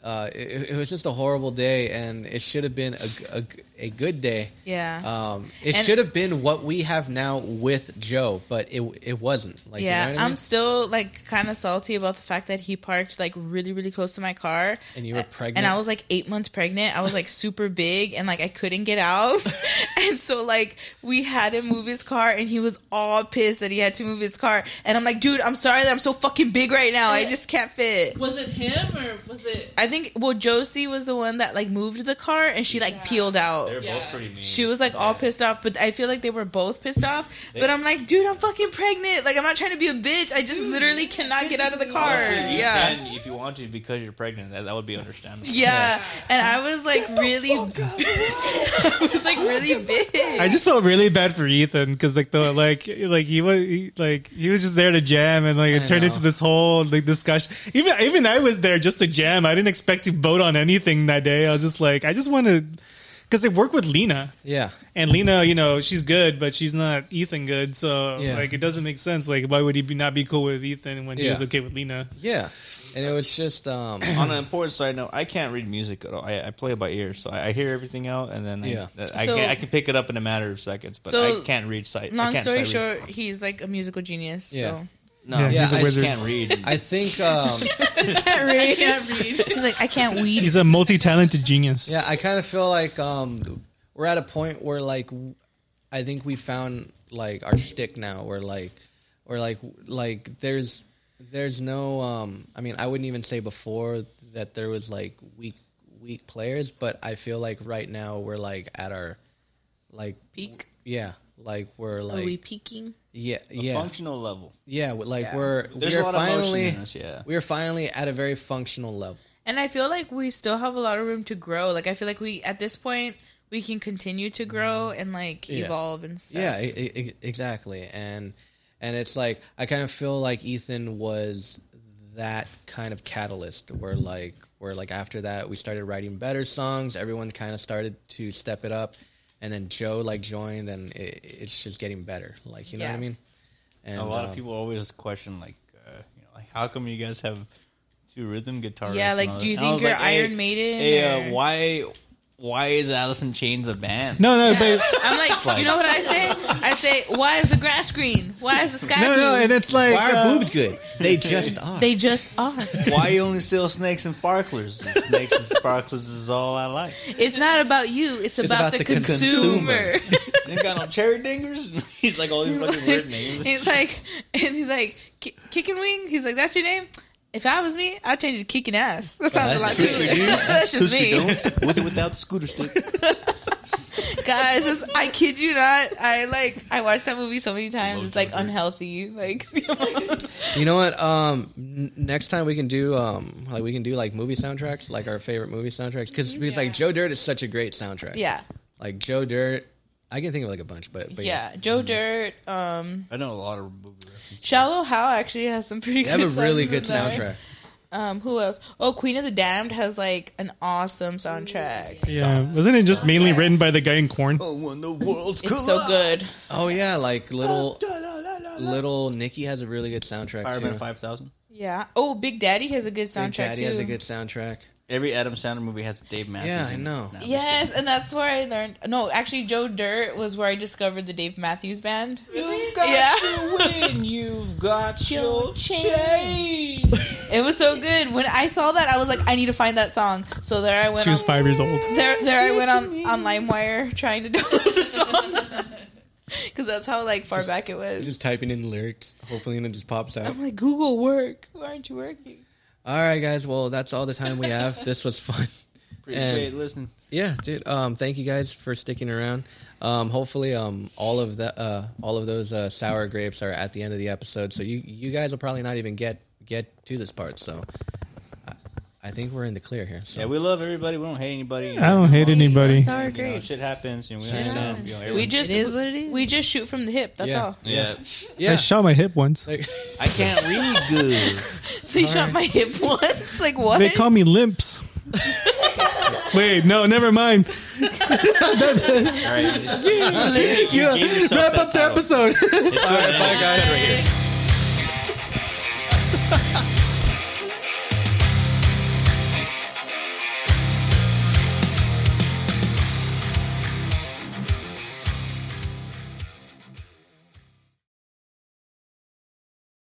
S5: Uh, it, it was just a horrible day, and it should have been a, g- a g- a good day.
S3: Yeah.
S5: Um, it
S3: And-
S5: should have been what we have now with Joe, but it it wasn't. Like,
S3: yeah,
S5: you know what I mean?
S3: I'm still like kind of salty about the fact that he parked like really, really close to my car.
S5: And you were
S3: A-
S5: pregnant?
S3: and I was like eight months pregnant. I was like super big, and like I couldn't get out. and so like we had to move his car, and he was all pissed that he had to move his car. And I'm like, dude, I'm sorry that I'm so fucking big right now. I just can't fit.
S11: Was it him or was it?
S3: I think well Josie was the one that like moved the car and she like peeled out.
S12: They're both pretty mean.
S3: She was like all pissed off, but I feel like they were both pissed off.
S12: They-
S3: but I'm like, dude, I'm fucking pregnant. Like I'm not trying to be a bitch. I just literally cannot get out of the car.
S12: Honestly, you
S3: yeah.
S12: can if you want to because you're pregnant. That, that would be understandable.
S3: yeah. And I was like really I was like really big.
S7: I just felt really bad for Ethan because like the like like he was he, like he was just there to jam and like it
S5: I
S7: turned
S5: know.
S7: into this whole like discussion. Even even I was there just to jam. I didn't expect to vote on anything that day. I was just like I just want to because they work with Lena.
S5: Yeah.
S7: And Lena, you know, she's good, but she's not Ethan good. So
S5: Yeah.
S7: like, it doesn't make sense. Like, why would he be not be cool with Ethan when he
S5: Yeah.
S7: was okay with Lena?
S5: Yeah, and it was just um,
S12: on an important side note, I can't read music at all. I, I play it by ear, so I, I hear everything out, and then
S5: Yeah.
S12: I, I,
S3: So-
S12: can, I can pick it up in a matter of seconds. But
S3: So,
S12: I can't read sight. I
S3: Long
S12: can't
S3: story
S12: sight read.
S3: short, he's like a musical genius.
S12: Yeah.
S3: So
S12: no,
S7: Yeah,
S12: yeah,
S7: he's a
S12: I just
S7: wizard.
S12: can't read.
S5: I think um,
S3: I can't read. He's like, I can't weed.
S7: He's a multi-talented genius.
S5: Yeah, I kind of feel like um, we're at a point where like w- I think we found like our shtick now. Where like or like like there's there's no um I mean I wouldn't even say before that there was like weak weak players, but I feel like right now we're like at our like
S3: peak.
S5: Yeah, like we're like
S3: Are we peaking?
S5: Yeah,
S12: A
S5: yeah.
S12: functional level.
S5: Yeah, like
S12: Yeah.
S5: we're
S12: There's
S5: we're
S12: a lot of motion
S5: finally
S12: in us, yeah.
S5: we're finally at a very functional level.
S3: And I feel like we still have a lot of room to grow. Like I feel like we at this point we can continue to grow and like
S5: Yeah.
S3: evolve and stuff.
S5: Yeah, e- e- exactly. And and it's like I kind of feel like Ethan was that kind of catalyst where like where like after that we started writing better songs. Everyone kind of started to step it up, and then Joe like joined, and it, it's just getting better. Like you know what
S12: Yeah.
S5: I mean?
S12: a lot
S5: um,
S12: of people always question, like, uh, you know, like, how come you guys have two rhythm guitarists?
S3: Yeah,
S12: and
S3: like,
S12: all
S3: do
S12: that?
S3: you
S12: And I
S3: think
S12: was
S3: you're
S12: hey-
S3: Iron Maiden
S12: Hey,
S3: or-
S12: uh, why, why is Alice in Chains a band?
S7: No, no, but
S3: I'm like,
S12: It's like-
S3: you know what I say? I say, why is the grass green? Why is the sky
S7: No,
S3: blue?
S7: no, and it's like
S12: Why are
S7: uh,
S12: boobs good? They just are.
S3: They just are.
S12: Why you only sell snakes and sparklers? The snakes and sparklers is all I like.
S3: It's not about you. It's, about, the, consumer.
S12: They got no cherry dingers. He's like all these fucking weird names.
S3: He's like, and he's like, "Ki- kicking wing. He's like, that's your name. If I was me, I'd change it to kicking ass. That sounds a lot cooler. that's just me.
S12: With or without the scooter stick.
S3: Guys, it's, I kid you not. I like I watched that movie so many times. It's like unhealthy. Like
S5: You know what? Um, n- next time we can do um, like we can do like movie soundtracks, like our favorite movie soundtracks, because because like Joe Dirt is such a great soundtrack.
S3: Yeah.
S5: like Joe Dirt. I can think of like a bunch, but, but
S3: yeah,
S7: Mm-hmm.
S3: Joe Dirt. Um,
S12: I know a lot of movie
S3: Shallow How actually has some pretty.
S5: They have a
S3: good
S5: really
S3: songs in
S5: good
S3: there.
S5: soundtrack.
S3: Um, who else? Oh, Queen of the Damned has like an awesome soundtrack.
S7: Yeah, wasn't it just mainly written by the guy in Corn?
S3: Oh,
S12: when the world's
S3: It's so good.
S5: Oh yeah, like little little Nikki has a really good soundtrack.
S12: Fireman
S5: too.
S12: Five Thousand.
S3: Yeah. Oh, Big Daddy has a good soundtrack
S5: Daddy
S3: too.
S5: has a good soundtrack.
S12: Every Adam Sandler movie has Dave Matthews.
S5: Yeah, I
S12: in it.
S5: know.
S12: Nah.
S3: Yes, and that's where I learned. No, actually, Joe Dirt was where I discovered the Dave Matthews Band.
S12: You've got
S3: Yeah.
S12: your win. You've got your, change.
S3: It was so good. When I saw that, I was like, I need to find that song. So there I went.
S7: She was
S3: on-
S7: five years old.
S3: There, there I went on on LimeWire trying to download the song because that's how like far back it was.
S5: Just typing in lyrics, hopefully, and it just pops out.
S3: I'm like, Google work. Why aren't you working?
S5: All right, guys. Well, that's all the time we have. This was fun.
S12: Appreciate it. Listen.
S5: Yeah, dude. Um, thank you guys for sticking around. Um, hopefully, um, all of the uh, all of those uh, sour grapes are at the end of the episode, so you you guys will probably not even get get to this part. So, I think we're in the clear here. So.
S12: Yeah, we love everybody. We don't hate anybody.
S7: I don't hate anybody.
S9: Sour
S12: You know,
S9: grapes.
S12: shit happens. You know, we
S9: Shit
S12: understand.
S9: happens.
S12: You know,
S3: We
S12: everyone-
S3: just
S9: It is what it is.
S3: we just shoot from the hip. That's
S12: Yeah.
S3: all.
S12: Yeah.
S7: I shot my hip once.
S12: I can't read good.
S3: They shot my hip once. Like what?
S7: They call me limps. Wait, no, never mind.
S12: All right, you just,
S7: Yeah,
S12: gave yourself
S7: wrap
S12: that
S7: up the
S12: title.
S7: episode.
S12: It's good. Bye, guys.